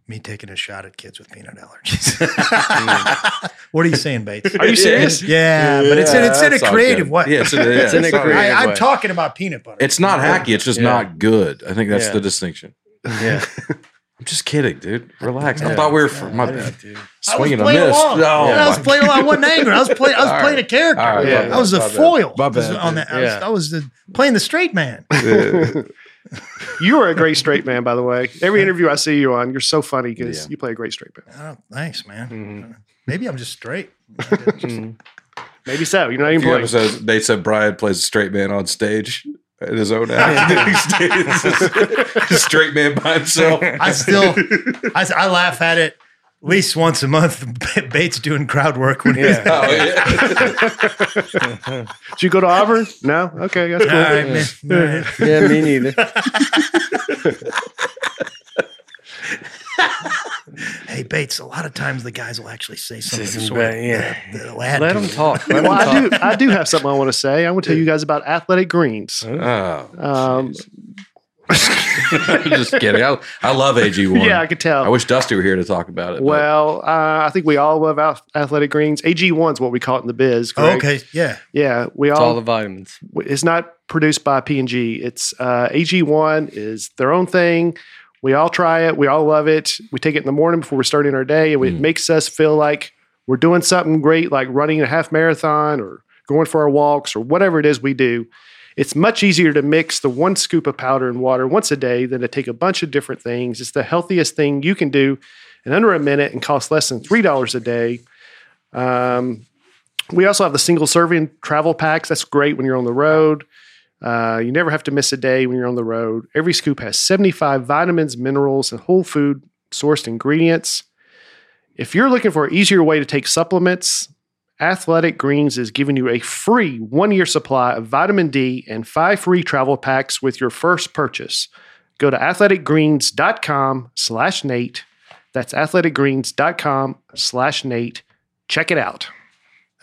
[SPEAKER 6] me taking a shot at kids with peanut allergies. what are you saying, Bates?
[SPEAKER 4] Are you serious?
[SPEAKER 6] yeah, but it's in, it's in a
[SPEAKER 2] that's all
[SPEAKER 6] creative
[SPEAKER 2] good.
[SPEAKER 6] way.
[SPEAKER 2] Yeah, it's in, yeah,
[SPEAKER 5] It's in a
[SPEAKER 2] all good.
[SPEAKER 5] creative-
[SPEAKER 6] I, I'm
[SPEAKER 5] way.
[SPEAKER 6] talking about peanut butter.
[SPEAKER 2] It's not hacky. It's just
[SPEAKER 5] Yeah.
[SPEAKER 2] not good. I think that's
[SPEAKER 5] Yeah.
[SPEAKER 2] the distinction.
[SPEAKER 5] yeah.
[SPEAKER 2] I'm just kidding, dude. Relax. I thought we were for my bad.
[SPEAKER 6] I was
[SPEAKER 2] Swinging a
[SPEAKER 6] playing
[SPEAKER 2] miss.
[SPEAKER 6] along.
[SPEAKER 2] Oh,
[SPEAKER 6] Yeah, I was
[SPEAKER 2] my-
[SPEAKER 6] playing along. I wasn't angry. I was playing. I was
[SPEAKER 2] All
[SPEAKER 6] playing
[SPEAKER 2] right.
[SPEAKER 6] a character.
[SPEAKER 2] All right,
[SPEAKER 4] Yeah.
[SPEAKER 2] my bad,
[SPEAKER 6] I was a
[SPEAKER 2] my bad.
[SPEAKER 6] foil.
[SPEAKER 2] My
[SPEAKER 6] was
[SPEAKER 2] bad,
[SPEAKER 6] on
[SPEAKER 2] dude.
[SPEAKER 6] that. I was,
[SPEAKER 5] Yeah.
[SPEAKER 6] I was the, playing the straight man.
[SPEAKER 4] You are a great straight man, by the way. Every interview I see you on, you're so funny because
[SPEAKER 2] Yeah.
[SPEAKER 4] you play a great straight man.
[SPEAKER 6] Oh, thanks, man.
[SPEAKER 2] Mm-hmm.
[SPEAKER 5] Mhm.
[SPEAKER 6] Maybe I'm just straight.
[SPEAKER 4] Maybe so. You're not
[SPEAKER 2] A
[SPEAKER 4] even
[SPEAKER 2] few
[SPEAKER 4] playing.
[SPEAKER 2] episodes, they said Brian plays a straight man on stage at his own act. It's just a straight man by himself.
[SPEAKER 6] I still, I, I laugh at it. at least once a month, Bates doing crowd work when he's
[SPEAKER 1] Yeah.
[SPEAKER 2] Oh, yeah.
[SPEAKER 4] Did you go to Auburn? No? Okay, that's cool.
[SPEAKER 6] All right, man. All right.
[SPEAKER 1] yeah, me neither.
[SPEAKER 6] Hey Bates, a lot of times the guys will actually say something.
[SPEAKER 1] Say
[SPEAKER 6] sort of
[SPEAKER 1] something, yeah.
[SPEAKER 6] that- that'll add
[SPEAKER 1] Let
[SPEAKER 6] to
[SPEAKER 1] them
[SPEAKER 6] it.
[SPEAKER 1] talk. Let 'em
[SPEAKER 4] Well, I
[SPEAKER 1] talk.
[SPEAKER 4] do, I do have something I want to say. I want to tell you guys about athletic greens.
[SPEAKER 2] Oh,
[SPEAKER 4] Um,
[SPEAKER 2] just kidding. I, I love AG1.
[SPEAKER 4] yeah, I could tell.
[SPEAKER 2] I wish Dusty were here to talk about it. but-
[SPEAKER 4] Well, uh, I think we all love ath- athletic greens. AG1 is what we call it in the biz.
[SPEAKER 6] Oh,
[SPEAKER 4] Correct?
[SPEAKER 6] okay, yeah.
[SPEAKER 4] Yeah, we
[SPEAKER 1] It's all
[SPEAKER 4] all.
[SPEAKER 1] the vitamins.
[SPEAKER 4] it's not produced by P and G. It's uh, AG1 is their own thing. We all try it. We all love it. We take it in the morning before we're starting our day, and it makes us feel like we're doing something great, like running a half marathon or going for our walks or whatever it is we do. It's much easier to mix the one scoop of powder and water once a day than to take a bunch of different things. It's the healthiest thing you can do in under a minute and costs less than three dollars a day. Um, we also have the single serving travel packs. That's great when you're on the road. Uh, you never have to miss a day when you're on the road. Every scoop has 75 vitamins, minerals, and whole food sourced ingredients. If you're looking for an easier way to take supplements, Athletic Greens is giving you a free one year supply of vitamin D and five free travel packs with your first purchase. Go to athleticgreens.com slash Nate. That's athleticgreens.com slash Nate. Check it out.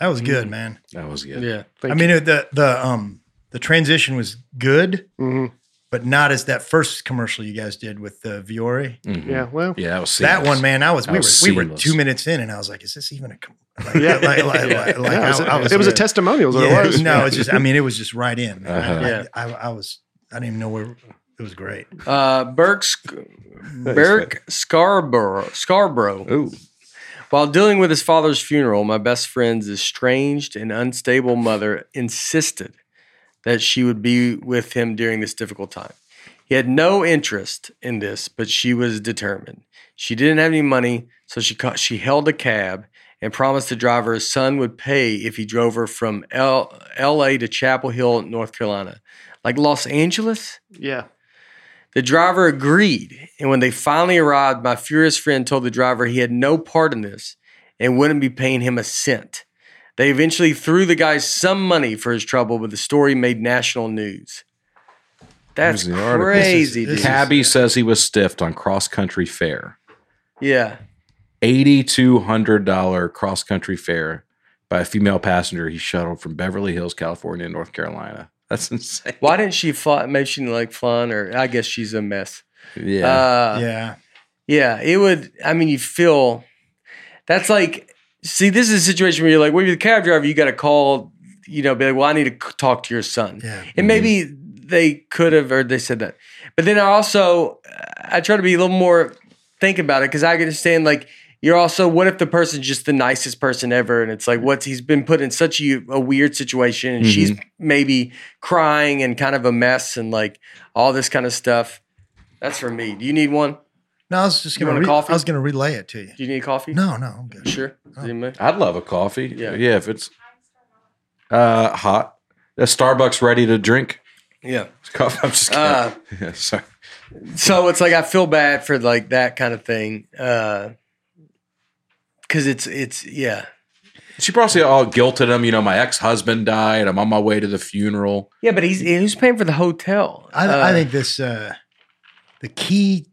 [SPEAKER 6] That was good, man.
[SPEAKER 2] that was good.
[SPEAKER 1] Yeah.
[SPEAKER 6] I
[SPEAKER 4] Thank
[SPEAKER 6] mean, it- the the um the transition was good,
[SPEAKER 4] hmm
[SPEAKER 6] but not as that first commercial you guys did with the Viore.
[SPEAKER 2] Mhm.
[SPEAKER 6] Mm.
[SPEAKER 4] Yeah, well,
[SPEAKER 2] Yeah, that was
[SPEAKER 6] That
[SPEAKER 2] seamless.
[SPEAKER 6] one, man, I was
[SPEAKER 2] That
[SPEAKER 6] we
[SPEAKER 2] was
[SPEAKER 6] were we were
[SPEAKER 2] seamless.
[SPEAKER 6] two minutes in, and I was like, "Is this even a?" com- Like,
[SPEAKER 4] Yeah.
[SPEAKER 6] like, like, like, like
[SPEAKER 4] yeah, it was,
[SPEAKER 6] I, I
[SPEAKER 4] it was a testimonial. is what
[SPEAKER 6] Yeah,
[SPEAKER 4] it was.
[SPEAKER 6] no, it's just. I mean, it was just right in. man.
[SPEAKER 2] Uh-huh.
[SPEAKER 6] I,
[SPEAKER 1] Yeah.
[SPEAKER 6] I, I was. I didn't even know where it was. Great.
[SPEAKER 1] Uh, Burke's. Burke Scarborough, Scarborough
[SPEAKER 2] Ooh.
[SPEAKER 1] While dealing with his father's funeral, my best friend's estranged and unstable mother insisted that she would be with him during this difficult time. He had no interest in this, but she was determined. She didn't have any money, so she ca- she held a cab and promised the driver his son would pay if he drove her from L- L.A. to Chapel Hill, North Carolina, like Los Angeles.
[SPEAKER 4] yeah.
[SPEAKER 1] The driver agreed, and when they finally arrived, my furious friend told the driver he had no part in this and wouldn't be paying him a cent. They eventually threw the guy some money for his trouble, but the story made national news. That's
[SPEAKER 2] Here's the article. This
[SPEAKER 6] is-
[SPEAKER 1] crazy,
[SPEAKER 6] this
[SPEAKER 1] dude.
[SPEAKER 6] is-
[SPEAKER 2] Cabby says he was stiffed on cross country fare.
[SPEAKER 1] yeah.
[SPEAKER 2] $8,200 cross country fare by a female passenger he shuttled from Beverly Hills, California, to North Carolina. That's insane.
[SPEAKER 1] Why didn't she fly? Maybe she didn't like flying, or I guess she's a mess.
[SPEAKER 2] Yeah.
[SPEAKER 1] Uh,
[SPEAKER 6] yeah.
[SPEAKER 1] Yeah, it would. I mean, you feel that's like, see, this is a situation where you're like, well, you're the cab driver, you got to call, you know, be like, well, I need to c- talk to your son.
[SPEAKER 6] Yeah.
[SPEAKER 1] And maybe they could have, or they said that. But then I also, uh, I try to be a little more think about it because I understand, like, you're also, what if the person's just the nicest person ever? And it's like, what's he's been put in such a, a weird situation and she's
[SPEAKER 6] Mm-hmm.
[SPEAKER 1] maybe crying and kind of a mess and like all this kind of stuff. That's for me. Do you need one?
[SPEAKER 6] No, I was just
[SPEAKER 1] You
[SPEAKER 6] gonna.
[SPEAKER 1] want a
[SPEAKER 6] Re-
[SPEAKER 1] coffee?
[SPEAKER 6] I was gonna relay it to you.
[SPEAKER 1] Do you need coffee?
[SPEAKER 6] No, no, I'm good.
[SPEAKER 1] Sure. Does it matter?
[SPEAKER 2] I'd love a coffee.
[SPEAKER 1] Yeah.
[SPEAKER 2] Yeah, if it's uh, hot. A Starbucks ready to drink.
[SPEAKER 1] Yeah.
[SPEAKER 2] Coffee. I'm just kidding.
[SPEAKER 1] Uh,
[SPEAKER 2] yeah, sorry.
[SPEAKER 1] so it's like I feel bad for like that kind of thing. Uh Cause it's it's yeah
[SPEAKER 2] She probably all guilted him. You know, my ex husband died. I'm on my way to the funeral.
[SPEAKER 1] yeah, but he's he's paying for the hotel.
[SPEAKER 6] I,
[SPEAKER 1] Uh,
[SPEAKER 6] I think this uh, the key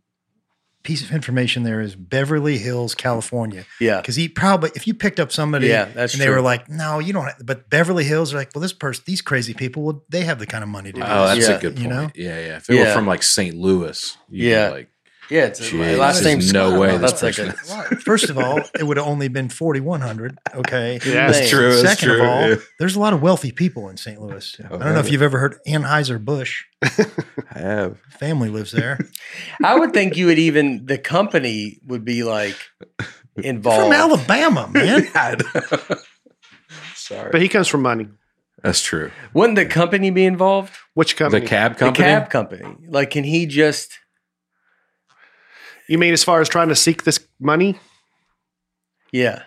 [SPEAKER 6] piece of information there is Beverly Hills, California,
[SPEAKER 1] yeah
[SPEAKER 6] because he probably if you picked up somebody,
[SPEAKER 1] Yeah, that's
[SPEAKER 6] and they were
[SPEAKER 1] true.
[SPEAKER 6] like, no, you don't. Have, but Beverly Hills are like, well, this person, these crazy people, well, they have the kind of money to do.
[SPEAKER 2] Oh,
[SPEAKER 6] this.
[SPEAKER 2] that's
[SPEAKER 1] Yeah.
[SPEAKER 2] a good point.
[SPEAKER 6] You know?
[SPEAKER 2] Yeah, yeah. If it were
[SPEAKER 1] Yeah.
[SPEAKER 2] from like St. Louis, you'd be
[SPEAKER 1] Yeah.
[SPEAKER 2] like,
[SPEAKER 1] yeah. It's my
[SPEAKER 2] Jeez,
[SPEAKER 1] last
[SPEAKER 2] there's
[SPEAKER 1] name's
[SPEAKER 2] no
[SPEAKER 1] Scott.
[SPEAKER 2] way
[SPEAKER 6] this
[SPEAKER 1] That's like a,
[SPEAKER 2] person-
[SPEAKER 6] First of all, it would have only been forty one hundred. Okay.
[SPEAKER 4] Yeah.
[SPEAKER 1] That's
[SPEAKER 2] true, that's
[SPEAKER 6] Second
[SPEAKER 2] true,
[SPEAKER 6] of all,
[SPEAKER 2] yeah.
[SPEAKER 6] there's a lot of wealthy people in St. Louis. I don't know if
[SPEAKER 2] really?
[SPEAKER 6] you've ever heard Anheuser Busch.
[SPEAKER 2] I have.
[SPEAKER 6] Family lives there.
[SPEAKER 1] I would think you would even the company would be like involved.
[SPEAKER 6] From Alabama, man.
[SPEAKER 4] But he comes from money.
[SPEAKER 2] That's true.
[SPEAKER 1] Wouldn't the company be involved?
[SPEAKER 4] Which
[SPEAKER 2] The
[SPEAKER 4] company?
[SPEAKER 2] cab company?
[SPEAKER 1] The cab company. Like, can he just?
[SPEAKER 4] you mean as far as trying to seek this money?
[SPEAKER 1] Yeah,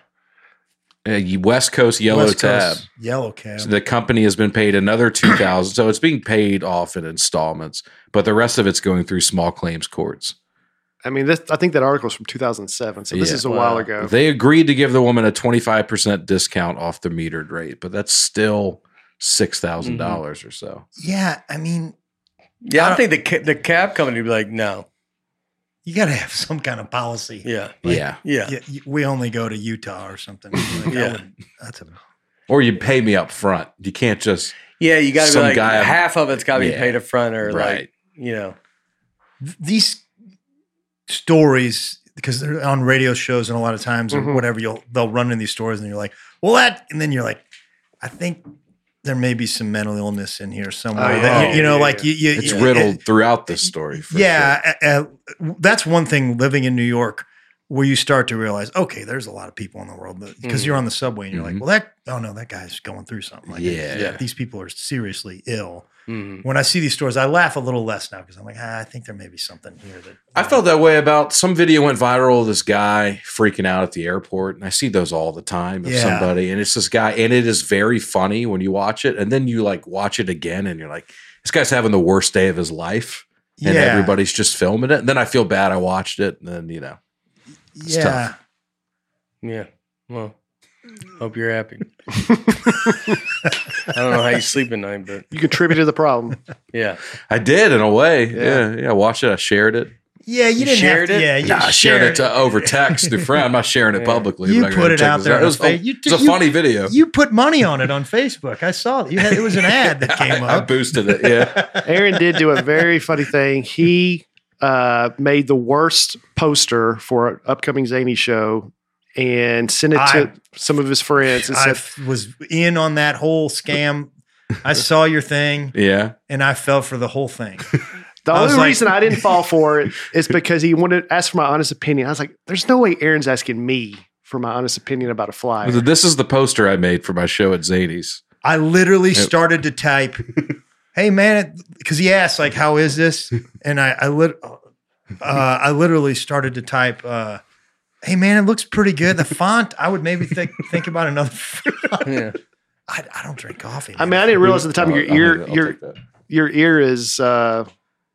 [SPEAKER 2] Uh, West Coast Yellow
[SPEAKER 6] West
[SPEAKER 2] Tab.
[SPEAKER 6] Coast, yellow cab.
[SPEAKER 2] So the company has been paid another two thousand, so it's being paid off in installments, but the rest of it's going through small claims courts.
[SPEAKER 4] I mean, this, I think that article is from 2007, so this
[SPEAKER 2] Yeah.
[SPEAKER 4] is a while
[SPEAKER 6] Wow.
[SPEAKER 4] ago.
[SPEAKER 2] They agreed to give the woman a 25% discount off the metered rate, but that's still $6,000 dollars dollars
[SPEAKER 6] Mm-hmm.
[SPEAKER 2] or so.
[SPEAKER 6] Yeah, I mean,
[SPEAKER 5] Yeah,
[SPEAKER 6] I
[SPEAKER 5] I,
[SPEAKER 6] don't-
[SPEAKER 5] think the ca- the cab company would be like, no,
[SPEAKER 6] you got to have some kind of policy.
[SPEAKER 5] yeah,
[SPEAKER 2] yeah.
[SPEAKER 5] yeah,
[SPEAKER 6] Yeah, you- we only go to Utah or something. Like, I
[SPEAKER 5] Yeah.
[SPEAKER 6] would- that's a
[SPEAKER 2] Or you pay me up front. You can't just
[SPEAKER 5] yeah. You got to be
[SPEAKER 2] Some
[SPEAKER 5] like
[SPEAKER 2] guy-
[SPEAKER 5] half of it's got to be
[SPEAKER 2] Yeah.
[SPEAKER 5] paid up front, or
[SPEAKER 2] right.
[SPEAKER 5] like you know,
[SPEAKER 6] th- these stories because they're on radio shows and a lot of times or
[SPEAKER 4] Mhm.
[SPEAKER 6] whatever you'll they'll run in these stories and you're like well that and then you're like i think there may be some mental illness in here somewhere
[SPEAKER 4] Oh,
[SPEAKER 6] that,
[SPEAKER 2] yeah.
[SPEAKER 6] you, you know
[SPEAKER 4] Yeah, yeah.
[SPEAKER 6] like you, you
[SPEAKER 2] it's
[SPEAKER 6] you-
[SPEAKER 2] riddled throughout this story. For
[SPEAKER 6] yeah uh, uh, that's one thing living in new york where you start to realize okay there's a lot of people in the world because you're on the subway and you're
[SPEAKER 2] Mhm.
[SPEAKER 6] like well that oh no that guy's going through something like
[SPEAKER 2] Yeah.
[SPEAKER 5] Yeah.
[SPEAKER 6] these people are seriously ill
[SPEAKER 5] Mhm.
[SPEAKER 6] when I see these stores, I laugh a little less now because I'm like, ah, I think there may be something here that
[SPEAKER 2] I felt that way about some video went viral of this guy freaking out at the airport. And I see those all the time of
[SPEAKER 6] Yeah.
[SPEAKER 2] somebody. And it's this guy, and it is very funny when you watch it. And then you like watch it again and you're like, this guy's having the worst day of his life. And
[SPEAKER 6] Yeah.
[SPEAKER 2] everybody's just filming it. And then I feel bad I watched it. And then, you know.
[SPEAKER 6] yeah.
[SPEAKER 2] tough.
[SPEAKER 5] yeah. Well, hope you're happy. I don't know how you sleep at night, but
[SPEAKER 4] You contributed to the problem.
[SPEAKER 5] yeah,
[SPEAKER 2] I did in a way.
[SPEAKER 4] Yeah.
[SPEAKER 2] Yeah. Yeah. I watched it. I shared it.
[SPEAKER 6] Yeah, you,
[SPEAKER 5] You
[SPEAKER 6] didn't
[SPEAKER 5] shared
[SPEAKER 6] have
[SPEAKER 5] it?
[SPEAKER 6] to, Yeah, you
[SPEAKER 2] Nah, I shared it
[SPEAKER 6] shared
[SPEAKER 2] to over text through friend. I'm not sharing it
[SPEAKER 5] Yeah.
[SPEAKER 2] publicly.
[SPEAKER 6] You
[SPEAKER 2] but I gotta
[SPEAKER 6] put it
[SPEAKER 2] check
[SPEAKER 6] out
[SPEAKER 2] this
[SPEAKER 6] there on
[SPEAKER 2] It was,
[SPEAKER 6] the fa-
[SPEAKER 2] a-
[SPEAKER 6] you
[SPEAKER 2] it was a
[SPEAKER 6] did- you-
[SPEAKER 2] funny video.
[SPEAKER 6] You put money on it on Facebook. I saw it. You had, it was an ad that came
[SPEAKER 2] I, I
[SPEAKER 6] up.
[SPEAKER 2] boosted it. Yeah.
[SPEAKER 4] Aaron did do a very funny thing. He uh, made the worst poster for an upcoming Zany show and sent it to
[SPEAKER 6] I-
[SPEAKER 4] some of his friends and
[SPEAKER 6] I
[SPEAKER 4] said,
[SPEAKER 6] f- was in on that whole scam. I saw your thing
[SPEAKER 2] yeah.
[SPEAKER 6] and I fell for the whole thing.
[SPEAKER 4] The
[SPEAKER 6] I was
[SPEAKER 4] only
[SPEAKER 6] like-
[SPEAKER 4] reason I didn't fall for it is because he wanted asked for my honest opinion. I was like, "There's no way Aaron's asking me for my honest opinion about a flyer."
[SPEAKER 2] This is the poster I made for my show at Zadie's.
[SPEAKER 6] I literally
[SPEAKER 2] Yep.
[SPEAKER 6] started to type, "Hey man," because he asked like, "How is this?" And I, I lit, uh, I literally started to type, uh, "Hey man, it looks pretty good." The font, I would maybe think think about another. font.
[SPEAKER 5] yeah.
[SPEAKER 6] I, I don't drink coffee.
[SPEAKER 4] I
[SPEAKER 6] man.
[SPEAKER 4] mean, I didn't realize at the time your
[SPEAKER 2] I'll- I'll-
[SPEAKER 4] ear,
[SPEAKER 2] I'll
[SPEAKER 4] your
[SPEAKER 2] take that.
[SPEAKER 4] your ear is. Uh,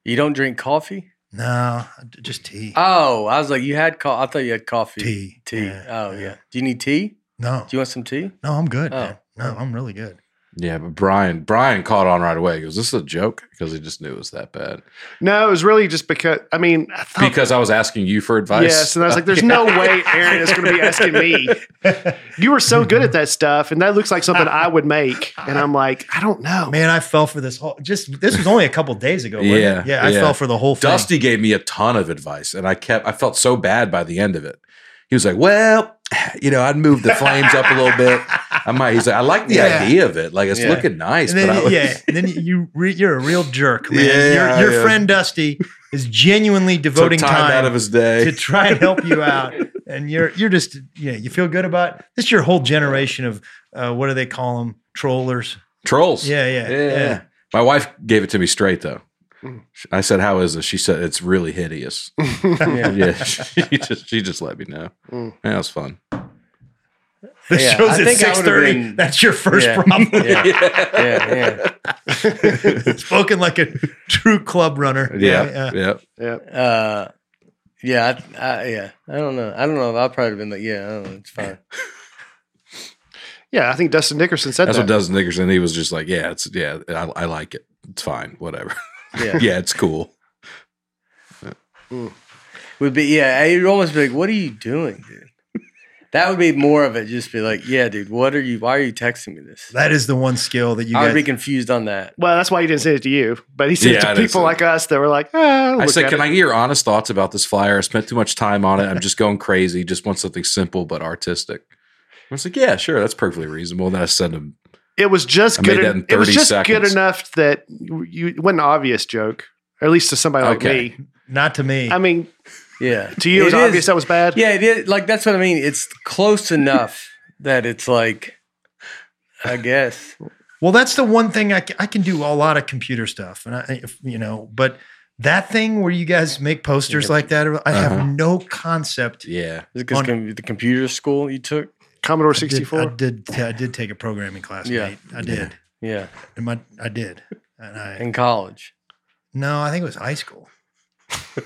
[SPEAKER 5] You don't drink coffee?
[SPEAKER 6] no, I d- just tea.
[SPEAKER 5] Oh, I was like, you had coffee. I thought you had coffee.
[SPEAKER 6] tea.
[SPEAKER 5] Tea. oh yeah. Do you need tea? Do
[SPEAKER 6] No,
[SPEAKER 5] you want some tea?
[SPEAKER 6] no, I'm good.
[SPEAKER 5] Oh.
[SPEAKER 6] Man. No, I'm really good.
[SPEAKER 2] Yeah, but Brian, Brian caught on right away. He goes, "This is a joke," because he just knew it was that bad.
[SPEAKER 4] no, it was really just because. I mean, I thought
[SPEAKER 2] Because I was asking you for advice.
[SPEAKER 4] yes, and I was like, "There's no way Aaron is going to be asking me." You were so good at that stuff, and that looks like something I would make. And I'm like, I don't know.
[SPEAKER 6] Man, I fell for this whole. Just this was only a couple days ago. wasn't it?
[SPEAKER 2] Yeah,
[SPEAKER 6] yeah, I
[SPEAKER 2] yeah.
[SPEAKER 6] fell for the whole thing.
[SPEAKER 2] Dusty gave me a ton of advice, and I kept. I felt so bad by the end of it. He was like, "Well, you know, I'd move the flames up a little bit. I might." He's like, "I like the
[SPEAKER 6] Yeah.
[SPEAKER 2] idea of it. Like, it's
[SPEAKER 5] Yeah.
[SPEAKER 2] looking nice."
[SPEAKER 6] And then,
[SPEAKER 2] but I was,
[SPEAKER 6] yeah, and then you re, you're a real jerk, man.
[SPEAKER 2] Yeah,
[SPEAKER 6] your your
[SPEAKER 2] yeah.
[SPEAKER 6] friend Dusty is genuinely
[SPEAKER 2] took
[SPEAKER 6] devoting
[SPEAKER 2] time,
[SPEAKER 6] time,
[SPEAKER 2] out of his day.
[SPEAKER 6] to try and help you out, and you're you're just yeah, you feel good about this. Is your whole generation of uh, what do they call them? Trollers.
[SPEAKER 2] Trolls.
[SPEAKER 6] Yeah, yeah,
[SPEAKER 2] yeah, My wife gave it to me straight though. I said, "How is this?" She said, "It's really hideous." yeah, she just she just let me know. Yeah, That was fun.
[SPEAKER 6] The
[SPEAKER 5] Yeah,
[SPEAKER 6] show's
[SPEAKER 5] I
[SPEAKER 6] at
[SPEAKER 5] think I
[SPEAKER 6] six
[SPEAKER 5] would've
[SPEAKER 6] thirty.
[SPEAKER 5] been-
[SPEAKER 6] That's your first
[SPEAKER 5] Yeah.
[SPEAKER 6] problem.
[SPEAKER 5] Yeah. yeah. Yeah.
[SPEAKER 6] Spoken like a true club runner.
[SPEAKER 2] Yeah,
[SPEAKER 6] yeah.
[SPEAKER 2] yeah.
[SPEAKER 4] Yeah.
[SPEAKER 5] Uh, yeah, I, I, yeah. I don't know. I don't know. I've probably been like, yeah, I don't know. It's fine.
[SPEAKER 4] yeah, I think Dustin Dickerson said
[SPEAKER 2] That's
[SPEAKER 4] that.
[SPEAKER 2] what Dustin Dickerson. He was just like, "Yeah, it's yeah, I, I like it. It's fine, whatever.
[SPEAKER 5] Yeah.
[SPEAKER 2] yeah, it's cool."
[SPEAKER 5] Would be yeah. You'd almost be like, what are you doing, dude? That would be more of it. Just be like, yeah, dude. What are you? Why are you texting me this?
[SPEAKER 6] That is the one skill that you
[SPEAKER 5] I would
[SPEAKER 6] guys.
[SPEAKER 5] be confused on that.
[SPEAKER 4] Well, that's why he didn't send it to you, but he
[SPEAKER 2] Yeah,
[SPEAKER 4] sent
[SPEAKER 2] I
[SPEAKER 4] it to
[SPEAKER 2] didn't
[SPEAKER 4] people
[SPEAKER 2] send it.
[SPEAKER 4] like us that were like, ah,
[SPEAKER 2] I
[SPEAKER 4] look
[SPEAKER 2] said,
[SPEAKER 4] at
[SPEAKER 2] "Can
[SPEAKER 4] it."
[SPEAKER 2] I get your honest thoughts about this flyer? I spent too much time on it. I'm just going crazy. Just want something simple but artistic." I was like, "Yeah, sure, that's perfectly reasonable." Then I sent him
[SPEAKER 4] It was just
[SPEAKER 2] I
[SPEAKER 4] good.
[SPEAKER 2] made that in
[SPEAKER 4] it was
[SPEAKER 2] 30
[SPEAKER 4] just good
[SPEAKER 2] seconds.
[SPEAKER 4] enough that you you- it wasn't an obvious joke, or at least to somebody like
[SPEAKER 2] Okay.
[SPEAKER 4] me.
[SPEAKER 6] not to me.
[SPEAKER 4] I mean,
[SPEAKER 5] Yeah.
[SPEAKER 4] to you, it was
[SPEAKER 5] It is-
[SPEAKER 4] obvious that was bad.
[SPEAKER 5] Yeah, it is. Like that's what I mean. It's close enough that it's like, I guess.
[SPEAKER 6] Well, that's the one thing I can, I can do a lot of computer stuff, and I if, you know, but that thing where you guys make posters like that, uh, I
[SPEAKER 2] Uh-huh.
[SPEAKER 6] have no concept.
[SPEAKER 2] Yeah.
[SPEAKER 5] Is it because
[SPEAKER 6] On-
[SPEAKER 5] the computer school you took?
[SPEAKER 4] Commodore
[SPEAKER 6] I did-
[SPEAKER 4] sixty
[SPEAKER 6] I
[SPEAKER 4] four.
[SPEAKER 6] did, I did take a programming class.
[SPEAKER 5] Yeah.
[SPEAKER 6] mate. I did.
[SPEAKER 5] Yeah,
[SPEAKER 6] And my, I did. And I
[SPEAKER 5] in college.
[SPEAKER 6] no, I think it was high school.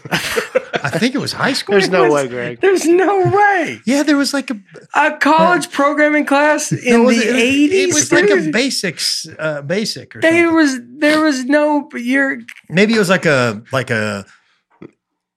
[SPEAKER 6] I think it was high school.
[SPEAKER 4] There's no way, Greg.
[SPEAKER 5] There's no way.
[SPEAKER 6] Yeah, there was like a
[SPEAKER 5] A college programming class in
[SPEAKER 6] no, it was-
[SPEAKER 5] the
[SPEAKER 6] it was-
[SPEAKER 5] eighties.
[SPEAKER 6] It was like a basics, uh, basic or
[SPEAKER 5] There
[SPEAKER 6] something.
[SPEAKER 5] was there was no you're
[SPEAKER 6] Maybe it was like a like a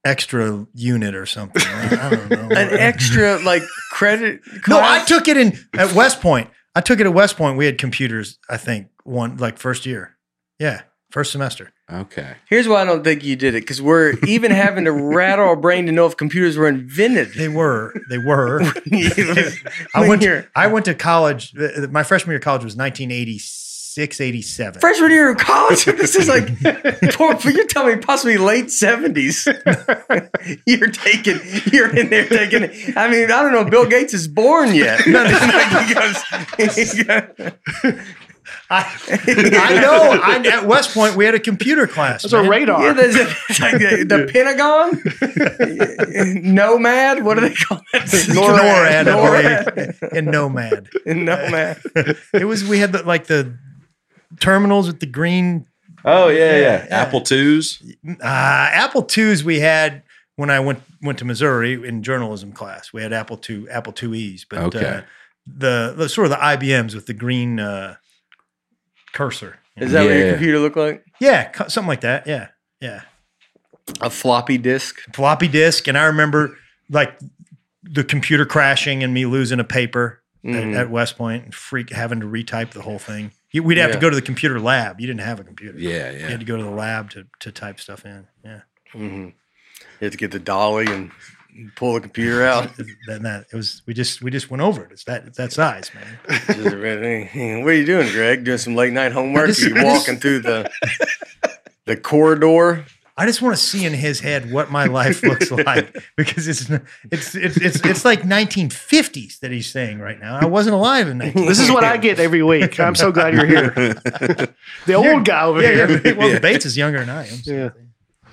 [SPEAKER 6] extra unit or something. I I don't know.
[SPEAKER 5] an extra like credit.
[SPEAKER 6] No, I
[SPEAKER 5] class.
[SPEAKER 6] took it in at West Point. I took it at West Point. We had computers. I think one like first year. Yeah, first semester.
[SPEAKER 2] Okay.
[SPEAKER 5] Here's why I don't think you did it because we're even having to rattle our brain to know if computers were invented.
[SPEAKER 6] They were. They were. I
[SPEAKER 5] When
[SPEAKER 6] went. To,
[SPEAKER 5] you're-
[SPEAKER 6] I went to college. uh, My freshman year of college was 1986, 87.
[SPEAKER 5] Freshman year of college, this is like, poor, you're telling me possibly late seventies. you're taking, you're in there taking. I mean, I don't know. Bill Gates is born yet.
[SPEAKER 6] I, I know. I, at West Point, we had a computer class.
[SPEAKER 4] It's a
[SPEAKER 6] man.
[SPEAKER 4] radar.
[SPEAKER 5] Yeah, there's it's like the, the Pentagon, Nomad. What do they call it?
[SPEAKER 6] NORAD, I
[SPEAKER 5] NORAD.
[SPEAKER 6] believe, and Nomad.
[SPEAKER 5] Nomad.
[SPEAKER 6] It was we had the, like the terminals with the green
[SPEAKER 2] Oh yeah, yeah.
[SPEAKER 6] yeah.
[SPEAKER 2] Apple twos.
[SPEAKER 6] uh, Apple twos we had when I went went to Missouri in journalism class. We had Apple two Apple two E's, but uh,
[SPEAKER 2] Okay.
[SPEAKER 6] the, the sort of the IBMs with the green uh, cursor.
[SPEAKER 5] Is that what your
[SPEAKER 2] Yeah.
[SPEAKER 5] computer looked like?
[SPEAKER 6] Yeah, co- something like that. Yeah, yeah.
[SPEAKER 5] A floppy disk.
[SPEAKER 6] Floppy disk, and I remember like the computer crashing and me losing a paper
[SPEAKER 5] Mhm.
[SPEAKER 6] at, at West Point and freak having to retype the whole thing. You- We'd have to
[SPEAKER 5] Yeah.
[SPEAKER 6] go to the computer lab. You didn't have a computer.
[SPEAKER 2] Yeah,
[SPEAKER 6] You
[SPEAKER 2] yeah.
[SPEAKER 6] had to go to the lab to, to type stuff in. Yeah.
[SPEAKER 5] Mm-hmm. You have to get the dolly and pull the computer out.
[SPEAKER 6] Then that it was we just we just went over it. It's that it's that size, man.
[SPEAKER 5] Just a red thing. what are you doing, Greg? Doing some late night homework?
[SPEAKER 6] just-
[SPEAKER 5] Are you
[SPEAKER 6] I just-
[SPEAKER 5] walking through the the corridor?
[SPEAKER 6] I just want to see in his head what my life looks like because it's it's it's it's, it's like 1950s that he's saying right now. I wasn't alive in 19.
[SPEAKER 4] This is what I get every week. I'm so glad you're here. The old guy over
[SPEAKER 6] Yeah,
[SPEAKER 4] here.
[SPEAKER 6] yeah. Well, Bates is younger than I am. so-
[SPEAKER 4] Yeah.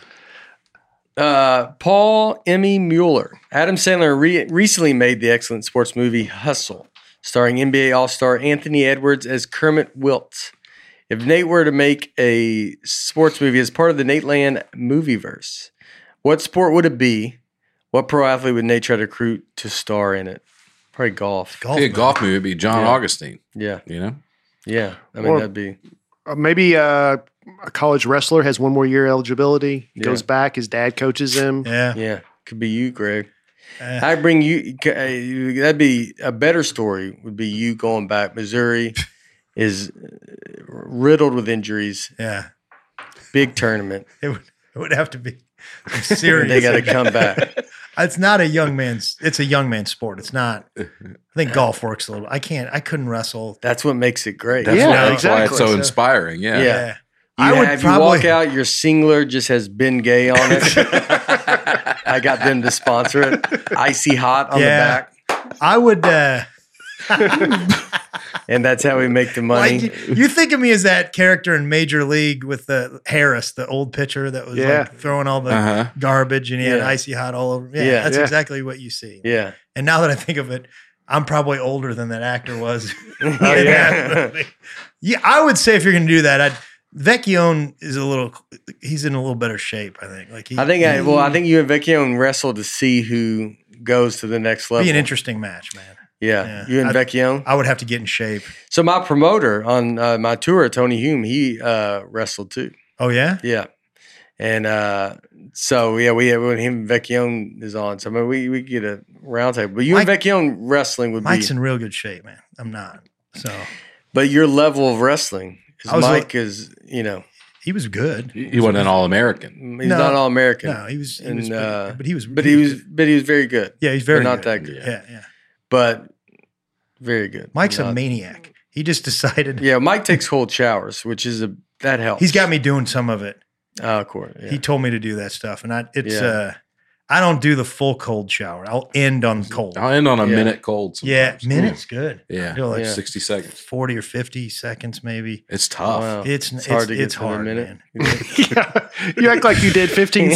[SPEAKER 5] Uh, Paul Emmy Mueller. Adam Sandler re- recently made the excellent sports movie Hustle, starring NBA All Star Anthony Edwards as Kermit Wiltz. If Nate were to make a sports movie as part of the Nate Land movieverse, what sport would it be? What pro athlete would Nate try to recruit to star in it? Probably golf.
[SPEAKER 6] Golf,
[SPEAKER 2] Yeah,
[SPEAKER 6] man.
[SPEAKER 2] golf movie would be John
[SPEAKER 5] Yeah.
[SPEAKER 2] Augustine.
[SPEAKER 5] Yeah,
[SPEAKER 2] You know.
[SPEAKER 5] yeah. I mean,
[SPEAKER 4] Or-
[SPEAKER 5] that'd be
[SPEAKER 4] Uh, Maybe uh, a college wrestler has one more year eligibility.
[SPEAKER 5] Yeah.
[SPEAKER 4] Goes back. His dad coaches him.
[SPEAKER 6] Yeah.
[SPEAKER 5] yeah. Could be you, Greg.
[SPEAKER 6] Uh,
[SPEAKER 5] I bring you. uh, That'd be a better story. Would be you going back. Missouri is uh, riddled with injuries.
[SPEAKER 6] yeah.
[SPEAKER 5] Big tournament.
[SPEAKER 6] It would it would have to be some
[SPEAKER 5] They
[SPEAKER 6] serious.
[SPEAKER 5] got to come back.
[SPEAKER 6] it's not a young man's it's a young man's sport. It's not I think golf works a little. I can't I couldn't wrestle.
[SPEAKER 5] That's what makes it great.
[SPEAKER 4] That's Yeah,
[SPEAKER 2] why,
[SPEAKER 4] exactly.
[SPEAKER 2] that's why it's so
[SPEAKER 4] So-
[SPEAKER 2] inspiring. Yeah.
[SPEAKER 5] Yeah. You
[SPEAKER 6] I would
[SPEAKER 5] have, You walk
[SPEAKER 6] probably-
[SPEAKER 5] out. Your singler just has Ben Gay on it. I got them to sponsor it. Icy hot on
[SPEAKER 6] Yeah.
[SPEAKER 5] the back,
[SPEAKER 6] I would uh
[SPEAKER 5] and that's how we make the money.
[SPEAKER 6] like you, you think of me as that character in Major League with the Harris, the old pitcher that was
[SPEAKER 4] Yeah.
[SPEAKER 6] like throwing all the
[SPEAKER 2] Uh huh.
[SPEAKER 6] garbage and he had
[SPEAKER 5] Uh-huh. Yeah.
[SPEAKER 6] icy hot all over. Yeah,
[SPEAKER 5] Yeah.
[SPEAKER 6] that's
[SPEAKER 4] Yeah.
[SPEAKER 6] exactly what you see.
[SPEAKER 5] yeah.
[SPEAKER 6] And now that I think of it, I'm probably older than that actor was.
[SPEAKER 5] Oh, yeah.
[SPEAKER 6] yeah, I would say if you're going to do that, I'd Vecchione is a little he's in a little better shape, I think. Like he,
[SPEAKER 5] I think I well, I think you and Vecchione wrestle to see who goes to the next level.
[SPEAKER 6] be an interesting match, man.
[SPEAKER 5] Yeah,
[SPEAKER 6] Yeah.
[SPEAKER 5] you and
[SPEAKER 6] I-
[SPEAKER 5] Vecchione.
[SPEAKER 6] I would have to get in shape.
[SPEAKER 5] So my promoter on uh, my tour, Tony Hume, he uh, wrestled too.
[SPEAKER 6] Oh yeah,
[SPEAKER 5] Yeah, and uh, so yeah, we when him and Vecchione is on, so I mean, we we get a round table. But you and
[SPEAKER 6] Mike-
[SPEAKER 5] Vecchione wrestling would
[SPEAKER 6] Mike's
[SPEAKER 5] be,
[SPEAKER 6] in real good shape, man. I'm not. So
[SPEAKER 5] but your level of wrestling. Is
[SPEAKER 6] I was
[SPEAKER 5] Mike is you know
[SPEAKER 6] he was good.
[SPEAKER 2] He he wasn't an all American.
[SPEAKER 5] he's
[SPEAKER 6] No.
[SPEAKER 5] not all American,
[SPEAKER 6] No, he was. He
[SPEAKER 5] And,
[SPEAKER 6] was pretty-
[SPEAKER 5] uh,
[SPEAKER 6] but he was.
[SPEAKER 5] but he was but he was very good,
[SPEAKER 6] Yeah, he's
[SPEAKER 5] but
[SPEAKER 6] very.
[SPEAKER 5] not
[SPEAKER 6] good.
[SPEAKER 5] that good,
[SPEAKER 2] Yeah.
[SPEAKER 6] Yeah, yeah.
[SPEAKER 5] but very good.
[SPEAKER 6] Mike's a
[SPEAKER 5] Not-
[SPEAKER 6] maniac. He just decided.
[SPEAKER 5] Yeah, Mike takes cold showers, which is a that helps.
[SPEAKER 6] He's got me doing some of it.
[SPEAKER 5] Oh, of course. Yeah.
[SPEAKER 6] He told me to do that stuff, and I. It's.
[SPEAKER 5] Yeah.
[SPEAKER 6] uh I don't do the full cold shower. I'll end on cold.
[SPEAKER 2] I'll end on a
[SPEAKER 5] Yeah.
[SPEAKER 2] minute cold.
[SPEAKER 6] Yeah,
[SPEAKER 2] sometimes.
[SPEAKER 6] minutes good. I
[SPEAKER 2] Yeah.
[SPEAKER 6] feel like
[SPEAKER 5] Yeah.
[SPEAKER 2] Sixty seconds.
[SPEAKER 6] forty or fifty seconds, maybe.
[SPEAKER 2] It's tough.
[SPEAKER 5] Wow.
[SPEAKER 6] It's it's,
[SPEAKER 5] Oh, It's hard
[SPEAKER 6] hard. It's,
[SPEAKER 5] to get to the
[SPEAKER 6] hard,
[SPEAKER 5] minute.
[SPEAKER 6] man.
[SPEAKER 4] Yeah. You act like you did 15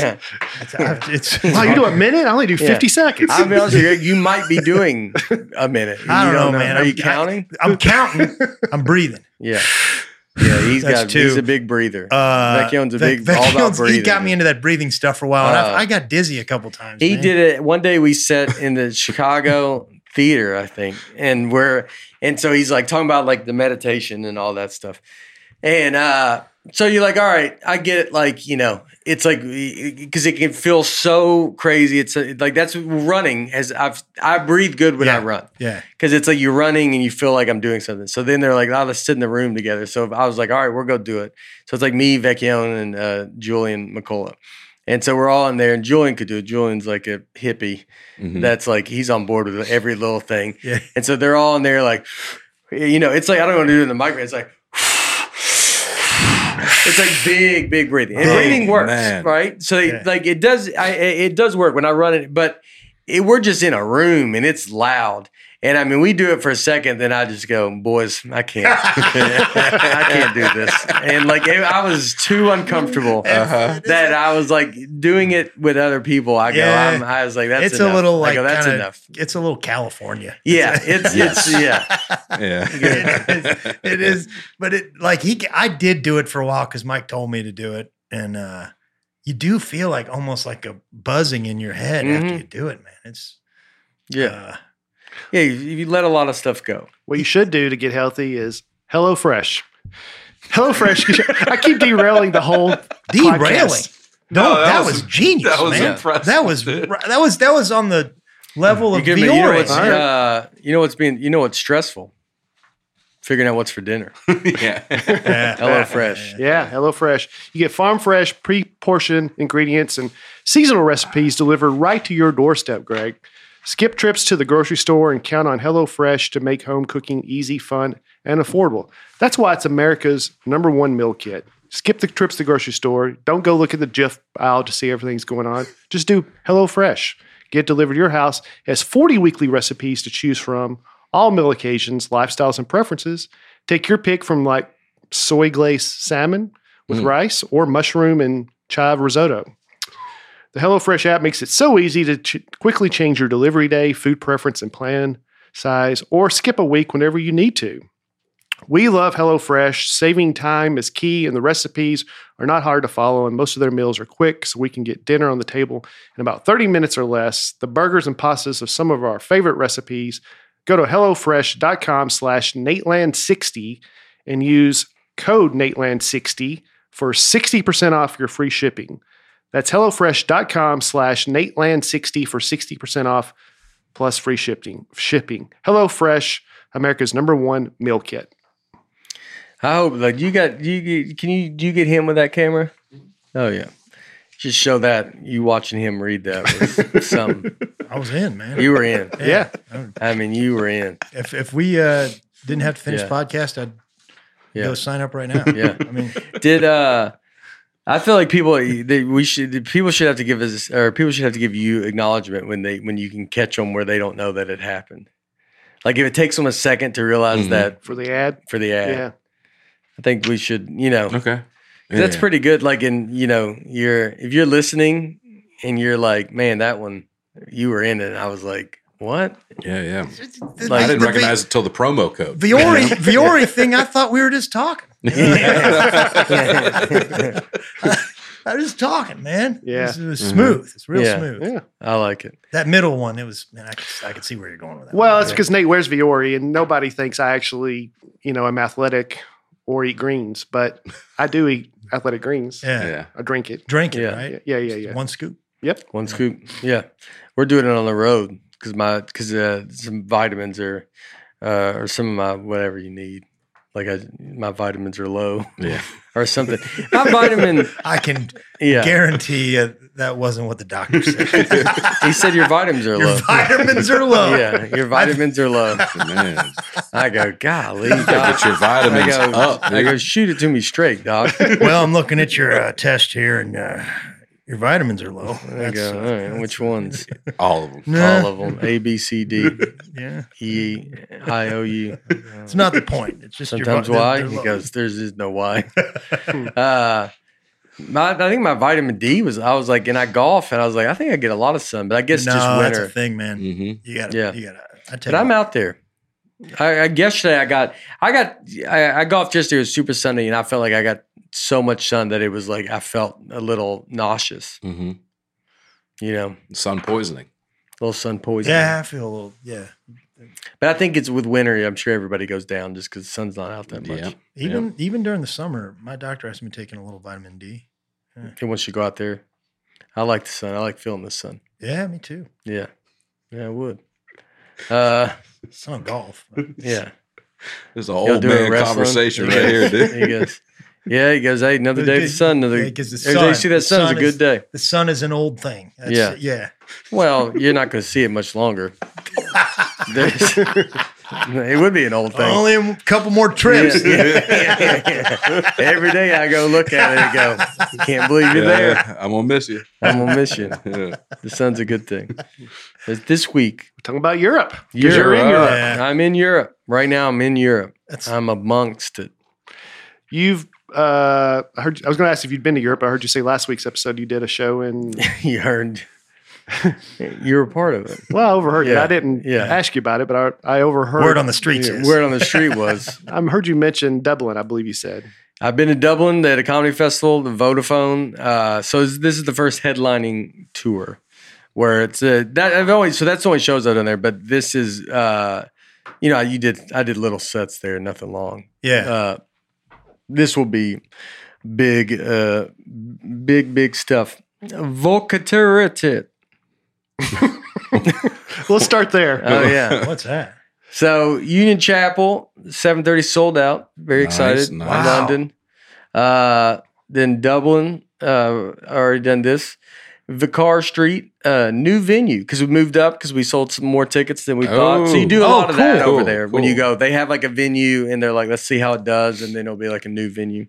[SPEAKER 5] Yeah.
[SPEAKER 6] It's, I've- it's, it's
[SPEAKER 4] Wow, you
[SPEAKER 6] hard.
[SPEAKER 4] do a minute? I only do 50 seconds.
[SPEAKER 5] I'll be honest with you, you might be doing a minute.
[SPEAKER 6] I
[SPEAKER 5] You
[SPEAKER 6] don't know, man.
[SPEAKER 5] Are
[SPEAKER 6] I'm-
[SPEAKER 5] you counting?
[SPEAKER 6] I'm counting. I'm breathing.
[SPEAKER 5] yeah. Yeah, he's
[SPEAKER 6] That's
[SPEAKER 5] got
[SPEAKER 6] two.
[SPEAKER 5] he's a big breather.
[SPEAKER 6] Uh,
[SPEAKER 5] Vecchione's a
[SPEAKER 6] Vec-
[SPEAKER 5] big- all about
[SPEAKER 6] Vecchione's- He got
[SPEAKER 5] breathing.
[SPEAKER 6] me into that breathing stuff for a while, and
[SPEAKER 5] Uh,
[SPEAKER 6] I, I got dizzy a couple times.
[SPEAKER 5] He
[SPEAKER 6] man.
[SPEAKER 5] did it one day. We set in the Chicago theater, I think, and we're and so he's like talking about like the meditation and all that stuff, and uh, so you're like, all right, I get it. Like you know, it's like because it can feel so crazy. It's uh like that's running. As I've I breathe good when I
[SPEAKER 6] Yeah.
[SPEAKER 5] run
[SPEAKER 6] Yeah,
[SPEAKER 5] because it's like you're running and you feel like I'm doing something. So then they're like, oh, let's sit in the room together. So I was like, all right, we'll go do it. So it's like me, Vecchione, and uh, Julian McCullough. And so we're all in there, and Julian could do it. Julian's like a hippie
[SPEAKER 2] Mhm.
[SPEAKER 5] that's like, he's on board with every little thing.
[SPEAKER 6] yeah.
[SPEAKER 5] And so they're all in there, like, you know, it's like, I don't want to do it in the microphone. It's like, it's like big, big breathing. And
[SPEAKER 6] Big,
[SPEAKER 5] breathing works,
[SPEAKER 2] man.
[SPEAKER 5] right? So
[SPEAKER 6] Yeah.
[SPEAKER 5] like it does, I, it it does work when I run it, but it, we're just in a room and it's loud. And I mean, we do it for a second, then I just go, boys, I can't, I can't do this. And like, it, I was too uncomfortable
[SPEAKER 6] Uh-huh.
[SPEAKER 5] that I was like doing it with other people. I go,
[SPEAKER 6] Yeah.
[SPEAKER 5] I'm, I was like, that's
[SPEAKER 6] it's
[SPEAKER 5] enough.
[SPEAKER 6] a little
[SPEAKER 5] I
[SPEAKER 6] like
[SPEAKER 5] go, that's
[SPEAKER 6] kinda,
[SPEAKER 5] enough.
[SPEAKER 6] It's a little California.
[SPEAKER 5] Yeah, it's it's yeah.
[SPEAKER 6] it,
[SPEAKER 2] Yeah.
[SPEAKER 6] is, it is, but it like he. I did do it for a while because Mike told me to do it, and uh you do feel like almost like a buzzing in your head after
[SPEAKER 5] Mhm.
[SPEAKER 6] you do it, man. It's
[SPEAKER 5] Yeah.
[SPEAKER 6] uh,
[SPEAKER 5] Yeah. You, you let a lot of stuff go.
[SPEAKER 4] What you should do to get healthy is HelloFresh. HelloFresh. I keep derailing the whole
[SPEAKER 6] derailing.
[SPEAKER 4] podcast.
[SPEAKER 6] No,
[SPEAKER 2] No,
[SPEAKER 6] that,
[SPEAKER 2] that
[SPEAKER 6] was,
[SPEAKER 2] was-
[SPEAKER 6] genius,
[SPEAKER 2] that was
[SPEAKER 6] man.
[SPEAKER 2] impressive,
[SPEAKER 6] That was
[SPEAKER 2] dude.
[SPEAKER 6] ri- that was that was on the level
[SPEAKER 5] You,
[SPEAKER 6] of
[SPEAKER 5] give me, you know
[SPEAKER 6] Viore.
[SPEAKER 5] what's uh, you know what's being you know what's stressful. Figuring out what's for dinner.
[SPEAKER 2] yeah.
[SPEAKER 6] Yeah.
[SPEAKER 5] Hello Fresh.
[SPEAKER 4] Yeah, HelloFresh. You get farm fresh, pre portioned ingredients and seasonal recipes delivered right to your doorstep, Greg. Skip trips to the grocery store and count on HelloFresh to make home cooking easy, fun, and affordable. That's why it's America's number one meal kit. Skip the trips to the grocery store. Don't go look at the GIF aisle to see everything's going on. Just do HelloFresh. Get delivered to your house. It has 40 weekly recipes to choose from, all meal occasions, lifestyles, and preferences. Take your pick from like soy glazed salmon with rice or mushroom and chive risotto. The HelloFresh app makes it so easy to ch- quickly change your delivery day, food preference, and plan size, or skip a week whenever you need to. We love HelloFresh. Saving time is key, and the recipes are not hard to follow, and most of their meals are quick, so we can get dinner on the table in about 30 minutes or less. The burgers and pastas of some of our favorite recipes. Go to HelloFresh.com slash Nateland60 and use code Nateland60 for 60% off your free shipping. That's E HelloFresh.com slash Nateland60 for 60% off plus free shipping. Shipping. E HelloFresh, America's number one meal kit.
[SPEAKER 5] I hope like you got you get- can you do you get him with that camera? Oh yeah. Just show that you watching him read that was something.
[SPEAKER 6] I was in, man. Um,
[SPEAKER 5] You were in.
[SPEAKER 4] Yeah.
[SPEAKER 5] I mean, you were in.
[SPEAKER 6] if if we uh, didn't have to finish
[SPEAKER 5] Yeah.
[SPEAKER 6] podcast, I'd
[SPEAKER 5] Yeah.
[SPEAKER 6] go sign up right now.
[SPEAKER 5] Yeah.
[SPEAKER 6] I mean,
[SPEAKER 5] Did uh I feel like people they, we should people should have to give us or people should have to give you acknowledgement when they when you can catch them where they don't know that it happened. Like if it takes them a second to realize
[SPEAKER 2] Mhm.
[SPEAKER 5] that
[SPEAKER 4] For the ad.
[SPEAKER 5] for the ad,
[SPEAKER 4] Yeah.
[SPEAKER 5] I think we should you know
[SPEAKER 2] Okay.
[SPEAKER 5] that's
[SPEAKER 2] Yeah.
[SPEAKER 5] pretty good. Like in you know you're if you're listening and you're like man that one you were in it. I was like what
[SPEAKER 2] Yeah, yeah.
[SPEAKER 5] Like,
[SPEAKER 2] I didn't
[SPEAKER 6] the-
[SPEAKER 2] recognize it till the promo
[SPEAKER 6] the
[SPEAKER 2] code.
[SPEAKER 6] Viore Viore thing. I thought we were just talking. I was just talking, man.
[SPEAKER 4] Yeah.
[SPEAKER 6] it was, it was smooth. It's real
[SPEAKER 5] Yeah.
[SPEAKER 6] smooth.
[SPEAKER 4] Yeah.
[SPEAKER 5] I like it.
[SPEAKER 6] That middle one, it was man. I could, I could see where you're going with that.
[SPEAKER 4] Well, that's because Nate wears Viore, and nobody thinks I actually, you know, am athletic or eat greens, but I do eat athletic greens.
[SPEAKER 6] yeah.
[SPEAKER 2] Yeah.
[SPEAKER 4] I drink it.
[SPEAKER 6] drink it
[SPEAKER 5] Yeah.
[SPEAKER 6] right.
[SPEAKER 4] Yeah, yeah, yeah.
[SPEAKER 6] One scoop.
[SPEAKER 4] Yep.
[SPEAKER 5] One scoop. Yeah, we're doing it on the road because my because uh, some vitamins are uh, or some of my whatever you need. Like I, my vitamins are low
[SPEAKER 2] Yeah.
[SPEAKER 5] or something. My vitamin,
[SPEAKER 6] I can
[SPEAKER 5] yeah.
[SPEAKER 6] guarantee you that wasn't what the doctor said.
[SPEAKER 5] He said your vitamins are
[SPEAKER 6] Your
[SPEAKER 5] low.
[SPEAKER 6] vitamins are low.
[SPEAKER 5] Yeah, your vitamins are low.
[SPEAKER 2] Man.
[SPEAKER 5] I go, golly, doc."
[SPEAKER 2] Get your
[SPEAKER 5] I
[SPEAKER 2] vitamins
[SPEAKER 5] go,
[SPEAKER 2] up.
[SPEAKER 5] I go,
[SPEAKER 2] dude.
[SPEAKER 5] shoot it to me straight, doc.
[SPEAKER 6] Well, I'm looking at your uh, test here, and uh, your vitamins are low. uh,
[SPEAKER 5] I go, all right, which ones?
[SPEAKER 2] All of them.
[SPEAKER 6] Nah,
[SPEAKER 5] All of them. A, B, C, D,
[SPEAKER 6] yeah,
[SPEAKER 5] E, I, O, U.
[SPEAKER 6] it's not the point. It's just your
[SPEAKER 5] Sometimes
[SPEAKER 6] vi- they're-
[SPEAKER 5] why?
[SPEAKER 6] they're
[SPEAKER 5] He
[SPEAKER 6] low.
[SPEAKER 5] goes, there's just no why. uh, my, I think my vitamin D was, I was like, and I golf and I was like, I think I get a lot of sun, but I guess
[SPEAKER 6] no,
[SPEAKER 5] just
[SPEAKER 6] that's a
[SPEAKER 5] winter.
[SPEAKER 6] thing, man.
[SPEAKER 2] Mm-hmm.
[SPEAKER 6] You gotta,
[SPEAKER 5] Yeah.
[SPEAKER 6] you gotta. I tell
[SPEAKER 5] But I'm
[SPEAKER 6] you,
[SPEAKER 5] out there. I, I yesterday I got I got I, I golfed yesterday. It was Super Sunday, and I felt like I got so much sun that it was like I felt a little nauseous.
[SPEAKER 2] Mm-hmm.
[SPEAKER 5] You know,
[SPEAKER 2] Sun poisoning.
[SPEAKER 5] little sun poisoning.
[SPEAKER 6] Yeah, I feel a little. Yeah,
[SPEAKER 5] But I think it's with winter. I'm sure everybody goes down just because the sun's not out that much.
[SPEAKER 2] Yeah.
[SPEAKER 6] even even during the summer, my doctor asked me taking a little vitamin D.
[SPEAKER 5] And once you go out there, I like the sun. I like feeling the sun.
[SPEAKER 6] Yeah, me too.
[SPEAKER 5] Yeah, yeah, I would. Uh,
[SPEAKER 6] It's not golf.
[SPEAKER 5] yeah.
[SPEAKER 2] This is an old
[SPEAKER 5] do it
[SPEAKER 2] man
[SPEAKER 5] wrestling?
[SPEAKER 2] conversation
[SPEAKER 5] Yeah.
[SPEAKER 2] right here, dude.
[SPEAKER 5] He goes, yeah. He goes, hey, another day of the sun. Another.
[SPEAKER 6] Yeah, 'cause the
[SPEAKER 5] every day you
[SPEAKER 6] sun-
[SPEAKER 5] see that
[SPEAKER 6] the
[SPEAKER 5] sun's
[SPEAKER 6] sun
[SPEAKER 5] a good
[SPEAKER 6] is-
[SPEAKER 5] day.
[SPEAKER 6] The sun is an old thing. That's,
[SPEAKER 5] Yeah.
[SPEAKER 6] yeah.
[SPEAKER 5] Well, you're not going to see it much longer. There's- it would be an old thing.
[SPEAKER 6] Only a couple more
[SPEAKER 5] Yeah,
[SPEAKER 6] trips.
[SPEAKER 5] yeah, yeah, yeah. Every day I go look at it and go, can't believe you're there.
[SPEAKER 2] Yeah, I'm gonna miss you.
[SPEAKER 5] I'm going to miss you.
[SPEAKER 2] Yeah.
[SPEAKER 5] The sun's a good thing. But This week,
[SPEAKER 4] talking about Europe.
[SPEAKER 5] Europe.
[SPEAKER 2] you're in Europe.
[SPEAKER 6] Yeah.
[SPEAKER 5] I'm in Europe. Right now, I'm in Europe.
[SPEAKER 6] That's,
[SPEAKER 5] I'm amongst it.
[SPEAKER 4] You've uh, I heard. I was going to ask if you'd been to Europe. I heard you say last week's episode you did a show in.
[SPEAKER 5] you heard. You're a part of it.
[SPEAKER 4] Well, I overheard it.
[SPEAKER 5] Yeah,
[SPEAKER 4] I didn't
[SPEAKER 5] yeah.
[SPEAKER 4] ask you about it, but I, I overheard.
[SPEAKER 6] word on the streets is.
[SPEAKER 5] Word on the street was
[SPEAKER 4] I heard you mention Dublin. I believe you said.
[SPEAKER 5] I've been to Dublin at a comedy festival, the Vodafone. Uh, so this this is the first headlining tour where it's a, that I've always so that's the only shows I've done there. But this is uh, you know you did I did little sets there, nothing long.
[SPEAKER 6] yeah.
[SPEAKER 5] Uh, this will be big, uh, big, big stuff. Volkateritet.
[SPEAKER 4] We'll start there.
[SPEAKER 5] Oh yeah.
[SPEAKER 6] What's that?
[SPEAKER 5] So Union Chapel, seven thirty sold out. Very
[SPEAKER 2] Nice,
[SPEAKER 5] excited.
[SPEAKER 2] nice.
[SPEAKER 6] Wow.
[SPEAKER 5] London, uh, then Dublin. Uh, already done this. Vicar Street, uh, new venue because we moved up because we sold some more tickets than we thought. So you do a
[SPEAKER 2] Oh.
[SPEAKER 5] lot of that
[SPEAKER 2] Oh, cool,
[SPEAKER 5] over there when you go.
[SPEAKER 2] cool.
[SPEAKER 5] They have like a venue and they're like, let's see how it does, and then it'll be like a new venue.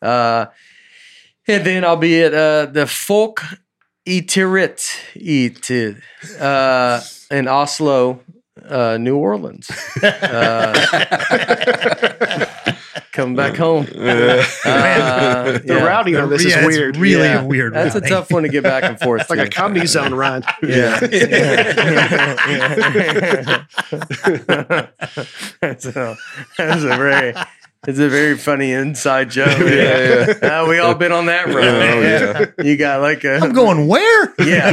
[SPEAKER 5] Uh, and then I'll be at uh, the Folk Itirit Itid uh, in Oslo, uh, New Orleans. Uh, come back home. Uh,
[SPEAKER 4] The
[SPEAKER 5] yeah.
[SPEAKER 4] routing on this
[SPEAKER 6] yeah,
[SPEAKER 4] is
[SPEAKER 6] it's
[SPEAKER 4] weird.
[SPEAKER 6] Really
[SPEAKER 5] Yeah.
[SPEAKER 6] a weird.
[SPEAKER 5] That's a
[SPEAKER 6] routing.
[SPEAKER 5] tough one to get back and forth.
[SPEAKER 4] It's like a
[SPEAKER 5] to.
[SPEAKER 4] comedy zone, Ryan.
[SPEAKER 5] Yeah. so that's a very it's a very funny inside joke.
[SPEAKER 2] Yeah,
[SPEAKER 5] Uh, we all been on that road.
[SPEAKER 2] Oh, yeah.
[SPEAKER 5] You got like a
[SPEAKER 6] I'm going where?
[SPEAKER 5] yeah.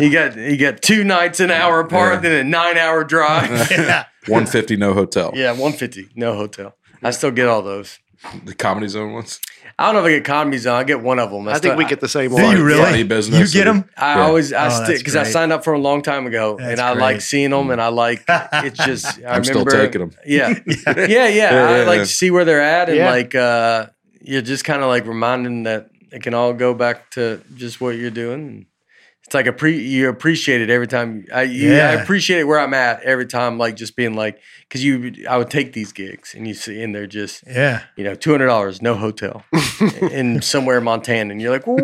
[SPEAKER 5] You got you got two nights an hour apart,
[SPEAKER 2] Yeah.
[SPEAKER 5] then a nine hour drive.
[SPEAKER 6] Yeah.
[SPEAKER 2] 150 no hotel.
[SPEAKER 5] yeah, one fifty, no hotel. I still get all those.
[SPEAKER 2] The comedy zone ones.
[SPEAKER 5] I don't know if I get comedies on. I get one of them.
[SPEAKER 4] I think
[SPEAKER 5] still-
[SPEAKER 4] we get the same
[SPEAKER 6] Do
[SPEAKER 4] one.
[SPEAKER 6] you really?
[SPEAKER 2] Funny business.
[SPEAKER 6] You get them?
[SPEAKER 5] I
[SPEAKER 2] Yeah.
[SPEAKER 5] always I
[SPEAKER 6] Oh,
[SPEAKER 5] stick
[SPEAKER 6] that's
[SPEAKER 5] because I
[SPEAKER 6] great.
[SPEAKER 5] signed up for 'em a long time ago,
[SPEAKER 6] That's
[SPEAKER 5] and I like
[SPEAKER 6] great.
[SPEAKER 5] seeing them, and I like it's just I
[SPEAKER 2] I'm still
[SPEAKER 5] remember
[SPEAKER 2] taking 'em.
[SPEAKER 5] Yeah, yeah, yeah. I
[SPEAKER 2] yeah,
[SPEAKER 5] like
[SPEAKER 2] yeah.
[SPEAKER 5] to see where they're at, and
[SPEAKER 4] Yeah.
[SPEAKER 5] like uh, you're just kind of like reminding that it can all go back to just what you're doing. It's like a pre you appreciate it every time. I you, I
[SPEAKER 6] Yeah.
[SPEAKER 5] appreciate it where I'm at every time, like just being like because you I would take these gigs and you see and they're just
[SPEAKER 6] Yeah.
[SPEAKER 5] you know, two hundred dollars, no hotel, in somewhere in Montana, and you're like, "Whoa,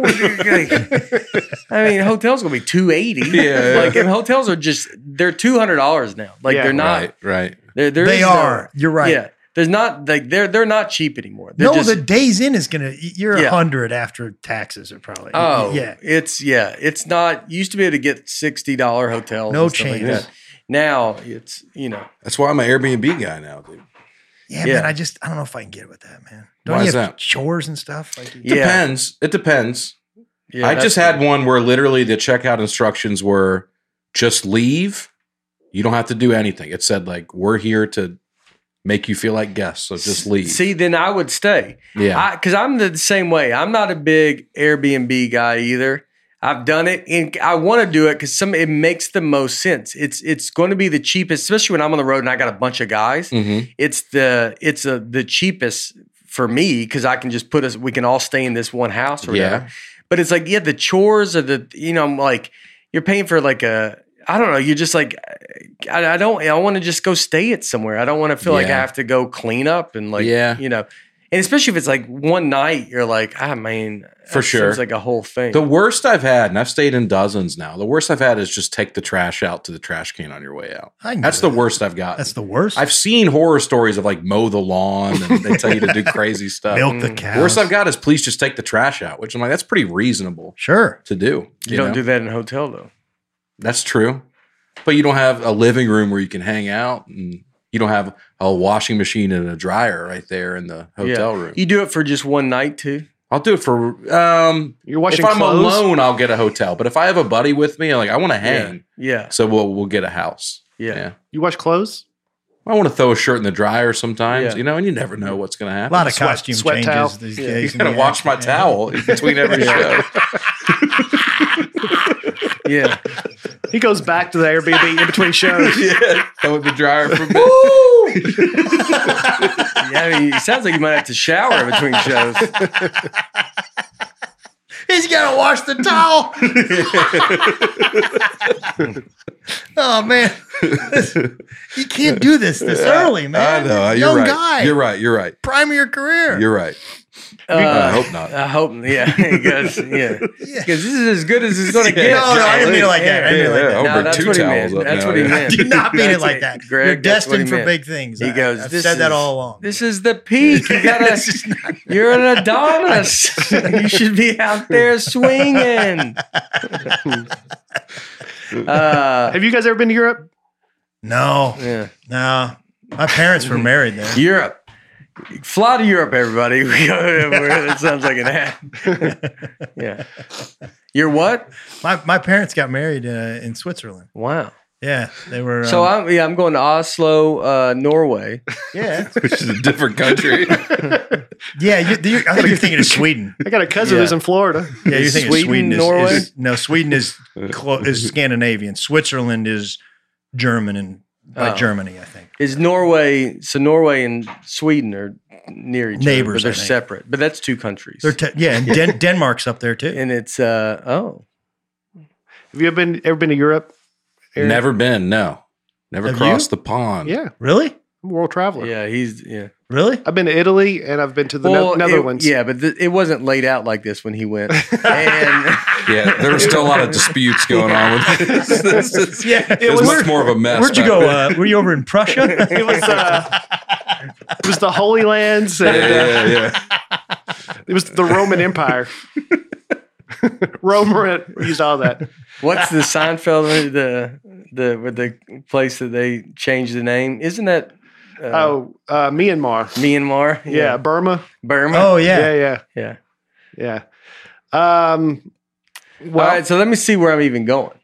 [SPEAKER 5] I mean, hotel's gonna be two eighty.
[SPEAKER 2] Yeah.
[SPEAKER 5] like and hotels are just they're two hundred dollars now. Like
[SPEAKER 4] Yeah.
[SPEAKER 5] they're not.
[SPEAKER 2] Right, right.
[SPEAKER 5] They're, there
[SPEAKER 6] they
[SPEAKER 5] is no-
[SPEAKER 6] are. You're right.
[SPEAKER 5] Yeah, there's not like they're they're not cheap anymore. They're
[SPEAKER 6] No,
[SPEAKER 5] just,
[SPEAKER 6] the days in is gonna. You're a
[SPEAKER 5] Yeah.
[SPEAKER 6] hundred after taxes are probably.
[SPEAKER 5] oh
[SPEAKER 6] yeah.
[SPEAKER 5] it's yeah, it's not used to be able to get sixty dollar hotels.
[SPEAKER 6] No
[SPEAKER 5] and stuff like
[SPEAKER 6] chance.
[SPEAKER 5] that. Now it's you know
[SPEAKER 2] That's why I'm an Airbnb guy now, dude.
[SPEAKER 6] yeah,
[SPEAKER 5] yeah.
[SPEAKER 6] man. I just I don't know if I can get with that, man. Don't
[SPEAKER 2] Why
[SPEAKER 6] you
[SPEAKER 2] is
[SPEAKER 6] have
[SPEAKER 2] that?
[SPEAKER 6] chores and stuff? Like,
[SPEAKER 5] yeah,
[SPEAKER 2] Depends. It depends.
[SPEAKER 5] yeah,
[SPEAKER 2] I
[SPEAKER 5] that's-
[SPEAKER 2] just had one where literally the checkout instructions were just leave. You don't have to do anything. It said like we're here to make you feel like guests, so just leave.
[SPEAKER 5] See, then I would stay.
[SPEAKER 2] yeah,
[SPEAKER 5] I because I'm the same way. I'm not a big Airbnb guy either. I've done it, and I want to do it because some it makes the most sense. It's it's going to be the cheapest, especially when I'm on the road and I got a bunch of guys.
[SPEAKER 2] Mhm.
[SPEAKER 5] It's the it's a, the cheapest for me because I can just put us. We can all stay in this one house or
[SPEAKER 2] Yeah.
[SPEAKER 5] whatever. But it's like yeah, the chores or the you know I'm like you're paying for like a I don't know. You're just like I, I don't I want to just go stay at somewhere. I don't want to feel like I
[SPEAKER 2] Yeah.
[SPEAKER 5] have to go clean up and like
[SPEAKER 2] Yeah.
[SPEAKER 5] you know. And especially if it's like one night, you're like, I mean,
[SPEAKER 2] For
[SPEAKER 5] that
[SPEAKER 2] sure.
[SPEAKER 5] seems like a whole thing.
[SPEAKER 2] the worst I've had, and I've stayed in dozens now. The worst I've had is just take the trash out to the trash can on your way out.
[SPEAKER 6] I can
[SPEAKER 2] That's
[SPEAKER 6] do
[SPEAKER 2] the
[SPEAKER 6] that.
[SPEAKER 2] worst I've gotten.
[SPEAKER 6] That's the worst.
[SPEAKER 2] I've seen horror stories of like mow the lawn and they tell you to do crazy stuff.
[SPEAKER 6] milked the
[SPEAKER 5] Mm.
[SPEAKER 6] cows.
[SPEAKER 2] Worst I've got is please just take the trash out, which I'm like that's pretty reasonable
[SPEAKER 6] Sure.
[SPEAKER 2] to do.
[SPEAKER 5] you, don't
[SPEAKER 2] know?
[SPEAKER 5] do that in a hotel though.
[SPEAKER 2] That's true. But you don't have a living room where you can hang out and you you don't have a washing machine and a dryer right there in the hotel room.
[SPEAKER 5] You do it for just one night too.
[SPEAKER 2] I'll do it for um
[SPEAKER 4] You're washing
[SPEAKER 2] if I'm
[SPEAKER 4] clothes.
[SPEAKER 2] alone, I'll get a hotel. But if I have a buddy with me, like I want to hang,
[SPEAKER 5] Yeah,
[SPEAKER 2] so we'll we'll get a house.
[SPEAKER 5] yeah.
[SPEAKER 4] You wash clothes.
[SPEAKER 2] I want to throw a shirt in the dryer sometimes,
[SPEAKER 5] Yeah.
[SPEAKER 2] you know, and you never know what's going to
[SPEAKER 6] A
[SPEAKER 2] happen.
[SPEAKER 6] lot of
[SPEAKER 4] Sweat-
[SPEAKER 6] costume
[SPEAKER 4] sweat
[SPEAKER 6] changes
[SPEAKER 4] towel.
[SPEAKER 6] these
[SPEAKER 5] Yeah.
[SPEAKER 6] days.
[SPEAKER 2] you gotta wash my towel in between every show.
[SPEAKER 5] yeah.
[SPEAKER 4] He goes back to the Airbnb in between shows.
[SPEAKER 2] yeah, throw it in the dryer for a bit.
[SPEAKER 5] Yeah, I mean, it sounds like you might have to shower in between shows.
[SPEAKER 6] He's got to wash the towel. oh man, you can't do this this early, man.
[SPEAKER 2] I know. You're
[SPEAKER 6] Young
[SPEAKER 2] right.
[SPEAKER 6] guy,
[SPEAKER 2] You're right. You're right.
[SPEAKER 6] prime of your career.
[SPEAKER 2] You're right. I
[SPEAKER 5] Uh,
[SPEAKER 2] hope not.
[SPEAKER 5] I hope. Yeah, because yeah,
[SPEAKER 6] Yeah.
[SPEAKER 5] because this is as good as it's going to get.
[SPEAKER 6] no, no, I didn't mean it like that. I didn't mean it
[SPEAKER 2] Yeah, yeah.
[SPEAKER 6] like that.
[SPEAKER 5] No,
[SPEAKER 2] Over
[SPEAKER 5] that's
[SPEAKER 2] two
[SPEAKER 5] what he meant.
[SPEAKER 2] towels up
[SPEAKER 5] That's
[SPEAKER 2] now,
[SPEAKER 5] what he
[SPEAKER 2] yeah.
[SPEAKER 5] meant.
[SPEAKER 6] Do not mean
[SPEAKER 5] That's
[SPEAKER 6] it like that.
[SPEAKER 5] Greg,
[SPEAKER 6] You're
[SPEAKER 5] that's what he
[SPEAKER 6] destined for
[SPEAKER 5] meant.
[SPEAKER 6] big things.
[SPEAKER 5] He
[SPEAKER 6] I-
[SPEAKER 5] goes,
[SPEAKER 6] I've
[SPEAKER 5] "This
[SPEAKER 6] said that
[SPEAKER 5] is-
[SPEAKER 6] all along.
[SPEAKER 5] This is the peak. You gotta, you're an Adonis. you should be out there swinging. uh,
[SPEAKER 4] Have you guys ever been to Europe?
[SPEAKER 6] No,
[SPEAKER 5] yeah.
[SPEAKER 6] no. My parents were married then.
[SPEAKER 5] Europe. Fly to Europe, everybody. We go everywhere. that sounds like an ad. yeah. You're what?
[SPEAKER 6] My my parents got married uh, in Switzerland.
[SPEAKER 5] Wow.
[SPEAKER 6] Yeah, they were.
[SPEAKER 5] So
[SPEAKER 6] um,
[SPEAKER 5] I'm yeah, I'm going to Oslo, uh, Norway.
[SPEAKER 6] yeah,
[SPEAKER 2] Which is a different country.
[SPEAKER 6] yeah. You, you, I think you're thinking of Sweden.
[SPEAKER 4] I got a cousin who's in Florida.
[SPEAKER 6] Yeah, you're thinking
[SPEAKER 5] Sweden,
[SPEAKER 6] Sweden, is,
[SPEAKER 5] Norway?
[SPEAKER 6] is no Sweden is clo- is Scandinavian. Switzerland is German and like
[SPEAKER 5] Oh.
[SPEAKER 6] Germany, I think.
[SPEAKER 5] Is Norway so Norway and Sweden are near each
[SPEAKER 6] Neighbors,
[SPEAKER 5] other,
[SPEAKER 6] I
[SPEAKER 5] but they're
[SPEAKER 6] think.
[SPEAKER 5] separate. But that's two countries.
[SPEAKER 6] They're te- yeah, and Den- Denmark's up there too.
[SPEAKER 5] and it's uh oh.
[SPEAKER 4] Have you ever been ever been to Europe? Aaron?
[SPEAKER 2] Never been. No. Never
[SPEAKER 6] Have
[SPEAKER 2] crossed the pond.
[SPEAKER 4] Yeah,
[SPEAKER 6] Really,
[SPEAKER 4] I'm a world traveler.
[SPEAKER 5] Yeah, he's yeah.
[SPEAKER 6] really?
[SPEAKER 4] I've been to Italy and I've been to the
[SPEAKER 5] Well,
[SPEAKER 4] Ne- Netherlands.
[SPEAKER 5] It, yeah, but th- it wasn't laid out like this when he went. And
[SPEAKER 2] Yeah, there was still a lot of disputes going on with this. this is,
[SPEAKER 6] Yeah,
[SPEAKER 2] it was much more of a mess.
[SPEAKER 6] Where'd you
[SPEAKER 2] back
[SPEAKER 6] go?
[SPEAKER 2] then.
[SPEAKER 6] Uh, were you over in Prussia?
[SPEAKER 4] it was uh, it was the Holy Lands and
[SPEAKER 2] yeah,
[SPEAKER 4] uh,
[SPEAKER 2] yeah, yeah.
[SPEAKER 4] it was the Roman Empire. Rome re- used all that.
[SPEAKER 5] what's the Seinfeld uh, the the with the place that they changed the name? Isn't that uh,
[SPEAKER 4] Oh, uh, Myanmar.
[SPEAKER 5] Myanmar?
[SPEAKER 4] Yeah, Burma.
[SPEAKER 5] Burma.
[SPEAKER 6] oh
[SPEAKER 4] Yeah,
[SPEAKER 6] yeah.
[SPEAKER 4] yeah,
[SPEAKER 5] Yeah.
[SPEAKER 4] yeah. Um, well,
[SPEAKER 5] All right, so let me see where I'm even going.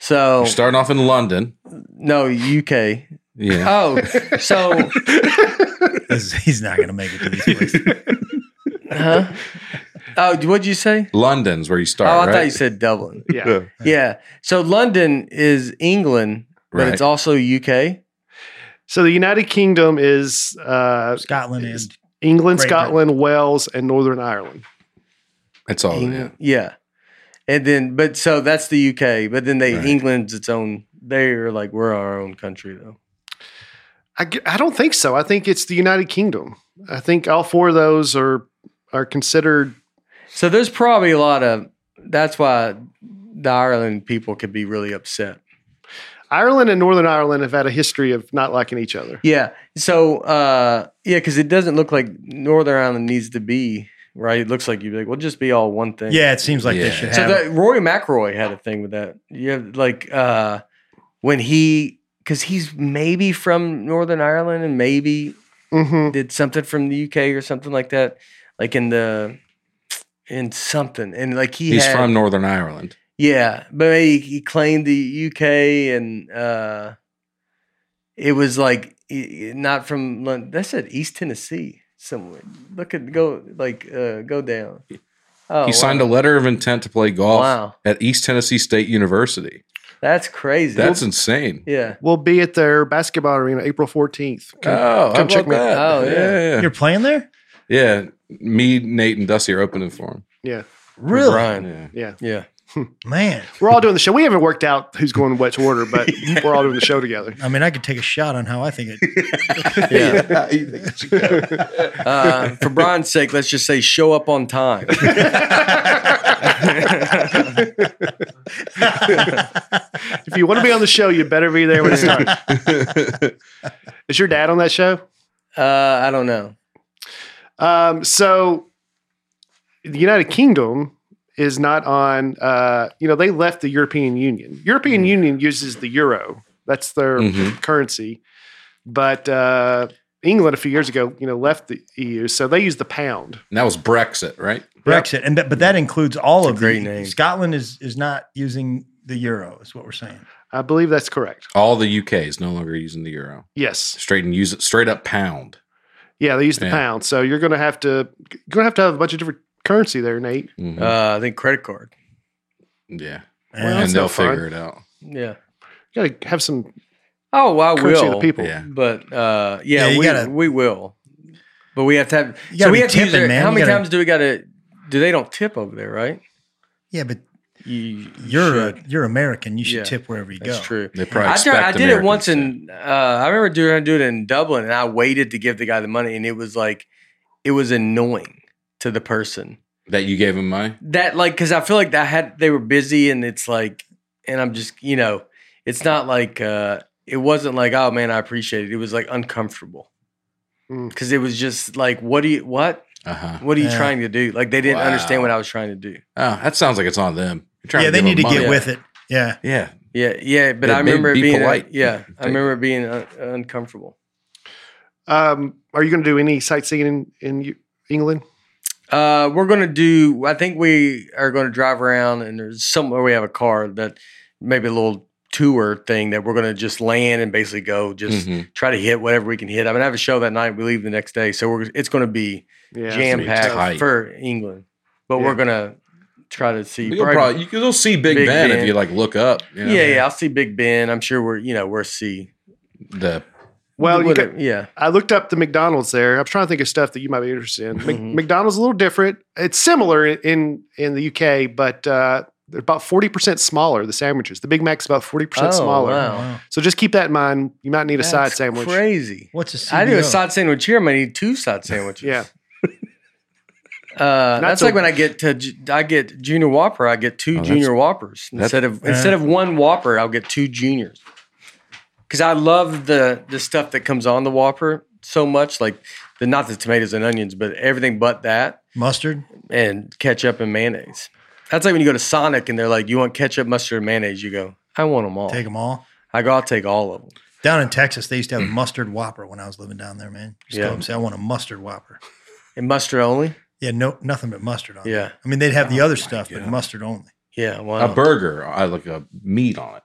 [SPEAKER 5] So
[SPEAKER 2] You're starting off in London.
[SPEAKER 5] no UK.
[SPEAKER 2] Yeah.
[SPEAKER 5] Oh, so
[SPEAKER 6] He's- He's not gonna make it to these places.
[SPEAKER 5] huh? Oh, what'd you say?
[SPEAKER 2] London's where
[SPEAKER 5] Oh,
[SPEAKER 2] you start.
[SPEAKER 5] I
[SPEAKER 2] right?
[SPEAKER 5] thought you said Dublin.
[SPEAKER 4] yeah.
[SPEAKER 5] Yeah. So London is England, but
[SPEAKER 2] Right.
[SPEAKER 5] it's also UK.
[SPEAKER 4] So the United Kingdom is uh,
[SPEAKER 6] Scotland is
[SPEAKER 4] England,
[SPEAKER 6] Great Britain.
[SPEAKER 4] Scotland, Wales, and Northern Ireland.
[SPEAKER 2] It's all yeah.
[SPEAKER 5] Eng- yeah. And then, but so that's the UK. But then they
[SPEAKER 2] Right.
[SPEAKER 5] England's its own. They're like we're our own country though.
[SPEAKER 4] I, g- I don't think so. I think it's the United Kingdom. I think all four of those are are considered.
[SPEAKER 5] So there's probably a lot of. That's why the Ireland people could be really upset.
[SPEAKER 4] Ireland and Northern Ireland have had a history of not liking each other.
[SPEAKER 5] Yeah. So uh, yeah, because it doesn't look like Northern Ireland needs to be right. It looks like you'd be like, we'll just be all one thing.
[SPEAKER 6] Yeah, it seems like
[SPEAKER 2] Yeah.
[SPEAKER 6] they should
[SPEAKER 5] So
[SPEAKER 6] have.
[SPEAKER 5] that Roy McRoy had a thing with that. Yeah, like uh when he because he's maybe from Northern Ireland and maybe
[SPEAKER 4] hmm
[SPEAKER 5] did something from the UK or something like that, like in the in something and like he
[SPEAKER 2] He's
[SPEAKER 5] had,
[SPEAKER 2] from Northern Ireland.
[SPEAKER 5] yeah, but he, he claimed the UK and uh it was like e- e- not from London. That said East Tennessee somewhere. Look at go like uh go down. Oh,
[SPEAKER 2] he signed a
[SPEAKER 5] wow.
[SPEAKER 2] letter of intent to play golf
[SPEAKER 5] Wow,
[SPEAKER 2] at East Tennessee State University.
[SPEAKER 5] that's crazy.
[SPEAKER 2] That's insane.
[SPEAKER 5] Yeah.
[SPEAKER 4] We'll be at their basketball arena April fourteenth.
[SPEAKER 2] oh,
[SPEAKER 4] come
[SPEAKER 2] how
[SPEAKER 4] check
[SPEAKER 2] about
[SPEAKER 4] me out.
[SPEAKER 2] that?
[SPEAKER 5] Oh,
[SPEAKER 2] yeah.
[SPEAKER 6] You're playing there?
[SPEAKER 2] yeah. Yeah. Me, Nate, and Dusty are opening for him.
[SPEAKER 6] Really?
[SPEAKER 5] Brian.
[SPEAKER 2] Yeah.
[SPEAKER 4] Yeah,
[SPEAKER 5] Yeah.
[SPEAKER 6] Man,
[SPEAKER 4] we're all doing the show. We haven't worked out who's going in which order, but we're all doing the show together.
[SPEAKER 6] I mean, I could take a shot on how I think it.
[SPEAKER 5] Yeah. Uh, for Brian's sake, let's just say show up on time.
[SPEAKER 4] If you want to be on the show, you better be there when it starts. Is your dad on that show?
[SPEAKER 5] Uh, I don't know.
[SPEAKER 4] Um, so the United Kingdom is not on. Uh, you know, they left the European Union. European Union uses the euro. That's their
[SPEAKER 2] Mhm.
[SPEAKER 4] currency. But uh, England a few years ago, you know, left the EU, so they use the pound.
[SPEAKER 2] And that was Brexit, right?
[SPEAKER 6] Brexit, and but, but that includes all of
[SPEAKER 5] great
[SPEAKER 6] the
[SPEAKER 5] name.
[SPEAKER 6] Scotland is is not using the euro. Is what we're saying.
[SPEAKER 4] I believe that's correct.
[SPEAKER 2] All the UK is no longer using the euro.
[SPEAKER 4] Yes,
[SPEAKER 2] Straight and use it straight up pound.
[SPEAKER 4] yeah, they use the
[SPEAKER 2] Yeah.
[SPEAKER 4] pound. So you're going to have to you're going to have to have a bunch of different currency there, Nate.
[SPEAKER 2] Mhm.
[SPEAKER 5] Uh, I think credit card.
[SPEAKER 2] yeah.
[SPEAKER 6] And
[SPEAKER 4] well,
[SPEAKER 2] And
[SPEAKER 4] that's
[SPEAKER 2] they'll
[SPEAKER 4] not fun.
[SPEAKER 2] figure it out.
[SPEAKER 5] Yeah.
[SPEAKER 4] You got to have some
[SPEAKER 5] Oh, well, I
[SPEAKER 4] currency of the
[SPEAKER 5] will.
[SPEAKER 4] people.
[SPEAKER 2] Yeah.
[SPEAKER 5] But uh, yeah,
[SPEAKER 6] Yeah, you
[SPEAKER 5] we
[SPEAKER 6] gotta-
[SPEAKER 5] we will. But we have to have. So
[SPEAKER 6] You gotta
[SPEAKER 5] we
[SPEAKER 6] be
[SPEAKER 5] have to use
[SPEAKER 6] tipping,
[SPEAKER 5] their-
[SPEAKER 6] man.
[SPEAKER 5] How
[SPEAKER 6] You
[SPEAKER 5] many
[SPEAKER 6] gotta-
[SPEAKER 5] times do we got to? Do they don't tip over there, right?
[SPEAKER 6] yeah, but
[SPEAKER 5] You, you
[SPEAKER 6] you're
[SPEAKER 5] should.
[SPEAKER 6] a, you're American. You should
[SPEAKER 5] Yeah,
[SPEAKER 6] tip wherever you
[SPEAKER 5] That's
[SPEAKER 6] go.
[SPEAKER 5] true.
[SPEAKER 2] They probably
[SPEAKER 5] I,
[SPEAKER 2] expect
[SPEAKER 5] tried, I did it
[SPEAKER 2] Americans
[SPEAKER 5] once
[SPEAKER 2] to.
[SPEAKER 5] in. Uh, I remember doing doing it in Dublin, and I waited to give the guy the money, and it was like, it was annoying to the person
[SPEAKER 2] that you gave him money.
[SPEAKER 5] that like because I feel like I had they were busy, and it's like, and I'm just you know, it's not like uh, it wasn't like oh man I appreciate it. It was like uncomfortable
[SPEAKER 4] Mm.
[SPEAKER 5] because it was just like what do you what
[SPEAKER 2] Uh huh.
[SPEAKER 5] what are you
[SPEAKER 6] Yeah.
[SPEAKER 5] trying to do? Like they didn't understand
[SPEAKER 2] Wow.
[SPEAKER 5] what I was trying to do.
[SPEAKER 2] Oh, that sounds like it's on them. You're trying
[SPEAKER 6] Yeah, they
[SPEAKER 2] give
[SPEAKER 6] need to
[SPEAKER 2] them
[SPEAKER 6] get
[SPEAKER 2] money.
[SPEAKER 6] with it. Yeah,
[SPEAKER 2] Yeah.
[SPEAKER 5] Yeah, yeah, but
[SPEAKER 2] Yeah,
[SPEAKER 5] I
[SPEAKER 2] be-
[SPEAKER 5] remember it
[SPEAKER 2] be
[SPEAKER 5] being uh,
[SPEAKER 2] polite.
[SPEAKER 5] yeah, I
[SPEAKER 2] Take-
[SPEAKER 5] remember it being un- uncomfortable.
[SPEAKER 4] Um, are you going to do any sightseeing in, in Eu- England?
[SPEAKER 5] Uh, we're gonna do. I think we are gonna drive around, and there's somewhere we have a car that maybe a little tour thing that we're gonna just land and basically go just
[SPEAKER 1] Mm-hmm.
[SPEAKER 2] Mhm.
[SPEAKER 5] try to hit whatever we can hit. I mean, I have a show that night. We leave the next day, so we're it's gonna be
[SPEAKER 4] Yeah,
[SPEAKER 5] jam
[SPEAKER 2] tight.
[SPEAKER 5] packed for England. But
[SPEAKER 4] Yeah.
[SPEAKER 5] we're gonna try to see.
[SPEAKER 2] You'll
[SPEAKER 5] probably-
[SPEAKER 2] probably you, you'll see Big,
[SPEAKER 5] Big
[SPEAKER 2] ben,
[SPEAKER 5] Ben.
[SPEAKER 2] if you like look up. you know,
[SPEAKER 5] yeah, yeah, I'll see Big Ben. I'm sure we're you know we're see.
[SPEAKER 2] The
[SPEAKER 4] Well, you
[SPEAKER 5] Whatever,
[SPEAKER 4] got,
[SPEAKER 5] yeah,
[SPEAKER 4] I looked up the McDonald's there. I'm trying to think of stuff that you might be interested in. Mc,
[SPEAKER 5] Mhm.
[SPEAKER 4] McDonald's a little different. It's similar in in the UK, but uh, they're about 40% smaller. The sandwiches, the Big Mac's about 40%
[SPEAKER 5] Oh,
[SPEAKER 4] smaller.
[SPEAKER 5] wow.
[SPEAKER 6] Wow.
[SPEAKER 4] So just keep that in mind. You might need a side
[SPEAKER 5] That's
[SPEAKER 4] sandwich.
[SPEAKER 5] Crazy.
[SPEAKER 6] What's a CBO?
[SPEAKER 5] I do a side sandwich here. I might need two side sandwiches.
[SPEAKER 4] Yeah,
[SPEAKER 5] Uh, that's
[SPEAKER 4] so-
[SPEAKER 5] like when I get to ju- I get junior whopper, I get two
[SPEAKER 2] that's-
[SPEAKER 5] junior whoppers instead of
[SPEAKER 6] Yeah.
[SPEAKER 5] instead of one whopper, I'll get two juniors. Because I love the the stuff that comes on the whopper so much, like the not the tomatoes and onions, but everything but that
[SPEAKER 6] mustard.
[SPEAKER 5] and ketchup and mayonnaise. That's like when you go to Sonic and they're like, "You want ketchup, mustard, and mayonnaise?" You go, "I want them all."
[SPEAKER 6] Take them all.
[SPEAKER 5] I go, "I'll take all of them."
[SPEAKER 6] Down in Texas, they used to have a mustard whopper when I was living down there, man. Just
[SPEAKER 5] Yeah.
[SPEAKER 6] go up and say, I want a mustard whopper.
[SPEAKER 5] And mustard only.
[SPEAKER 6] Yeah, no, nothing but mustard on it.
[SPEAKER 5] Yeah,
[SPEAKER 6] I mean, they'd have the
[SPEAKER 2] Oh
[SPEAKER 6] other
[SPEAKER 2] my
[SPEAKER 6] stuff, but
[SPEAKER 2] God.
[SPEAKER 6] mustard only.
[SPEAKER 5] yeah. Wow.
[SPEAKER 2] a burger, I like a meat on it.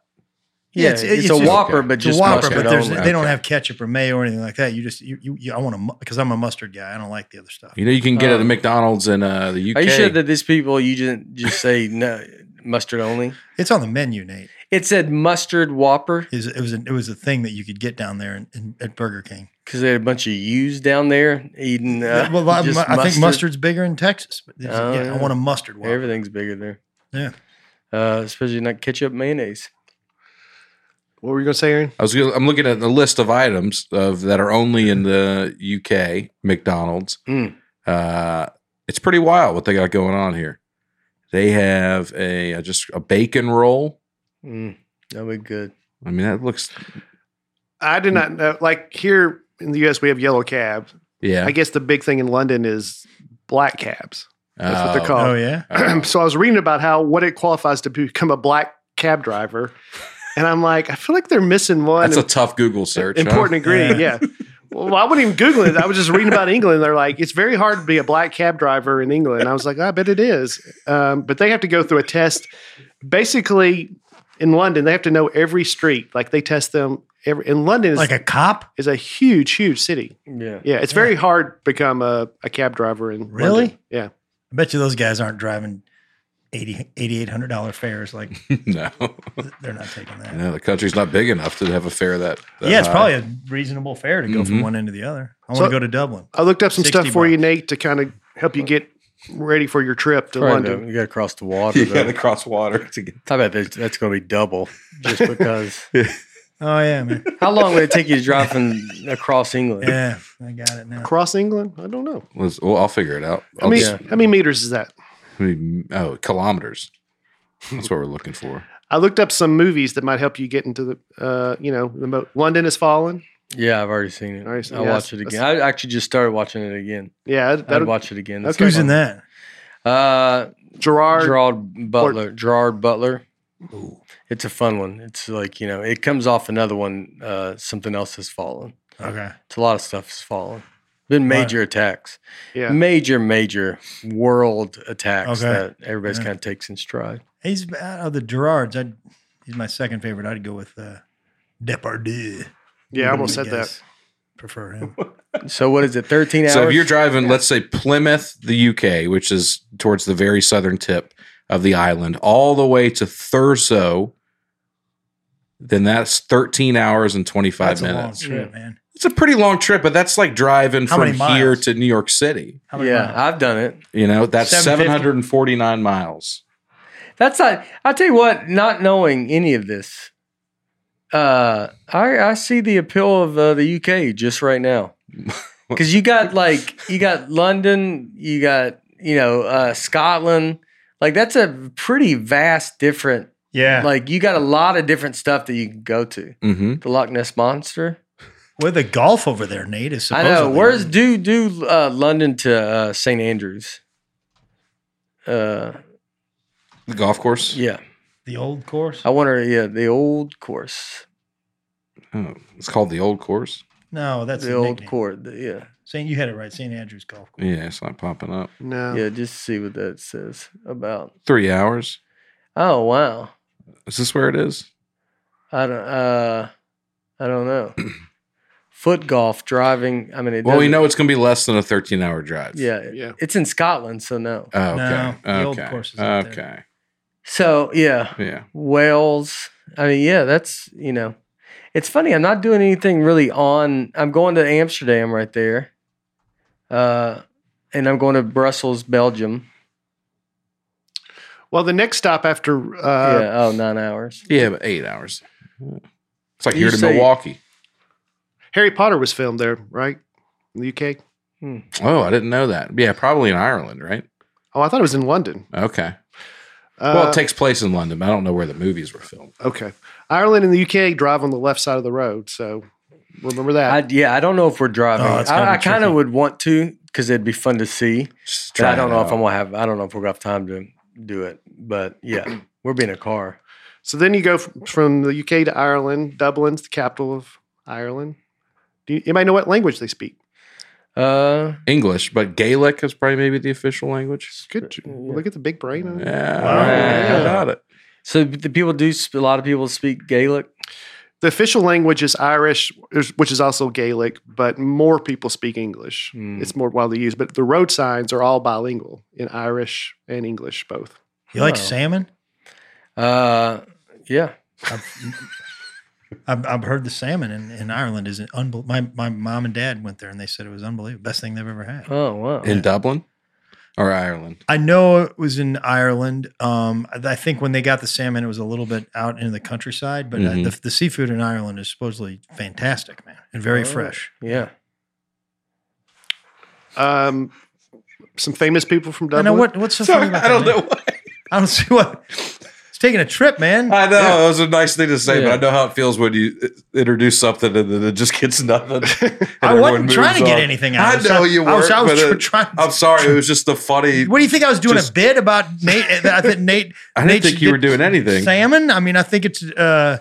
[SPEAKER 5] Yeah, it's, a
[SPEAKER 6] just-
[SPEAKER 5] Whopper,
[SPEAKER 2] okay.
[SPEAKER 5] but
[SPEAKER 6] It's a
[SPEAKER 5] just
[SPEAKER 6] Whopper,
[SPEAKER 5] mustard
[SPEAKER 6] but there's,
[SPEAKER 5] only.
[SPEAKER 6] they don't
[SPEAKER 2] Okay.
[SPEAKER 6] have ketchup or mayo or anything like that. You just, you, you, you I want to, because I'm a mustard guy. I don't like the other stuff.
[SPEAKER 2] You know, you can get it
[SPEAKER 5] Oh.
[SPEAKER 2] at McDonald's in uh, the UK.
[SPEAKER 5] Are you sure that these people you didn't just say no mustard only?
[SPEAKER 6] It's on the menu, Nate.
[SPEAKER 5] It said mustard Whopper
[SPEAKER 6] It was, it was, a, it was a thing that you could get down there in, in, at Burger King.
[SPEAKER 5] because they had a bunch of yous down there eating. Uh,
[SPEAKER 6] well, I,
[SPEAKER 5] just
[SPEAKER 6] I think mustard's bigger in Texas. But it's-
[SPEAKER 5] Oh,
[SPEAKER 6] yeah,
[SPEAKER 5] yeah.
[SPEAKER 6] I want a mustard whopper.
[SPEAKER 5] Everything's bigger there.
[SPEAKER 6] Yeah.
[SPEAKER 5] uh, especially not ketchup mayonnaise.
[SPEAKER 4] what were you going to say, Aaron?
[SPEAKER 2] I was. Gonna, I'm looking at the list of items of that are only in the UK McDonald's.
[SPEAKER 4] Hmm.
[SPEAKER 5] Mm.
[SPEAKER 2] Uh, it's pretty wild what they got going on here. They have a, a- just a bacon roll.
[SPEAKER 5] Mm, that would be good.
[SPEAKER 2] I mean, that looks
[SPEAKER 4] I did not know. Like here in the US, we have yellow cab.
[SPEAKER 2] yeah.
[SPEAKER 4] I guess the big thing in London is black cabs. That's what they're
[SPEAKER 2] Oh,
[SPEAKER 4] called.
[SPEAKER 6] Oh, yeah.
[SPEAKER 2] oh.
[SPEAKER 4] so I was reading about how what it qualifies to become a black cab driver, and I'm like, I feel like they're missing one
[SPEAKER 2] That's a tough Google search. huh?
[SPEAKER 4] important ingredient. Yeah. Well, I wouldn't even Google it. I was just reading about England. They're like, it's very hard to be a black cab driver in England. I was like, I bet it is. Um, but they have to go through a test. Basically, in London, they have to know every street. Like they test them. Every, in London is,
[SPEAKER 6] Like a cop?
[SPEAKER 4] is a huge, huge city.
[SPEAKER 5] Yeah,
[SPEAKER 4] Yeah, it's very hard to become a, a cab driver in
[SPEAKER 6] Really?
[SPEAKER 4] London. Yeah.
[SPEAKER 6] I bet you those guys aren't driving 80 $8,800 fares. Like,
[SPEAKER 2] no,
[SPEAKER 6] they're not taking that.
[SPEAKER 2] no, the country's not big enough to have a fare that. that
[SPEAKER 6] yeah, it's
[SPEAKER 2] high.
[SPEAKER 6] probably a reasonable fare to go from
[SPEAKER 2] Mhm.
[SPEAKER 6] one end to the other. I
[SPEAKER 4] So-
[SPEAKER 6] want to go to Dublin.
[SPEAKER 4] I looked up some
[SPEAKER 6] 60
[SPEAKER 4] stuff for you,
[SPEAKER 6] bucks.
[SPEAKER 4] Nate, to kind of help you get ready for your trip to
[SPEAKER 5] Probably
[SPEAKER 4] London.
[SPEAKER 5] don't- you got to cross the water.
[SPEAKER 2] You
[SPEAKER 5] Yeah,
[SPEAKER 2] got to cross water to get.
[SPEAKER 5] I bet that's, that's going to be double just because.
[SPEAKER 6] Oh yeah, man.
[SPEAKER 5] How long would it take you to drive from across England?
[SPEAKER 6] yeah, I got it now.
[SPEAKER 4] Across England? I don't know.
[SPEAKER 2] Let's, well, I'll figure it out.
[SPEAKER 4] How
[SPEAKER 2] I'll
[SPEAKER 4] many,
[SPEAKER 2] just-
[SPEAKER 4] how many meters is that?
[SPEAKER 2] I mean, oh, kilometers. That's what we're looking for.
[SPEAKER 4] I looked up some movies that might help you get into the, uh, you know, the mo- London is fallen.
[SPEAKER 5] Yeah, I've already seen it.
[SPEAKER 4] Already seen-
[SPEAKER 5] I'll
[SPEAKER 4] yeah,
[SPEAKER 5] watch it
[SPEAKER 4] that's-
[SPEAKER 5] again. I actually just started watching it again.
[SPEAKER 4] Yeah,
[SPEAKER 5] I'd
[SPEAKER 4] that
[SPEAKER 5] watch it again.
[SPEAKER 4] okay.
[SPEAKER 6] Who's
[SPEAKER 5] fun.
[SPEAKER 6] in that?
[SPEAKER 5] Uh,
[SPEAKER 4] Gerard.
[SPEAKER 5] Gerard Butler. Gerard Butler. It's a fun one. It's like you know, it comes off another one. Uh, something uh, else has fallen.
[SPEAKER 6] Okay.
[SPEAKER 5] It's a lot of stuff has fallen. Been major attacks,
[SPEAKER 4] Yeah.
[SPEAKER 5] major, major world attacks
[SPEAKER 6] Okay.
[SPEAKER 5] that everybody's
[SPEAKER 6] Yeah.
[SPEAKER 5] kind of takes in stride.
[SPEAKER 6] He's out of the Gerards. I'd, he's my second favorite. I'd go with uh, Depardieu.
[SPEAKER 4] Yeah, I almost
[SPEAKER 6] I
[SPEAKER 4] said that.
[SPEAKER 6] guess. Prefer him.
[SPEAKER 5] So what is it? Thirteen hours.
[SPEAKER 2] So if you're driving, let's say Plymouth, the UK, which is towards the very southern tip of the island, all the way to Thurso, then that's 13 hours and 25
[SPEAKER 6] That's a long
[SPEAKER 2] minutes.
[SPEAKER 6] trip, man.
[SPEAKER 2] it's a pretty long trip, but that's like driving
[SPEAKER 6] How
[SPEAKER 2] from
[SPEAKER 6] many miles?
[SPEAKER 2] here to New York City.
[SPEAKER 6] How many
[SPEAKER 5] yeah,
[SPEAKER 6] miles?
[SPEAKER 5] I've done it.
[SPEAKER 2] You know, that's
[SPEAKER 6] 750.
[SPEAKER 2] 749 miles.
[SPEAKER 5] That's not. I'll tell you what. Not knowing any of this, uh, I I see the appeal of uh, the UK just right now, because you got like you got London, you got you know uh, Scotland. Like that's a pretty vast different.
[SPEAKER 6] yeah.
[SPEAKER 5] Like you got a lot of different stuff that you can go to.
[SPEAKER 2] Mm-hmm.
[SPEAKER 5] The Loch Ness monster.
[SPEAKER 6] Where the golf over there, Nate, is supposedly.
[SPEAKER 5] I know. Where's do do uh, London to uh, St Andrews? Uh,
[SPEAKER 2] The golf course.
[SPEAKER 5] yeah.
[SPEAKER 6] the old course?
[SPEAKER 5] I wonder. Yeah, the old course,
[SPEAKER 2] Oh, it's called the old course.
[SPEAKER 6] No, that's
[SPEAKER 5] the old court. the- yeah.
[SPEAKER 6] Saint, you had it right. St. Andrew's Golf Course.
[SPEAKER 2] Yeah, it's not popping up.
[SPEAKER 4] No.
[SPEAKER 5] Yeah, just see what that says about.
[SPEAKER 2] Three hours.
[SPEAKER 5] Oh wow,
[SPEAKER 2] Is this where it is?
[SPEAKER 5] I don't. Uh, I don't know. Foot golf driving. I mean, it
[SPEAKER 2] Well, we
[SPEAKER 5] doesn't-
[SPEAKER 2] know it's going to be less than a 13 hour drive.
[SPEAKER 5] Yeah,
[SPEAKER 4] Yeah.
[SPEAKER 5] it's in Scotland, so no.
[SPEAKER 2] Oh, okay.
[SPEAKER 6] No, the old
[SPEAKER 2] okay.
[SPEAKER 6] course is out
[SPEAKER 2] okay.
[SPEAKER 5] So yeah,
[SPEAKER 2] Yeah.
[SPEAKER 5] Wales. I mean, yeah, that's you know, it's funny. I'm not doing anything really on. I'm going to Amsterdam right there, uh, and I'm going to Brussels, Belgium.
[SPEAKER 4] Well, the next stop after uh,
[SPEAKER 5] yeah, oh, nine hours.
[SPEAKER 2] Yeah, but eight hours. It's like
[SPEAKER 5] You
[SPEAKER 2] here to
[SPEAKER 5] say-
[SPEAKER 2] Milwaukee.
[SPEAKER 4] Harry Potter was filmed there, right? In the UK.
[SPEAKER 2] Oh, I didn't know that. Yeah, probably in Ireland, right?
[SPEAKER 4] Oh, I thought it was in London.
[SPEAKER 2] Okay.
[SPEAKER 4] Uh,
[SPEAKER 2] Well, it takes place in London. but I don't know where the movies were filmed.
[SPEAKER 4] okay. Ireland and the UK drive on the left side of the road, so remember that.
[SPEAKER 5] I, yeah, I don't know if we're driving.
[SPEAKER 6] Oh, that's
[SPEAKER 5] I,
[SPEAKER 6] kinda
[SPEAKER 5] I kind of
[SPEAKER 6] tricky.
[SPEAKER 5] would want to because it'd be fun to see.
[SPEAKER 2] Just
[SPEAKER 5] But I
[SPEAKER 2] trying
[SPEAKER 5] don't
[SPEAKER 2] it
[SPEAKER 5] know if
[SPEAKER 2] out.
[SPEAKER 5] I'm gonna have. I don't know if we're gonna have time to do it. But yeah, we're being a car.
[SPEAKER 4] So then you go f- from the UK to Ireland. Dublin's the capital of Ireland. Do you, anybody know what language they speak?
[SPEAKER 5] Uh,
[SPEAKER 2] English, but Gaelic is probably maybe the official language.
[SPEAKER 4] It's good. Look at the big brain. on it.
[SPEAKER 2] Yeah,
[SPEAKER 6] Wow.
[SPEAKER 2] yeah, how about it?
[SPEAKER 5] so the people do. sp- A lot of people speak Gaelic.
[SPEAKER 4] The official language is Irish, is- which is also Gaelic, but more people speak English.
[SPEAKER 5] Hmm.
[SPEAKER 4] It's more widely used. But the road signs are all bilingual in Irish and English both.
[SPEAKER 6] You like
[SPEAKER 5] Oh.
[SPEAKER 6] salmon?
[SPEAKER 5] Uh, yeah.
[SPEAKER 6] I've, I've heard the salmon in, in Ireland is unbelievable. My, my mom and dad went there and they said it was unbelievable. Best thing they've ever had.
[SPEAKER 5] Oh wow.
[SPEAKER 2] In Dublin or Ireland?
[SPEAKER 6] I know it was in Ireland. Um, I- I think when they got the salmon, it was a little bit out in the countryside, but uh
[SPEAKER 2] Mhm.
[SPEAKER 6] the, the seafood in Ireland is supposedly fantastic, man, and very
[SPEAKER 5] Oh.
[SPEAKER 6] fresh.
[SPEAKER 5] yeah.
[SPEAKER 4] Um, some famous people from
[SPEAKER 6] I
[SPEAKER 4] Dublin.
[SPEAKER 6] know what what's so funny about
[SPEAKER 2] I don't
[SPEAKER 6] that, man?
[SPEAKER 2] know. Why.
[SPEAKER 6] I don't see what. It's taking a trip, man.
[SPEAKER 2] I know that was a nice thing to say,
[SPEAKER 5] Yeah.
[SPEAKER 2] but I know how it feels when you uh, introduce something and then it just gets nothing. and
[SPEAKER 6] I
[SPEAKER 2] everyone
[SPEAKER 6] wasn't trying to
[SPEAKER 2] moves
[SPEAKER 6] get
[SPEAKER 2] on.
[SPEAKER 6] anything out.
[SPEAKER 2] I
[SPEAKER 6] of it.
[SPEAKER 2] know you
[SPEAKER 6] I was,
[SPEAKER 2] weren't.
[SPEAKER 6] I was
[SPEAKER 2] but, uh,
[SPEAKER 6] tr- trying.
[SPEAKER 2] I'm sorry. It was just the funny.
[SPEAKER 6] What do you think I was doing
[SPEAKER 2] Just-
[SPEAKER 6] a bit about Nate? I think Nate.
[SPEAKER 2] I didn't
[SPEAKER 6] Nate
[SPEAKER 2] think you were
[SPEAKER 6] did
[SPEAKER 2] doing anything.
[SPEAKER 6] Salmon. I mean, I think it's. Uh,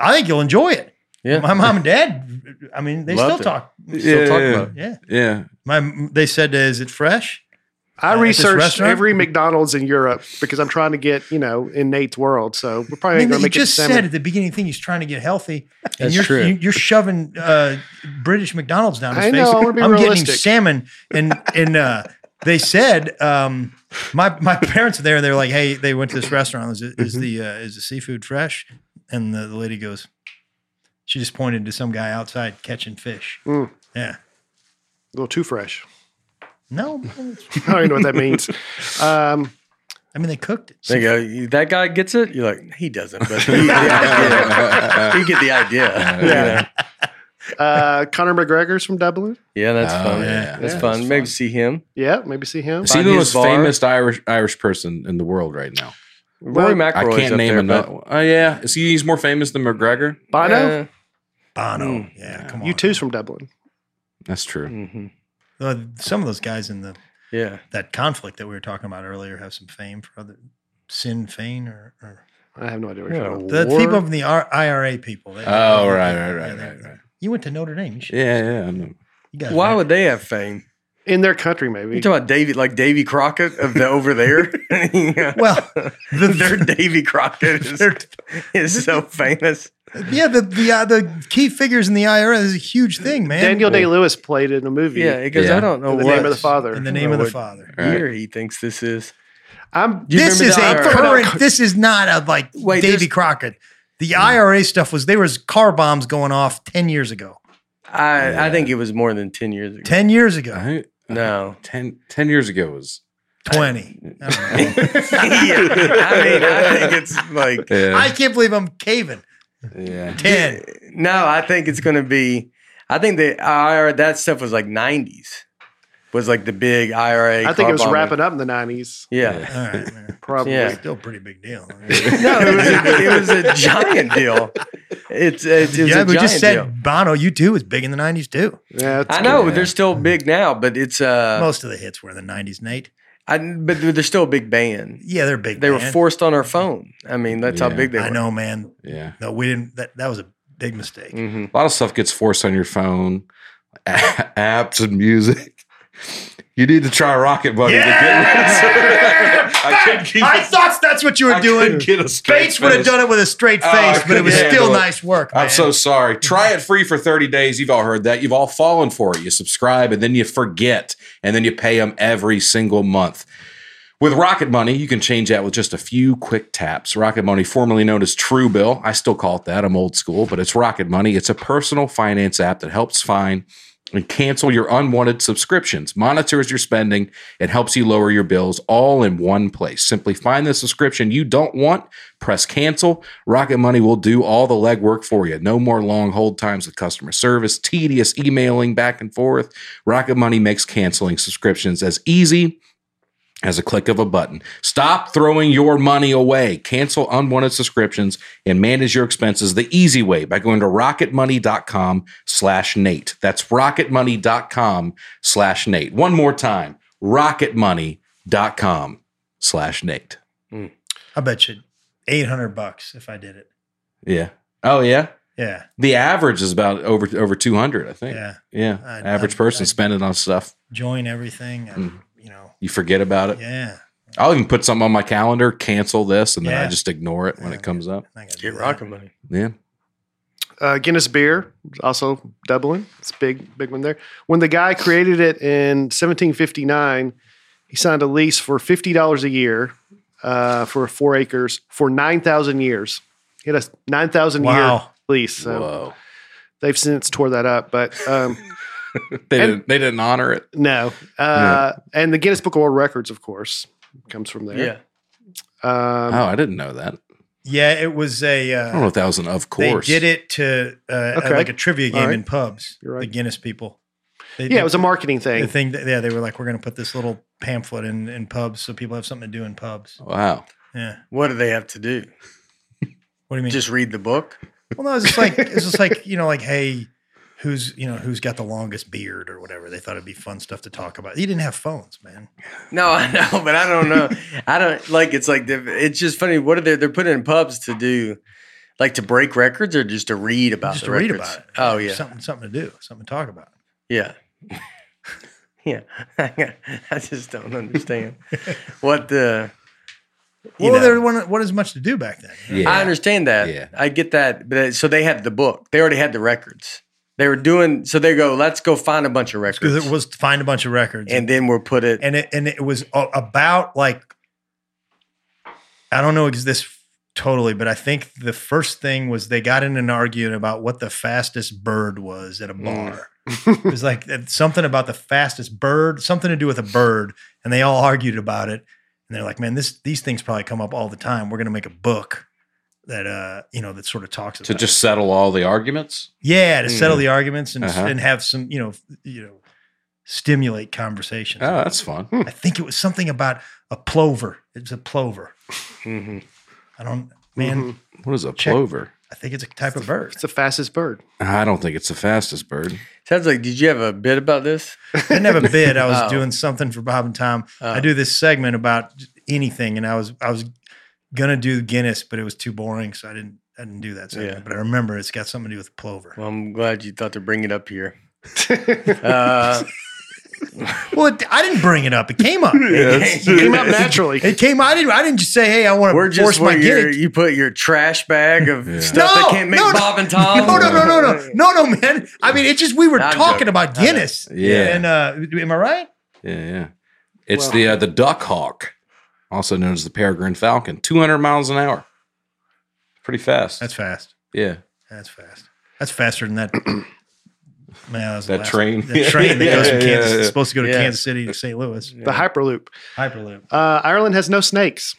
[SPEAKER 6] I think you'll enjoy it.
[SPEAKER 5] Yeah.
[SPEAKER 6] My mom and dad. I mean, they
[SPEAKER 5] Loved
[SPEAKER 6] still
[SPEAKER 5] it.
[SPEAKER 6] talk.
[SPEAKER 2] yeah,
[SPEAKER 5] talk
[SPEAKER 2] yeah,
[SPEAKER 5] about it.
[SPEAKER 6] Yeah.
[SPEAKER 2] yeah.
[SPEAKER 6] My. They said, uh, "Is it fresh?"
[SPEAKER 4] I
[SPEAKER 6] uh, at this
[SPEAKER 4] researched
[SPEAKER 6] restaurant?
[SPEAKER 4] every McDonald's in Europe because I'm trying to get, you know, in Nate's world. So we're probably
[SPEAKER 6] I mean,
[SPEAKER 4] going to
[SPEAKER 6] you
[SPEAKER 4] make it to
[SPEAKER 6] just
[SPEAKER 4] salmon.
[SPEAKER 6] said at the beginning of the thing he's trying to get healthy, and
[SPEAKER 5] That's
[SPEAKER 6] you're
[SPEAKER 5] true.
[SPEAKER 6] You, you're shoving uh, British McDonald's down his
[SPEAKER 4] I
[SPEAKER 6] face.
[SPEAKER 4] know, I wanna be
[SPEAKER 6] am getting
[SPEAKER 4] realistic.
[SPEAKER 6] salmon, and and uh, they said um, my my parents were there. They're like, hey, they went to this restaurant. Is, it, is
[SPEAKER 4] Mm-hmm.
[SPEAKER 6] the uh, is the seafood fresh? And the, the lady goes, she just pointed to some guy outside catching fish.
[SPEAKER 4] Mm.
[SPEAKER 6] Yeah,
[SPEAKER 4] a little too fresh.
[SPEAKER 6] no,
[SPEAKER 4] I don't even know what that means. Um,
[SPEAKER 6] I mean they cooked it.
[SPEAKER 5] They go. "You- That guy gets it. You're like he doesn't, but you get the idea. You get the idea. you know?
[SPEAKER 4] yeah. uh, Conor McGregor's from Dublin.
[SPEAKER 5] Yeah, that's
[SPEAKER 2] Oh,
[SPEAKER 5] fun.
[SPEAKER 2] yeah.
[SPEAKER 5] That's
[SPEAKER 2] Yeah.
[SPEAKER 5] fun.
[SPEAKER 2] That's
[SPEAKER 5] Maybe
[SPEAKER 2] fun.
[SPEAKER 5] see him.
[SPEAKER 4] Yeah, maybe see him.
[SPEAKER 2] Is he
[SPEAKER 5] Find
[SPEAKER 2] the
[SPEAKER 5] his
[SPEAKER 2] most
[SPEAKER 5] bar.
[SPEAKER 2] famous Irish Irish person in the world right now?
[SPEAKER 5] Rory
[SPEAKER 4] Well,
[SPEAKER 2] I
[SPEAKER 5] McIlroy's
[SPEAKER 2] can't
[SPEAKER 5] up
[SPEAKER 2] name
[SPEAKER 5] there,
[SPEAKER 2] another.
[SPEAKER 5] but-
[SPEAKER 2] Oh yeah, is he? He's more famous than McGregor.
[SPEAKER 4] Bono.
[SPEAKER 5] Uh,
[SPEAKER 6] Bono,
[SPEAKER 5] Mm.
[SPEAKER 6] yeah, come on.
[SPEAKER 4] You two's from Dublin.
[SPEAKER 2] That's true.
[SPEAKER 5] mhm.
[SPEAKER 6] Uh, some of those guys in the
[SPEAKER 5] Yeah.
[SPEAKER 6] that conflict that we were talking about earlier have some fame for other sin fein or. or
[SPEAKER 4] I have no idea where you're from.
[SPEAKER 6] The people from the R- IRA people. They-
[SPEAKER 2] Oh right, right, right,
[SPEAKER 6] Yeah,
[SPEAKER 2] right,
[SPEAKER 6] they-
[SPEAKER 2] right.
[SPEAKER 6] You went to Notre Dame. You should.
[SPEAKER 2] Yeah, yeah. I know.
[SPEAKER 6] You guys
[SPEAKER 5] Why
[SPEAKER 6] were-
[SPEAKER 5] would they have fame?
[SPEAKER 4] in their country, maybe.
[SPEAKER 5] You talking about Davy, like Davy Crockett of the over there?
[SPEAKER 6] Well, the,
[SPEAKER 5] their Davy Crockett is,
[SPEAKER 6] Their-
[SPEAKER 5] is so famous.
[SPEAKER 6] yeah, the the, uh, the key figures in the IRA is a huge thing, man.
[SPEAKER 4] Daniel Day Lewis played in a movie.
[SPEAKER 5] Yeah, because
[SPEAKER 2] Yeah.
[SPEAKER 5] I don't know
[SPEAKER 4] in the
[SPEAKER 5] what
[SPEAKER 4] name of the father.
[SPEAKER 6] in the name of the
[SPEAKER 5] What-
[SPEAKER 6] Father.
[SPEAKER 2] All right.
[SPEAKER 5] year he thinks this is.
[SPEAKER 4] I'm
[SPEAKER 5] You
[SPEAKER 6] this is
[SPEAKER 5] remember
[SPEAKER 6] a
[SPEAKER 5] the IRA?
[SPEAKER 6] current. This is not a like
[SPEAKER 5] Wait,
[SPEAKER 6] Davy
[SPEAKER 5] there's-
[SPEAKER 6] Crockett. The IRA stuff was there was car bombs going off ten years ago.
[SPEAKER 5] I
[SPEAKER 2] Yeah.
[SPEAKER 5] I think it was more than ten years ago.
[SPEAKER 6] Ten years ago,
[SPEAKER 2] I,
[SPEAKER 5] No.
[SPEAKER 2] ten, 10 years ago was.
[SPEAKER 6] twenty. I, don't know.
[SPEAKER 5] yeah, I mean, I think it's like
[SPEAKER 6] I
[SPEAKER 2] Yeah.
[SPEAKER 6] can't believe I'm caving.
[SPEAKER 2] yeah.
[SPEAKER 6] Ten.
[SPEAKER 5] no. I think it's going to be. I think the IRA that stuff was like '90s. Was like the big IRA.
[SPEAKER 4] I think it was
[SPEAKER 5] car bombing.
[SPEAKER 4] wrapping up in the nineties.
[SPEAKER 5] Yeah.
[SPEAKER 6] All right, man.
[SPEAKER 4] Probably.
[SPEAKER 5] Yeah.
[SPEAKER 6] Still a pretty big deal.
[SPEAKER 5] no, it was, a, it was a giant deal. It's it's, it's
[SPEAKER 6] yeah,
[SPEAKER 5] a
[SPEAKER 6] we
[SPEAKER 5] giant
[SPEAKER 6] just said
[SPEAKER 5] deal.
[SPEAKER 6] Bono. You too was big in the nineties too.
[SPEAKER 4] Yeah, it's-
[SPEAKER 5] I know
[SPEAKER 2] Yeah.
[SPEAKER 5] they're still big now, but it's uh,
[SPEAKER 6] Most of the hits were in the nineties, Nate.
[SPEAKER 5] I, but they're still a big band.
[SPEAKER 6] Yeah, they're big.
[SPEAKER 5] They were
[SPEAKER 6] man.
[SPEAKER 5] forced on our phone. I mean, that's how
[SPEAKER 2] Yeah.
[SPEAKER 5] big they were.
[SPEAKER 6] I know, man.
[SPEAKER 2] Yeah.
[SPEAKER 6] No, we didn't. That that was a big mistake.
[SPEAKER 5] Mhm.
[SPEAKER 2] A lot of stuff gets forced on your phone, apps and music. You need to try Rocket Buddy to get rid of I couldn't keep
[SPEAKER 6] I
[SPEAKER 2] I
[SPEAKER 6] thought that's what you were
[SPEAKER 2] I
[SPEAKER 6] doing.
[SPEAKER 2] couldn't get a straight
[SPEAKER 6] Bates would have
[SPEAKER 2] face.
[SPEAKER 6] done it with a straight
[SPEAKER 2] Oh,
[SPEAKER 6] face,
[SPEAKER 2] I
[SPEAKER 6] but it was
[SPEAKER 2] couldn't
[SPEAKER 6] still
[SPEAKER 2] handle it.
[SPEAKER 6] nice work.
[SPEAKER 2] I'm
[SPEAKER 6] man.
[SPEAKER 2] so sorry. Try it free for 30 days. You've all heard that. You've all fallen for it. You subscribe and then you forget and then you pay them every single month. With Rocket Money, you can change that with just a few quick taps. Rocket Money, formerly known as True Bill, I still call it that. I'm old school, but it's Rocket Money. It's a personal finance app that helps find and cancel your unwanted subscriptions, monitors your spending, and helps you lower your bills all in one place. Simply find the subscription you don't want, press cancel. Rocket Money will do all the legwork for you. No more long hold times with customer service, tedious emailing back and forth. Rocket Money makes canceling subscriptions as easy as a click of a button. Stop throwing your money away. Cancel unwanted subscriptions and manage your expenses the easy way by going to rocketmoney.com slash Nate. That's rocketmoney.com slash Nate. One more time, rocketmoney.com slash Nate.
[SPEAKER 6] I bet you eight hundred bucks if I did it.
[SPEAKER 2] Yeah. Oh, yeah.
[SPEAKER 6] Yeah,
[SPEAKER 2] The average is about over over 200, I think. Yeah.
[SPEAKER 6] yeah. I'd-
[SPEAKER 2] average
[SPEAKER 6] I'd-
[SPEAKER 2] person
[SPEAKER 6] I'd-
[SPEAKER 2] spending on stuff.
[SPEAKER 6] Join everything. And,
[SPEAKER 2] Mm.
[SPEAKER 6] You know.
[SPEAKER 2] You forget about it.
[SPEAKER 6] Yeah.
[SPEAKER 2] I'll even put something on my calendar, cancel this, and then I
[SPEAKER 6] Yeah.
[SPEAKER 2] just ignore it when
[SPEAKER 6] Yeah.
[SPEAKER 2] it comes up.
[SPEAKER 6] I'm not gonna
[SPEAKER 5] Get
[SPEAKER 6] do that.
[SPEAKER 5] Rocket Money.
[SPEAKER 2] Yeah.
[SPEAKER 4] uh, Guinness beer, also Dublin. It's a big, big one there. When the guy created it in 1759, he signed a lease for fifty dollars a year uh, for four acres for nine thousand years. He had a nine thousand year
[SPEAKER 6] Wow.
[SPEAKER 4] lease. So
[SPEAKER 2] Whoa.
[SPEAKER 4] they've since tore that up, but um,
[SPEAKER 2] They
[SPEAKER 4] And-
[SPEAKER 2] didn't they didn't honor it.
[SPEAKER 4] no. Uh, And the Guinness Book of World Records, of course, comes from
[SPEAKER 5] Yeah.
[SPEAKER 4] there. Um,
[SPEAKER 2] oh, I didn't know that.
[SPEAKER 6] Yeah, it was a.
[SPEAKER 2] I don't know
[SPEAKER 6] Uh,
[SPEAKER 2] if that was an of
[SPEAKER 6] they
[SPEAKER 2] course.
[SPEAKER 6] did it to uh,
[SPEAKER 4] Okay.
[SPEAKER 6] like a trivia game
[SPEAKER 4] right.
[SPEAKER 6] in pubs.
[SPEAKER 4] You're right.
[SPEAKER 6] The Guinness people. They-
[SPEAKER 4] yeah,
[SPEAKER 6] they-
[SPEAKER 4] it was a marketing
[SPEAKER 6] the
[SPEAKER 4] thing.
[SPEAKER 6] thing. That, yeah, they were like, we're going to put this little pamphlet in in pubs so people have something to do in pubs.
[SPEAKER 2] Wow.
[SPEAKER 6] Yeah.
[SPEAKER 5] What do they have to do?
[SPEAKER 6] What do you mean?
[SPEAKER 5] Just read the book.
[SPEAKER 6] Well, no, it's just like it's just like you know, like hey, who's you know who's got the longest beard or whatever. They thought it'd be fun stuff to talk about. You didn't have phones, man.
[SPEAKER 5] No, I know, but I don't know. I don't like. It's like the- it's just funny. What are they? They're putting in pubs to do, like to break records or just to read
[SPEAKER 4] Uh,
[SPEAKER 5] about
[SPEAKER 6] Just
[SPEAKER 5] the
[SPEAKER 6] to read
[SPEAKER 5] records?
[SPEAKER 6] about it.
[SPEAKER 5] Oh yeah,
[SPEAKER 6] something something to do, something to talk about.
[SPEAKER 5] yeah, yeah. I just don't understand what the. you
[SPEAKER 6] Well,
[SPEAKER 5] know.
[SPEAKER 6] there wasn't wasn't as much to do back then.
[SPEAKER 2] Yeah.
[SPEAKER 5] I understand that.
[SPEAKER 2] Yeah.
[SPEAKER 5] I get that. But so they had the book. They already had the records. They were doing. So they go. Let's go find a bunch of records,
[SPEAKER 6] Because it was to find a bunch of records,
[SPEAKER 5] and then we'll put it.
[SPEAKER 6] and it and it was a- about like I don't know ex- this totally, but I think the first thing was they got in an argument about what the fastest bird was at a
[SPEAKER 2] Mm.
[SPEAKER 6] bar. it was like that- something about the fastest bird, something to do with a bird, and they all argued about it. And they're like, "Man, this these things probably come up all the time. We're gonna make a book." That uh, you know, that sort of talks about
[SPEAKER 2] To
[SPEAKER 6] it."
[SPEAKER 2] just settle all the arguments.
[SPEAKER 6] yeah, to
[SPEAKER 5] Mm.
[SPEAKER 6] settle the arguments and
[SPEAKER 2] Uh-huh.
[SPEAKER 6] and have some you know f- you know stimulate conversations.
[SPEAKER 2] Oh, that's fun.
[SPEAKER 6] I think it was something about a plover. It was a plover. Mm-hmm.
[SPEAKER 5] Mhm.
[SPEAKER 6] I don't, man.
[SPEAKER 5] Mm-hmm.
[SPEAKER 4] Mhm.
[SPEAKER 2] What is a
[SPEAKER 6] Check.
[SPEAKER 2] plover?
[SPEAKER 6] I think it's a type of bird.
[SPEAKER 4] It's the fastest bird.
[SPEAKER 2] I don't think it's the fastest bird.
[SPEAKER 5] Sounds like. Did you have a bit about this?
[SPEAKER 6] I didn't have a bid. I was
[SPEAKER 5] Oh.
[SPEAKER 6] doing something for Bob and Tom.
[SPEAKER 5] Oh.
[SPEAKER 6] I do this segment about anything, and I was I was gonna do Guinness, but it was too boring, so I didn't. I didn't do that. segment.
[SPEAKER 5] Yeah.
[SPEAKER 6] But I remember it's got something to do with plover.
[SPEAKER 5] Well, I'm glad you thought to bring it up here.
[SPEAKER 4] it
[SPEAKER 5] Uh,
[SPEAKER 6] Well, it, I didn't bring it up. It came up.
[SPEAKER 5] it's-
[SPEAKER 4] came out naturally.
[SPEAKER 6] It came. I didn't. I didn't just say, "Hey, I want
[SPEAKER 5] we're
[SPEAKER 6] to force
[SPEAKER 5] just
[SPEAKER 6] my
[SPEAKER 5] where your,
[SPEAKER 6] gig."
[SPEAKER 5] you put your trash bag of
[SPEAKER 2] Yeah.
[SPEAKER 5] stuff
[SPEAKER 6] No,
[SPEAKER 5] that can't make
[SPEAKER 6] no, no.
[SPEAKER 5] Bob and Tom.
[SPEAKER 6] No, no, no, no, no, no, no, man. I mean, it's just we were
[SPEAKER 5] I'm
[SPEAKER 6] talking
[SPEAKER 5] joking.
[SPEAKER 6] about
[SPEAKER 5] I know.
[SPEAKER 6] Guinness.
[SPEAKER 2] Yeah.
[SPEAKER 6] And uh, am I right?
[SPEAKER 2] Yeah, yeah. It's
[SPEAKER 4] Well-
[SPEAKER 2] the uh, the duck hawk, also known as the peregrine falcon, 200 miles an hour. Pretty fast.
[SPEAKER 6] That's fast.
[SPEAKER 2] yeah.
[SPEAKER 6] That's fast. That's faster than that. Man, that, was the
[SPEAKER 2] That
[SPEAKER 6] last-
[SPEAKER 2] train.
[SPEAKER 6] That train that
[SPEAKER 2] Yeah,
[SPEAKER 6] goes from
[SPEAKER 2] yeah,
[SPEAKER 6] Kansas.
[SPEAKER 2] yeah, yeah.
[SPEAKER 6] It's supposed to go to
[SPEAKER 5] Yeah.
[SPEAKER 6] Kansas City to St. Louis.
[SPEAKER 4] The Hyperloop.
[SPEAKER 6] Hyperloop.
[SPEAKER 4] Uh, Ireland has no snakes.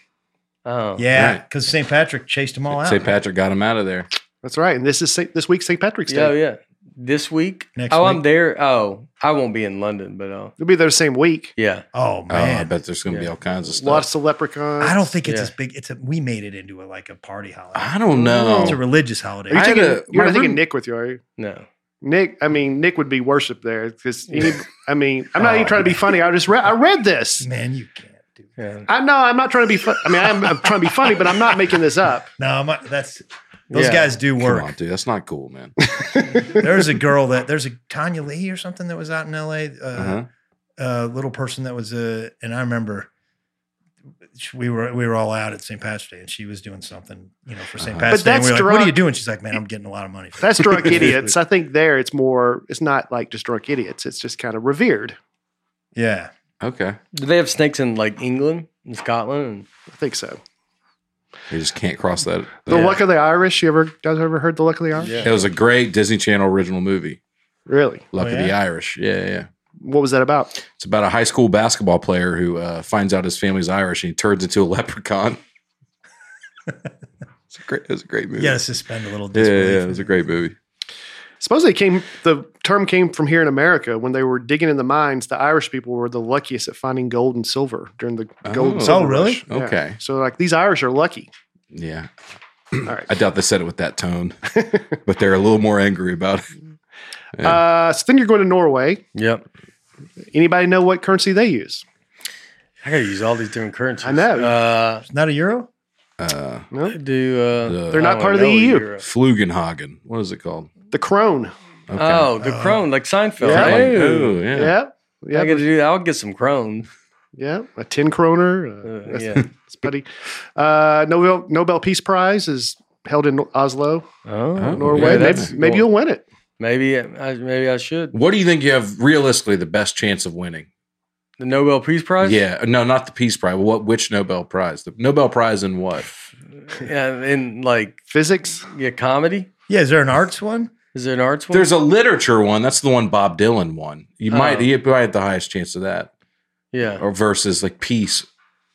[SPEAKER 5] Oh.
[SPEAKER 6] Yeah,
[SPEAKER 2] Right.
[SPEAKER 6] because St. Patrick chased them all out.
[SPEAKER 2] St. Patrick got him out of there.
[SPEAKER 4] That's right. And this is Saint, this week's St. Patrick's Day.
[SPEAKER 5] Yeah, yeah. This week?
[SPEAKER 6] Next
[SPEAKER 5] oh,
[SPEAKER 6] week.
[SPEAKER 5] I'm there. Oh, I won't be in London, but uh,
[SPEAKER 4] It'll be there the same week.
[SPEAKER 5] yeah.
[SPEAKER 6] Oh
[SPEAKER 2] Oh, I
[SPEAKER 6] man.
[SPEAKER 2] bet there's going to be
[SPEAKER 5] Yeah.
[SPEAKER 2] all kinds of stuff.
[SPEAKER 4] Lots of leprechauns.
[SPEAKER 6] I don't think it's
[SPEAKER 5] Yeah.
[SPEAKER 6] as big. It's a, we made it into a, like a party holiday.
[SPEAKER 2] I don't
[SPEAKER 6] It's a
[SPEAKER 2] know.
[SPEAKER 6] religious
[SPEAKER 4] Are you
[SPEAKER 6] holiday.
[SPEAKER 2] I had
[SPEAKER 4] taking,
[SPEAKER 2] a-
[SPEAKER 4] you're
[SPEAKER 2] my
[SPEAKER 4] not taking
[SPEAKER 2] room-
[SPEAKER 4] Nick with you, are you?
[SPEAKER 5] No.
[SPEAKER 4] Nick, I mean, Nick would be worshipped there because I mean, I'm not
[SPEAKER 6] Oh,
[SPEAKER 4] even trying to be
[SPEAKER 6] man.
[SPEAKER 4] funny. I just read, I read this.
[SPEAKER 6] Man, you can't do. That.
[SPEAKER 5] Yeah.
[SPEAKER 4] I know I'm not trying to be. Fu- I mean, I'm, I'm trying to be funny, but I'm not making this up.
[SPEAKER 6] No, my, that's those
[SPEAKER 5] Yeah.
[SPEAKER 6] guys do
[SPEAKER 2] Come on,
[SPEAKER 6] work. Uh-huh.
[SPEAKER 2] dude. That's not cool, man.
[SPEAKER 6] There's a girl that there's a Tanya Lee or something that was out in L.A. Uh,
[SPEAKER 2] Uh-huh.
[SPEAKER 6] uh, little person that was uh, and I remember sh- we were we were all out at St. Patrick's Day, and she was doing something, you know, for St.
[SPEAKER 2] Uh-huh.
[SPEAKER 6] Patrick's Day. And
[SPEAKER 4] that's
[SPEAKER 6] we were like, "What are
[SPEAKER 4] drunk-
[SPEAKER 6] you doing?" She's like, "Man, I'm getting a lot of money." For
[SPEAKER 4] That's drunk idiots. I think there it's more. It's not like just drunk idiots. It's just kind of revered.
[SPEAKER 6] it." Yeah,
[SPEAKER 2] Okay.
[SPEAKER 5] Do they have snakes in like England and Scotland? And,
[SPEAKER 4] I think so.
[SPEAKER 2] They just can't cross that.
[SPEAKER 4] The
[SPEAKER 2] that-
[SPEAKER 4] luck of the Irish. You ever guys ever heard the luck of the Irish?
[SPEAKER 2] It was a great Disney Channel original movie,
[SPEAKER 4] Really?
[SPEAKER 2] Luck
[SPEAKER 6] Oh,
[SPEAKER 2] of the
[SPEAKER 6] yeah?
[SPEAKER 2] Irish. Yeah, yeah, yeah.
[SPEAKER 4] What was that about?
[SPEAKER 2] It's about a high school basketball player who uh, finds out his family's Irish and he turns into a leprechaun. it's a great. It was a great movie.
[SPEAKER 6] yeah, to suspend a little
[SPEAKER 2] Yeah, yeah,
[SPEAKER 6] disbelief.
[SPEAKER 2] yeah, it was a great movie.
[SPEAKER 4] Supposedly, it came the term came from here in America when they were digging in the mines. The Irish people were the luckiest at finding gold and silver during the gold.
[SPEAKER 2] Oh.
[SPEAKER 4] and silver
[SPEAKER 6] Oh, really?
[SPEAKER 4] rush. Yeah.
[SPEAKER 2] Okay.
[SPEAKER 4] So like these Irish are lucky.
[SPEAKER 2] Yeah,
[SPEAKER 4] All right.
[SPEAKER 2] I doubt they said it with that tone, but they're a little more angry about it. Yeah.
[SPEAKER 4] Uh, so then you're going to Norway.
[SPEAKER 5] yep.
[SPEAKER 4] Anybody know what currency they use?
[SPEAKER 5] I gotta use all these different currencies.
[SPEAKER 4] I know.
[SPEAKER 5] Uh,
[SPEAKER 6] Not a euro.
[SPEAKER 2] Uh,
[SPEAKER 4] No,
[SPEAKER 5] do uh,
[SPEAKER 2] The-
[SPEAKER 4] They're
[SPEAKER 5] I
[SPEAKER 4] not
[SPEAKER 5] don't
[SPEAKER 4] part of the
[SPEAKER 5] know
[SPEAKER 4] EU.
[SPEAKER 5] Europe.
[SPEAKER 2] Flugenhagen. What is it called?
[SPEAKER 4] the krone.
[SPEAKER 2] Okay.
[SPEAKER 5] Oh, the
[SPEAKER 6] Uh,
[SPEAKER 5] crone, like Seinfeld.
[SPEAKER 4] yeah.
[SPEAKER 2] Like,
[SPEAKER 5] Hey.
[SPEAKER 2] oh, yeah.
[SPEAKER 4] Yeah,
[SPEAKER 5] I
[SPEAKER 4] yeah,
[SPEAKER 5] gotta do that. I'll get some crones.
[SPEAKER 4] yeah. A ten kroner. Uh,
[SPEAKER 5] Uh,
[SPEAKER 4] that's,
[SPEAKER 5] yeah.
[SPEAKER 4] that's pretty. Uh, Nobel Nobel Peace Prize is held in Oslo,
[SPEAKER 2] Oh,
[SPEAKER 4] Norway.
[SPEAKER 2] yeah,
[SPEAKER 4] maybe
[SPEAKER 2] that's
[SPEAKER 4] maybe you'll win it.
[SPEAKER 5] Maybe I, maybe I should.
[SPEAKER 2] What do you think you have realistically the best chance of winning?
[SPEAKER 5] The Nobel Peace Prize.
[SPEAKER 2] Yeah, uh, no, not the Peace Prize. What? Which Nobel Prize? The Nobel Prize in what?
[SPEAKER 5] yeah, and like
[SPEAKER 4] Physics.
[SPEAKER 5] yeah, comedy.
[SPEAKER 6] Yeah, is there an arts one?
[SPEAKER 5] Is there an arts one?
[SPEAKER 2] There's a literature one. That's the one Bob Dylan won. You might
[SPEAKER 5] Oh.
[SPEAKER 2] you probably had the highest chance of that.
[SPEAKER 5] yeah
[SPEAKER 2] Or versus like peace.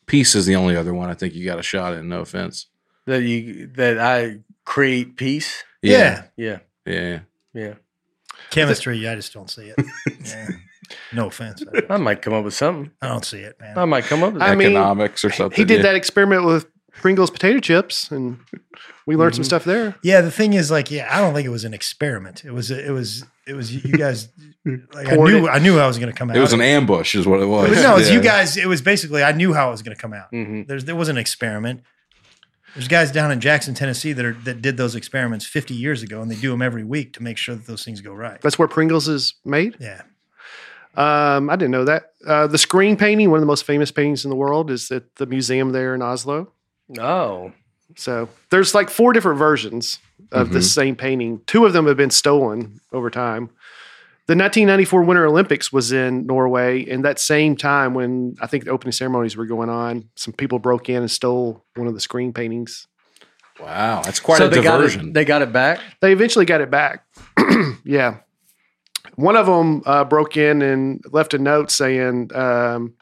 [SPEAKER 2] Peace is the only other one I think you got a shot in. No offense.
[SPEAKER 5] that you that I create peace.
[SPEAKER 6] Yeah,
[SPEAKER 5] Yeah,
[SPEAKER 2] yeah.
[SPEAKER 5] yeah.
[SPEAKER 6] chemistry. Yeah, I just don't see it. Yeah. No offense, I don't-
[SPEAKER 5] I might come up with something.
[SPEAKER 6] I don't see it, man.
[SPEAKER 5] I might come up with
[SPEAKER 4] I mean,
[SPEAKER 2] Economics or something.
[SPEAKER 4] He did
[SPEAKER 2] yeah.
[SPEAKER 4] that experiment with Pringles potato chips, and we learned
[SPEAKER 2] Mm-hmm.
[SPEAKER 4] some stuff there.
[SPEAKER 6] Yeah, the thing is, like, yeah, I don't think it was an experiment. It was, it was, it was you guys. Like, I
[SPEAKER 4] Poured
[SPEAKER 6] knew, I knew I was going to come out.
[SPEAKER 2] It was an
[SPEAKER 6] It
[SPEAKER 2] ambush, is what it was.
[SPEAKER 6] was- no, it's you
[SPEAKER 2] Yeah.
[SPEAKER 6] guys. It was basically I knew how it was going to come
[SPEAKER 1] Mm.
[SPEAKER 6] out.
[SPEAKER 5] Mhm.
[SPEAKER 6] There's there was an experiment. There's guys down in Jackson, Tennessee that are that did those experiments 50 years ago, and they do them every week to make sure that those things go right.
[SPEAKER 4] That's where Pringles is made.
[SPEAKER 6] Yeah,
[SPEAKER 4] Um, I didn't know that. Uh, the screen painting, one of the most famous paintings in the world, is at the museum there in Oslo.
[SPEAKER 5] Oh,
[SPEAKER 4] So there's like four different versions of the
[SPEAKER 2] Mm-hmm.
[SPEAKER 4] same painting. Two of them have been stolen over time. The 1994 Winter Olympics was in Norway, and that same time when I think the opening ceremonies were going on, some people broke in and stole one of the screen paintings.
[SPEAKER 2] Wow, that's quite
[SPEAKER 5] so
[SPEAKER 2] a
[SPEAKER 5] they Got
[SPEAKER 2] diversion.
[SPEAKER 5] it, they got it back.
[SPEAKER 4] They eventually got it back. yeah. One of them uh, broke in and left a note saying, um,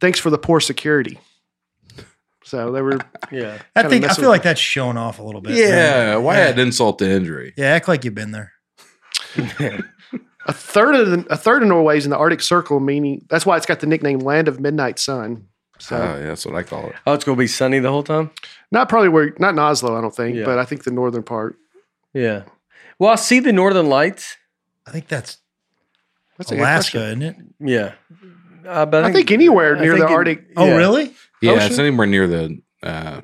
[SPEAKER 4] "Thanks for the poor security." So they were
[SPEAKER 5] Yeah,
[SPEAKER 6] I
[SPEAKER 4] Kinda
[SPEAKER 6] think
[SPEAKER 4] messing
[SPEAKER 6] I feel
[SPEAKER 4] with-
[SPEAKER 6] like that's shown off a little bit.
[SPEAKER 2] yeah, why
[SPEAKER 6] Yeah.
[SPEAKER 2] add insult to injury?
[SPEAKER 6] yeah, act like you've been there.
[SPEAKER 4] A third of the, a third of Norway is in the Arctic Circle, meaning that's why it's got the nickname "Land of Midnight Sun." So
[SPEAKER 2] Oh, yeah, that's what I call it.
[SPEAKER 5] oh, it's gonna be sunny the whole time.
[SPEAKER 4] not probably where not in Oslo, I don't think,
[SPEAKER 5] Yeah.
[SPEAKER 4] but I think the northern part.
[SPEAKER 5] Yeah. Well, I see the northern lights.
[SPEAKER 6] I think that's
[SPEAKER 4] That's a good
[SPEAKER 6] Alaska,
[SPEAKER 4] question.
[SPEAKER 6] isn't it?
[SPEAKER 5] Yeah, uh, but
[SPEAKER 4] I think anywhere
[SPEAKER 5] I
[SPEAKER 4] near
[SPEAKER 5] think
[SPEAKER 4] the
[SPEAKER 5] in-
[SPEAKER 4] Arctic-
[SPEAKER 6] Oh,
[SPEAKER 5] yeah.
[SPEAKER 6] really?
[SPEAKER 2] Yeah,
[SPEAKER 4] Ocean?
[SPEAKER 2] it's anywhere near the uh,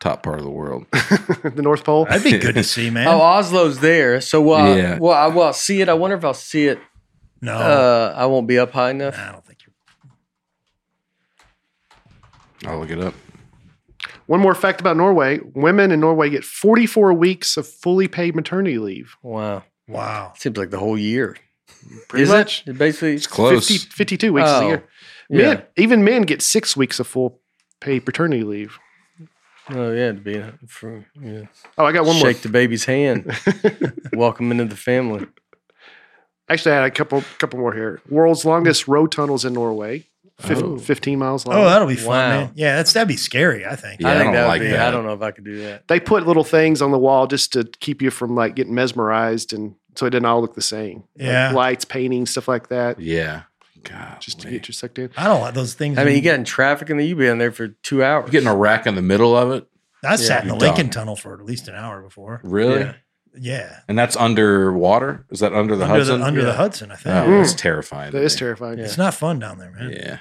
[SPEAKER 2] top part of the world.
[SPEAKER 4] the North Pole.
[SPEAKER 6] That'd be good to see, man.
[SPEAKER 5] Oh, Oslo's there. So well,
[SPEAKER 2] Yeah.
[SPEAKER 5] I, well, I, well, I'll see it. I wonder if I'll see it.
[SPEAKER 6] no,
[SPEAKER 5] Uh, I won't be up high enough.
[SPEAKER 6] I don't think you're.
[SPEAKER 2] I'll look it up.
[SPEAKER 4] One more fact about Norway women in Norway get 44 weeks of fully paid maternity leave.
[SPEAKER 5] Wow,
[SPEAKER 6] Wow.
[SPEAKER 5] seems like the whole year.
[SPEAKER 4] Pretty
[SPEAKER 5] Is
[SPEAKER 4] much.
[SPEAKER 5] It? It basically,
[SPEAKER 2] It's close.
[SPEAKER 4] 50, 52 weeks is a
[SPEAKER 5] Oh,
[SPEAKER 4] year.
[SPEAKER 5] yeah.
[SPEAKER 4] Men, Even men get six weeks of full paid paternity leave.
[SPEAKER 5] Oh yeah, to be for, yeah.
[SPEAKER 4] Oh, I got one
[SPEAKER 5] shake
[SPEAKER 4] more.
[SPEAKER 5] the baby's hand, welcome into the family.
[SPEAKER 4] Actually, I had a couple couple more here. World's longest road tunnels in Norway, Fif-
[SPEAKER 2] Oh.
[SPEAKER 4] 15 miles long.
[SPEAKER 6] Oh, that'll be fun,
[SPEAKER 5] Wow.
[SPEAKER 6] man. Yeah, that's that'd be scary. I think.
[SPEAKER 2] Yeah, I
[SPEAKER 5] I think
[SPEAKER 2] don't
[SPEAKER 5] that would
[SPEAKER 2] like
[SPEAKER 5] be.
[SPEAKER 2] that.
[SPEAKER 5] I don't know if I could do that.
[SPEAKER 4] they put little things on the wall just to keep you from like getting mesmerized and so it didn't all look the same. Like,
[SPEAKER 6] Yeah.
[SPEAKER 4] lights, paintings, stuff like that,
[SPEAKER 2] Yeah. God.
[SPEAKER 4] just to
[SPEAKER 2] man.
[SPEAKER 4] get you sucked in.
[SPEAKER 6] I don't like those things.
[SPEAKER 5] I mean, you
[SPEAKER 6] in-
[SPEAKER 5] got in traffic and then you be in there for two hours.
[SPEAKER 2] You getting a rack in the middle of it?
[SPEAKER 6] I sat in
[SPEAKER 2] Yeah.
[SPEAKER 6] the
[SPEAKER 2] Dumb.
[SPEAKER 6] Lincoln Tunnel for at least an hour before.
[SPEAKER 2] Really?
[SPEAKER 5] Yeah.
[SPEAKER 6] Yeah,
[SPEAKER 2] And that's underwater? Is that under the
[SPEAKER 6] under
[SPEAKER 2] Hudson?
[SPEAKER 6] the under the
[SPEAKER 5] Yeah.
[SPEAKER 6] Hudson. I
[SPEAKER 2] oh,
[SPEAKER 6] think
[SPEAKER 2] that's
[SPEAKER 5] Mm.
[SPEAKER 2] terrifying. to
[SPEAKER 4] That is
[SPEAKER 2] me.
[SPEAKER 4] terrifying.
[SPEAKER 6] it's not fun down there, man.
[SPEAKER 2] Yeah.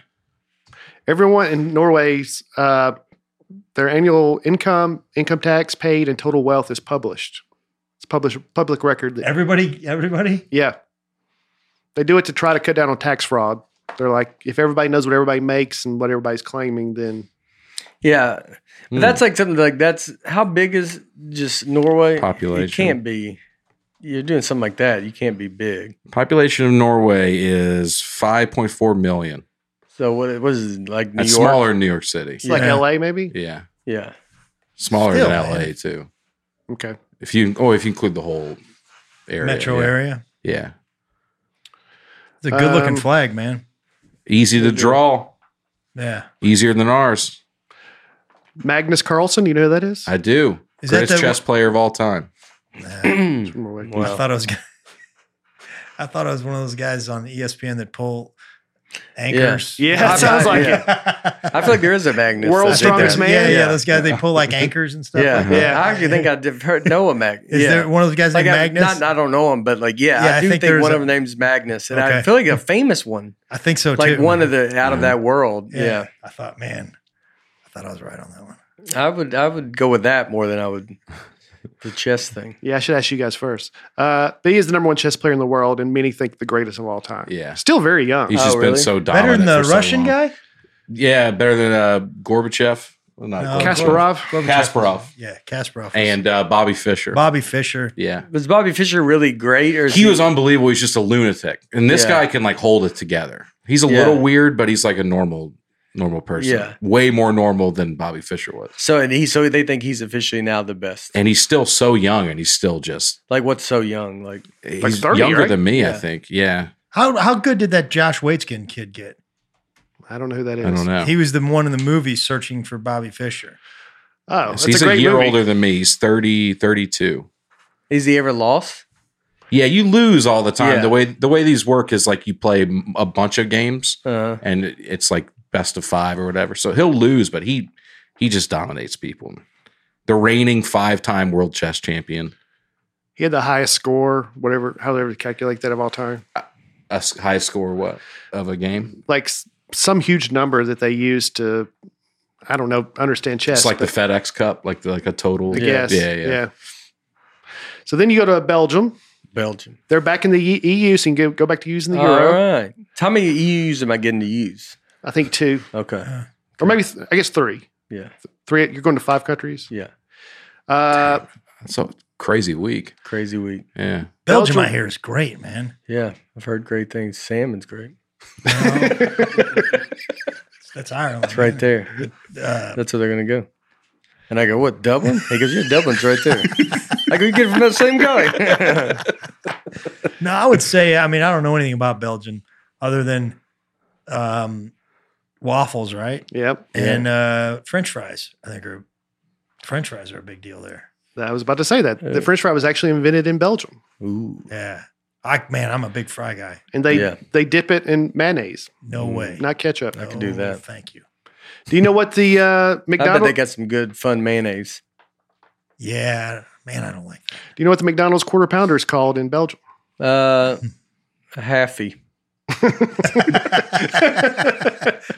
[SPEAKER 4] Everyone in Norway's uh, their annual income, income tax paid, and total wealth is published. It's published public record. that-
[SPEAKER 6] Everybody, everybody.
[SPEAKER 4] yeah, they do it to try to cut down on tax fraud. They're like, if everybody knows what everybody makes and what everybody's claiming, then
[SPEAKER 5] Yeah, but
[SPEAKER 2] Mm.
[SPEAKER 5] that's like something like that's how big is just Norway
[SPEAKER 2] Population.
[SPEAKER 5] It can't be. You're doing something like that. You can't be big.
[SPEAKER 2] Population of Norway is 5.4 million.
[SPEAKER 5] So what? What is it, like New
[SPEAKER 2] That's
[SPEAKER 5] York?
[SPEAKER 2] smaller than New York City.
[SPEAKER 4] it's like
[SPEAKER 6] Yeah.
[SPEAKER 4] L.A. Maybe.
[SPEAKER 2] Yeah.
[SPEAKER 5] Yeah.
[SPEAKER 2] Smaller
[SPEAKER 6] Still,
[SPEAKER 2] than LA
[SPEAKER 6] man.
[SPEAKER 2] too.
[SPEAKER 4] Okay,
[SPEAKER 2] If you oh, if you include the whole area.
[SPEAKER 6] Metro
[SPEAKER 2] yeah.
[SPEAKER 6] area.
[SPEAKER 2] Yeah.
[SPEAKER 6] It's a good looking
[SPEAKER 4] Um,
[SPEAKER 6] flag, man.
[SPEAKER 2] Easy to draw.
[SPEAKER 6] Yeah.
[SPEAKER 2] Easier than ours.
[SPEAKER 4] Magnus Carlsen. You know who that is?
[SPEAKER 2] I do.
[SPEAKER 6] Is that
[SPEAKER 2] Greatest
[SPEAKER 6] the-
[SPEAKER 2] chess player of all time.
[SPEAKER 6] Nah,
[SPEAKER 4] One more way.
[SPEAKER 6] I
[SPEAKER 5] Wow.
[SPEAKER 6] thought I was. I thought I was one of those guys on E ESPN that pull anchors.
[SPEAKER 4] Yeah, Yeah,
[SPEAKER 5] it sounds like
[SPEAKER 4] it.
[SPEAKER 5] I feel like there is a Magnus.
[SPEAKER 4] World's
[SPEAKER 5] I think
[SPEAKER 4] Strongest
[SPEAKER 5] that-
[SPEAKER 4] Man?
[SPEAKER 6] Yeah, yeah,
[SPEAKER 5] Yeah.
[SPEAKER 6] Those guys they pull like anchors and stuff.
[SPEAKER 5] Yeah,
[SPEAKER 6] like that.
[SPEAKER 5] yeah. I actually think I did heard, know a Magnus.
[SPEAKER 6] Is
[SPEAKER 5] yeah.
[SPEAKER 6] there one of those guys
[SPEAKER 5] like
[SPEAKER 6] named
[SPEAKER 5] I,
[SPEAKER 6] Magnus?
[SPEAKER 5] Not, I don't know him, but like yeah,
[SPEAKER 6] Yeah,
[SPEAKER 5] I
[SPEAKER 6] I
[SPEAKER 5] do
[SPEAKER 6] think
[SPEAKER 5] think,
[SPEAKER 6] there's
[SPEAKER 5] one
[SPEAKER 6] a-
[SPEAKER 5] of them names Magnus, and
[SPEAKER 6] Okay.
[SPEAKER 5] I feel like a famous one,
[SPEAKER 6] I think so too.
[SPEAKER 5] like one of the out of that world. Yeah.
[SPEAKER 6] I thought, man, I thought I was right on that one.
[SPEAKER 5] I would I would go with that more than I would the chess thing.
[SPEAKER 4] Yeah, I should ask you guys first. Uh, but he is the number one chess player in the world, and many think the greatest of all time.
[SPEAKER 2] Yeah.
[SPEAKER 4] Still very young.
[SPEAKER 2] He's
[SPEAKER 5] Oh,
[SPEAKER 2] just been
[SPEAKER 5] really?
[SPEAKER 2] so
[SPEAKER 6] Better
[SPEAKER 2] dominant.
[SPEAKER 6] than the
[SPEAKER 2] for so
[SPEAKER 6] Russian
[SPEAKER 2] long.
[SPEAKER 6] guy?
[SPEAKER 2] Yeah, better than uh, Gorbachev. Well, not
[SPEAKER 6] No.
[SPEAKER 2] Gorbachev.
[SPEAKER 4] Kasparov.
[SPEAKER 2] Uh, Kasparov.
[SPEAKER 6] Yeah, Kasparov.
[SPEAKER 2] And uh, Bobby Fischer.
[SPEAKER 6] Bobby Fischer.
[SPEAKER 2] yeah.
[SPEAKER 5] Was Bobby Fischer really great, or is
[SPEAKER 2] He was unbelievable. He's just a lunatic. And this
[SPEAKER 5] Yeah.
[SPEAKER 2] guy can like hold it together. He's a
[SPEAKER 5] Yeah.
[SPEAKER 2] little weird, but he's like a normal normal person.
[SPEAKER 5] Yeah.
[SPEAKER 2] Way more normal than Bobby Fischer was.
[SPEAKER 5] so? And he so they think he's officially now the best.
[SPEAKER 2] And he's still so young and he's still just
[SPEAKER 5] Like what's so young? Like
[SPEAKER 2] he's
[SPEAKER 4] 30,
[SPEAKER 2] younger
[SPEAKER 4] right?
[SPEAKER 2] than me, I
[SPEAKER 5] Yeah.
[SPEAKER 2] think. Yeah.
[SPEAKER 6] How how good did that Josh Waitskin kid get?
[SPEAKER 4] I don't know who that is.
[SPEAKER 2] I don't know.
[SPEAKER 6] He was the one in the movie searching for Bobby Fischer.
[SPEAKER 4] Oh,
[SPEAKER 2] So
[SPEAKER 4] that's
[SPEAKER 2] he's
[SPEAKER 4] a
[SPEAKER 2] a,
[SPEAKER 4] great
[SPEAKER 2] year
[SPEAKER 4] movie.
[SPEAKER 2] older than me. He's 30, 32.
[SPEAKER 5] is he ever lost?
[SPEAKER 2] Yeah, you lose all the time.
[SPEAKER 5] Yeah.
[SPEAKER 2] The way the way these work is like you play m- a bunch of games
[SPEAKER 5] Uh,
[SPEAKER 2] and it- it's like best of 5 or whatever. So he'll lose, but he he just dominates people. The reigning five-time world chess champion,
[SPEAKER 4] He had the highest score, whatever, however to calculate that of all time.
[SPEAKER 2] a s- highest score what of a game?
[SPEAKER 4] Like s- some huge number that they used to, I don't know, understand chess.
[SPEAKER 2] it's like the
[SPEAKER 4] but
[SPEAKER 2] FedEx Cup, like the, like a total.
[SPEAKER 4] I guess.
[SPEAKER 2] yeah, yeah.
[SPEAKER 4] So then you go to Belgium.
[SPEAKER 5] Belgium.
[SPEAKER 4] They're back in the E- EU, so you can go, go back to using the
[SPEAKER 5] All
[SPEAKER 4] euro.
[SPEAKER 5] right. How many EUs am I getting to use?
[SPEAKER 4] I think two,
[SPEAKER 5] Okay.
[SPEAKER 4] or maybe, th- I guess three.
[SPEAKER 5] Yeah.
[SPEAKER 4] Three, you're going to five countries.
[SPEAKER 5] Yeah.
[SPEAKER 4] Uh,
[SPEAKER 2] So crazy week.
[SPEAKER 5] Crazy week.
[SPEAKER 2] Yeah.
[SPEAKER 6] Belgium,
[SPEAKER 4] Belgium-
[SPEAKER 6] I hear, is great, man.
[SPEAKER 5] Yeah, I've heard great things. Salmon's great.
[SPEAKER 6] No, that's Ireland.
[SPEAKER 5] It's right there.
[SPEAKER 6] Uh,
[SPEAKER 5] That's where they're gonna go. And I go, what Dublin? He goes, yeah, Dublin's right there. I go, you get it from that same guy.
[SPEAKER 6] no, I would say, I mean, I don't know anything about Belgium other than um, waffles, right?
[SPEAKER 4] yep.
[SPEAKER 6] And uh, French fries, I think, are French fries are a big deal there.
[SPEAKER 4] I was about to say that.
[SPEAKER 5] Yeah.
[SPEAKER 4] The French fry was actually invented in Belgium.
[SPEAKER 5] Ooh,
[SPEAKER 6] Yeah. I man, I'm a big fry guy.
[SPEAKER 4] And they
[SPEAKER 5] Yeah.
[SPEAKER 4] they dip it in mayonnaise,
[SPEAKER 6] No
[SPEAKER 5] Mm,
[SPEAKER 6] way.
[SPEAKER 4] not ketchup.
[SPEAKER 5] I could do
[SPEAKER 6] No,
[SPEAKER 5] that.
[SPEAKER 6] Thank you.
[SPEAKER 4] Do you know what the uh,
[SPEAKER 5] I bet
[SPEAKER 4] McDonald's?
[SPEAKER 5] they got some good fun mayonnaise.
[SPEAKER 6] Yeah, man, I don't like that.
[SPEAKER 4] do you know what the McDonald's quarter pounder is called in Belgium?
[SPEAKER 5] Uh, a halfy.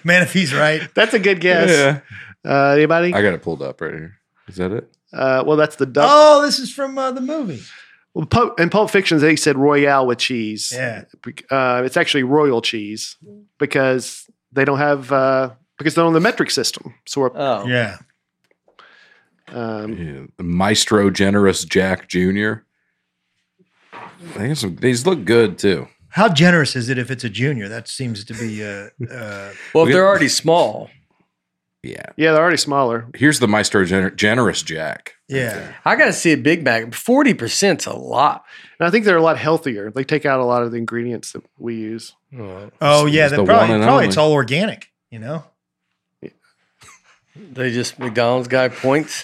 [SPEAKER 6] man, if he's right,
[SPEAKER 4] That's a good guess. Uh, anybody?
[SPEAKER 2] I got it pulled up right here. Is that it?
[SPEAKER 4] Uh, well, that's the duck.
[SPEAKER 6] Oh, this is from uh, the movie.
[SPEAKER 4] Well, Pulp, in Pulp Fiction, they said Royale with cheese.
[SPEAKER 6] Yeah.
[SPEAKER 4] Uh, it's actually Royal cheese because they don't have uh, because they're on the metric system. So we're,
[SPEAKER 5] Oh,
[SPEAKER 6] Yeah.
[SPEAKER 4] um,
[SPEAKER 2] Yeah. Maestro Generous Jack Jr. They have some, these look good too.
[SPEAKER 6] How generous is it if it's a junior? That seems to be. Uh, uh,
[SPEAKER 5] well,
[SPEAKER 2] We-
[SPEAKER 5] if they're already small,
[SPEAKER 2] Yeah.
[SPEAKER 4] yeah, they're already smaller.
[SPEAKER 2] Here's the Maestro Gener- Generous Jack.
[SPEAKER 6] yeah.
[SPEAKER 5] I got to see a Big Mac. Forty percent's a lot.
[SPEAKER 4] And I think they're a lot healthier. They take out a lot of the ingredients that we use.
[SPEAKER 6] Oh, yeah.
[SPEAKER 2] It's
[SPEAKER 6] That
[SPEAKER 2] the one
[SPEAKER 6] probably
[SPEAKER 2] and
[SPEAKER 6] probably it's
[SPEAKER 2] only.
[SPEAKER 6] all organic. You know.
[SPEAKER 5] They just McDonald's guy points.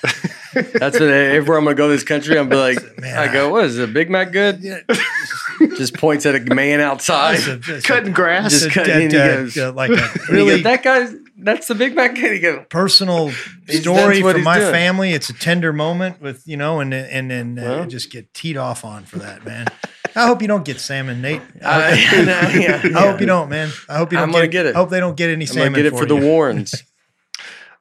[SPEAKER 5] That's what everywhere I'm gonna go this country. I'm be like,
[SPEAKER 6] Man,
[SPEAKER 5] I go, what is it, Big Mac? Good.
[SPEAKER 6] Yeah.
[SPEAKER 5] Just points at a man outside.
[SPEAKER 6] It's a- it's a-
[SPEAKER 4] Cutting grass.
[SPEAKER 6] it's a-
[SPEAKER 5] Just cutting,
[SPEAKER 6] it's
[SPEAKER 5] he
[SPEAKER 6] a-
[SPEAKER 5] goes-
[SPEAKER 6] uh, like a
[SPEAKER 5] And you go,
[SPEAKER 6] really
[SPEAKER 5] that guy's that's the Big Mac. And you go,
[SPEAKER 6] personal
[SPEAKER 5] He's-
[SPEAKER 6] story
[SPEAKER 5] that's what
[SPEAKER 6] from
[SPEAKER 5] he's
[SPEAKER 6] my
[SPEAKER 5] doing.
[SPEAKER 6] family. It's a tender moment with you know, and and and uh,
[SPEAKER 5] Well.
[SPEAKER 6] just get teed off on for that, man. I hope you don't get salmon, Nate. I,
[SPEAKER 5] I, yeah,
[SPEAKER 6] I hope you don't, man. I hope you don't.
[SPEAKER 5] I'm gonna get it.
[SPEAKER 6] I hope they don't get any
[SPEAKER 5] I'm gonna
[SPEAKER 6] salmon.
[SPEAKER 5] get it for the
[SPEAKER 6] you.
[SPEAKER 5] Warrens.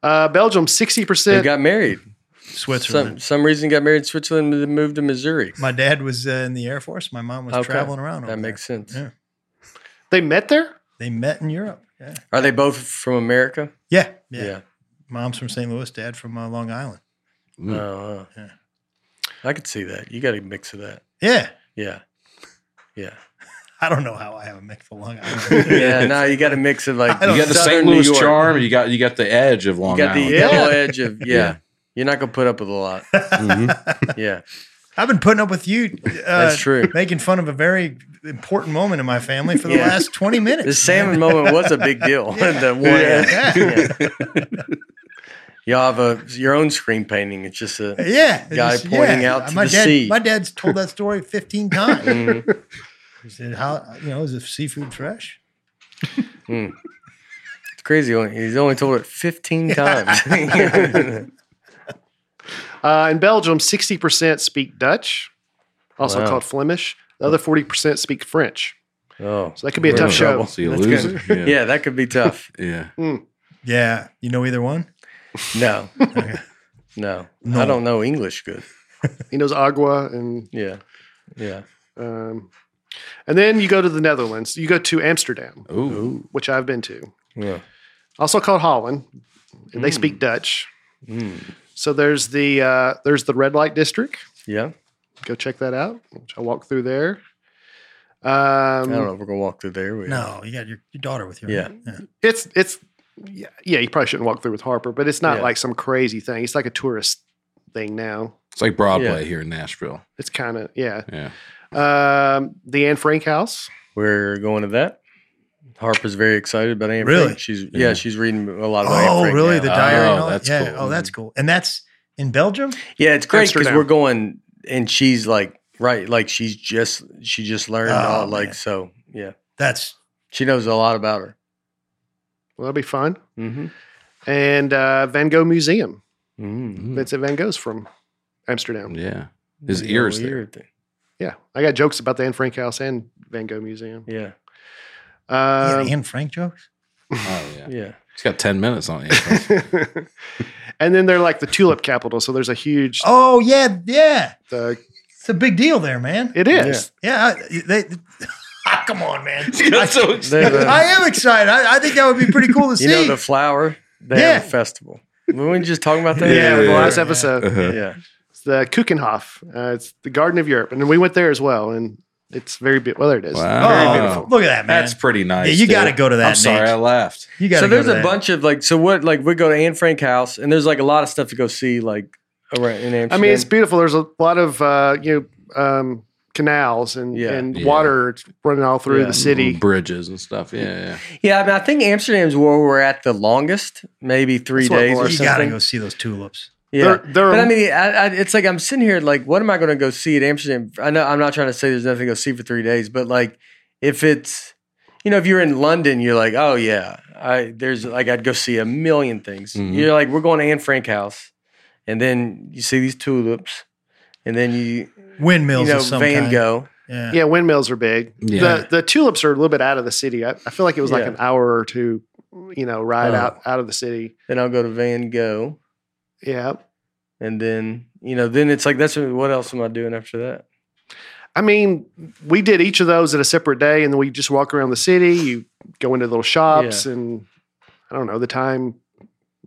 [SPEAKER 4] Uh, Belgium,
[SPEAKER 5] They
[SPEAKER 4] 60%.
[SPEAKER 5] got married. Some
[SPEAKER 6] Switzerland.
[SPEAKER 5] some reason got married in Switzerland and then moved to Missouri.
[SPEAKER 6] my dad was uh, in the Air Force. My mom was
[SPEAKER 5] Okay.
[SPEAKER 6] traveling around. over
[SPEAKER 5] That makes sense.
[SPEAKER 6] Yeah.
[SPEAKER 4] they met there?
[SPEAKER 6] there. They met in Europe. Yeah.
[SPEAKER 5] Are they both from America?
[SPEAKER 6] Yeah. Yeah. Mom's from St. Louis. Dad from uh, Long Island.
[SPEAKER 2] Mm.
[SPEAKER 5] Oh,
[SPEAKER 6] Hmm. Yeah.
[SPEAKER 5] I could see that. You got a mix of that.
[SPEAKER 6] Yeah.
[SPEAKER 5] Yeah. Yeah.
[SPEAKER 6] I don't know how I have a mix of Long Island.
[SPEAKER 5] Yeah. no, you got a mix of like
[SPEAKER 6] I don't
[SPEAKER 2] You got the
[SPEAKER 5] Southern
[SPEAKER 2] St.
[SPEAKER 5] New
[SPEAKER 2] Louis
[SPEAKER 5] York.
[SPEAKER 2] charm. You got you got the edge of Long
[SPEAKER 5] You got the
[SPEAKER 2] Island.
[SPEAKER 4] Yeah.
[SPEAKER 5] yellow edge of yeah.
[SPEAKER 2] Yeah.
[SPEAKER 5] You're not gonna put up with a lot. Yeah.
[SPEAKER 6] I've been putting up with you. Uh,
[SPEAKER 5] That's true.
[SPEAKER 6] Making fun of a very important moment in my family for the
[SPEAKER 5] Yeah.
[SPEAKER 6] last 20 minutes.
[SPEAKER 5] The salmon moment was a big deal. The one-
[SPEAKER 6] Yeah.
[SPEAKER 5] Yeah. You have a your own screen painting. It's just a
[SPEAKER 6] Yeah,
[SPEAKER 5] Guy
[SPEAKER 6] just-
[SPEAKER 5] pointing out to
[SPEAKER 6] my
[SPEAKER 5] the
[SPEAKER 6] dad,
[SPEAKER 5] sea. Mm-hmm.
[SPEAKER 6] My dad's told that story fifteen times. he said, "How you know is the seafood fresh?"
[SPEAKER 5] it's crazy. Only- He's only told it 15 times.
[SPEAKER 4] Uh, in Belgium, 60% speak Dutch, also
[SPEAKER 5] Wow.
[SPEAKER 4] called Flemish. The other 40% speak French.
[SPEAKER 5] oh,
[SPEAKER 4] So that could be a
[SPEAKER 5] We're
[SPEAKER 4] tough
[SPEAKER 5] in
[SPEAKER 4] show.
[SPEAKER 5] trouble.
[SPEAKER 2] So you
[SPEAKER 5] That's
[SPEAKER 2] lose
[SPEAKER 5] good.
[SPEAKER 2] it. Yeah.
[SPEAKER 5] yeah, that could be tough.
[SPEAKER 2] Yeah.
[SPEAKER 6] Yeah, you know either one.
[SPEAKER 5] No, no, I don't know English good.
[SPEAKER 4] He knows agua and
[SPEAKER 5] Yeah, yeah.
[SPEAKER 4] um, and then you go to the Netherlands. You go to Amsterdam,
[SPEAKER 2] Ooh.
[SPEAKER 4] which I've been to,
[SPEAKER 5] Yeah.
[SPEAKER 4] also called Holland, and they
[SPEAKER 5] Hmm.
[SPEAKER 4] speak Dutch. So there's the uh, there's the red light district.
[SPEAKER 5] Yeah.
[SPEAKER 4] Go check that out. Which I walk through there.
[SPEAKER 5] I don't know
[SPEAKER 4] Um,
[SPEAKER 5] if we're going to walk through there. We
[SPEAKER 6] No, you got your, your daughter with you.
[SPEAKER 5] Yeah.
[SPEAKER 4] it's it's yeah, yeah. You probably shouldn't walk through with Harper, but it's not
[SPEAKER 5] Yeah.
[SPEAKER 4] like some crazy thing. It's like a tourist thing now.
[SPEAKER 2] It's like Broadway
[SPEAKER 5] Yeah.
[SPEAKER 2] here in Nashville.
[SPEAKER 4] It's kind of yeah.
[SPEAKER 2] Yeah.
[SPEAKER 4] Um, the Anne Frank House.
[SPEAKER 5] We're going to that. Harper's very excited about Anne
[SPEAKER 6] Really?
[SPEAKER 5] Frank. She's yeah.
[SPEAKER 2] Yeah.
[SPEAKER 5] she's reading a lot about Anne
[SPEAKER 6] Oh,
[SPEAKER 5] Frank
[SPEAKER 6] really?
[SPEAKER 5] now.
[SPEAKER 6] The diary? and
[SPEAKER 2] Oh,
[SPEAKER 6] all that?
[SPEAKER 2] that's
[SPEAKER 6] yeah.
[SPEAKER 2] cool.
[SPEAKER 6] Oh, that's
[SPEAKER 5] Mm-hmm.
[SPEAKER 6] cool. And that's in Belgium.
[SPEAKER 5] Yeah, it's great because
[SPEAKER 4] Amsterdam.
[SPEAKER 5] we're going, and she's like, right, like she's just she just learned,
[SPEAKER 6] Oh,
[SPEAKER 5] all, like
[SPEAKER 6] man.
[SPEAKER 5] so, yeah,
[SPEAKER 6] That's
[SPEAKER 5] she knows a lot about her.
[SPEAKER 4] Well, that'll be fun.
[SPEAKER 5] Mm-hmm.
[SPEAKER 4] And uh, Van Gogh Museum.
[SPEAKER 5] Mm-hmm.
[SPEAKER 1] Hmm.
[SPEAKER 2] Mm.
[SPEAKER 4] Vincent Van Gogh's from Amsterdam.
[SPEAKER 2] Oh, Yeah. His ears there.
[SPEAKER 4] Yeah, I got jokes about the Anne Frank House and Van Gogh Museum.
[SPEAKER 5] Yeah,
[SPEAKER 6] yeah,
[SPEAKER 4] Um,
[SPEAKER 6] Anne Frank jokes.
[SPEAKER 2] Oh yeah.
[SPEAKER 5] yeah.
[SPEAKER 2] It's got ten minutes on it.
[SPEAKER 4] and then they're like the tulip capital, so there's a huge.
[SPEAKER 6] Oh yeah, yeah.
[SPEAKER 4] the-
[SPEAKER 6] It's a big deal there, man.
[SPEAKER 4] it is.
[SPEAKER 6] yeah, I- they. Come on, man.
[SPEAKER 2] so
[SPEAKER 5] There's a-
[SPEAKER 6] I am excited. I, I think that would be pretty cool to see.
[SPEAKER 5] you know the flower. They have
[SPEAKER 6] Yeah.
[SPEAKER 5] a festival. Were we just talking about that?
[SPEAKER 4] Yeah,
[SPEAKER 2] Yeah,
[SPEAKER 4] the
[SPEAKER 2] yeah,
[SPEAKER 4] last
[SPEAKER 6] yeah.
[SPEAKER 4] episode,
[SPEAKER 2] Uh-huh.
[SPEAKER 5] yeah.
[SPEAKER 4] it's the Kuchenhof. Uh, it's the Garden of Europe, and then we went there as well, and it's very be- well. There it is.
[SPEAKER 2] Wow.
[SPEAKER 4] Very
[SPEAKER 6] oh,
[SPEAKER 4] beautiful.
[SPEAKER 6] look at that, man.
[SPEAKER 2] That's pretty nice.
[SPEAKER 6] Yeah, you gotta
[SPEAKER 2] dude.
[SPEAKER 6] go to that,
[SPEAKER 2] I'm sorry,
[SPEAKER 6] Nate.
[SPEAKER 2] I left.
[SPEAKER 6] you got
[SPEAKER 5] So there's a bunch of like, so what? Like we go to Anne Frank House, and there's like a lot of stuff to go see, like around in Amsterdam.
[SPEAKER 4] I mean, it's beautiful. There's a lot of uh, you know um, canals and
[SPEAKER 5] Yeah.
[SPEAKER 4] and
[SPEAKER 2] Yeah. Mm-hmm.
[SPEAKER 4] water running all through
[SPEAKER 5] Yeah.
[SPEAKER 4] the city.
[SPEAKER 2] bridges and stuff. Yeah, yeah.
[SPEAKER 5] yeah. I mean, I think Amsterdam's where we're at the longest, maybe three
[SPEAKER 4] That's what
[SPEAKER 5] days
[SPEAKER 4] Laura
[SPEAKER 5] or
[SPEAKER 6] You gotta
[SPEAKER 5] something.
[SPEAKER 6] go see those tulips.
[SPEAKER 5] yeah,
[SPEAKER 4] There, there are,
[SPEAKER 5] But I mean, I, I, it's like I'm sitting here, like, what am I going to go see at Amsterdam? I know I'm not trying to say there's nothing to go see for three days, but like, if it's, you know, if you're in London, you're like, oh yeah, I there's like I'd go see a million things.
[SPEAKER 2] Mhm.
[SPEAKER 5] You're like, we're going to Anne Frank House, and then you see these tulips, and then you,
[SPEAKER 6] Windmills
[SPEAKER 5] you know,
[SPEAKER 6] of some
[SPEAKER 5] Van
[SPEAKER 6] kind.
[SPEAKER 5] Gogh.
[SPEAKER 6] Yeah.
[SPEAKER 4] yeah, windmills are big.
[SPEAKER 2] Yeah.
[SPEAKER 4] The the tulips are a little bit out of the city. I, I feel like it was like
[SPEAKER 5] Yeah.
[SPEAKER 4] an hour or two, you know, ride
[SPEAKER 6] Oh.
[SPEAKER 4] out out of the city.
[SPEAKER 5] Then I'll go to Van Gogh,
[SPEAKER 4] Yeah.
[SPEAKER 5] and then you know, then it's like that's what else am I doing after that?
[SPEAKER 4] I mean, we did each of those at a separate day, and then we just walk around the city. You go into little shops, and I don't know. The time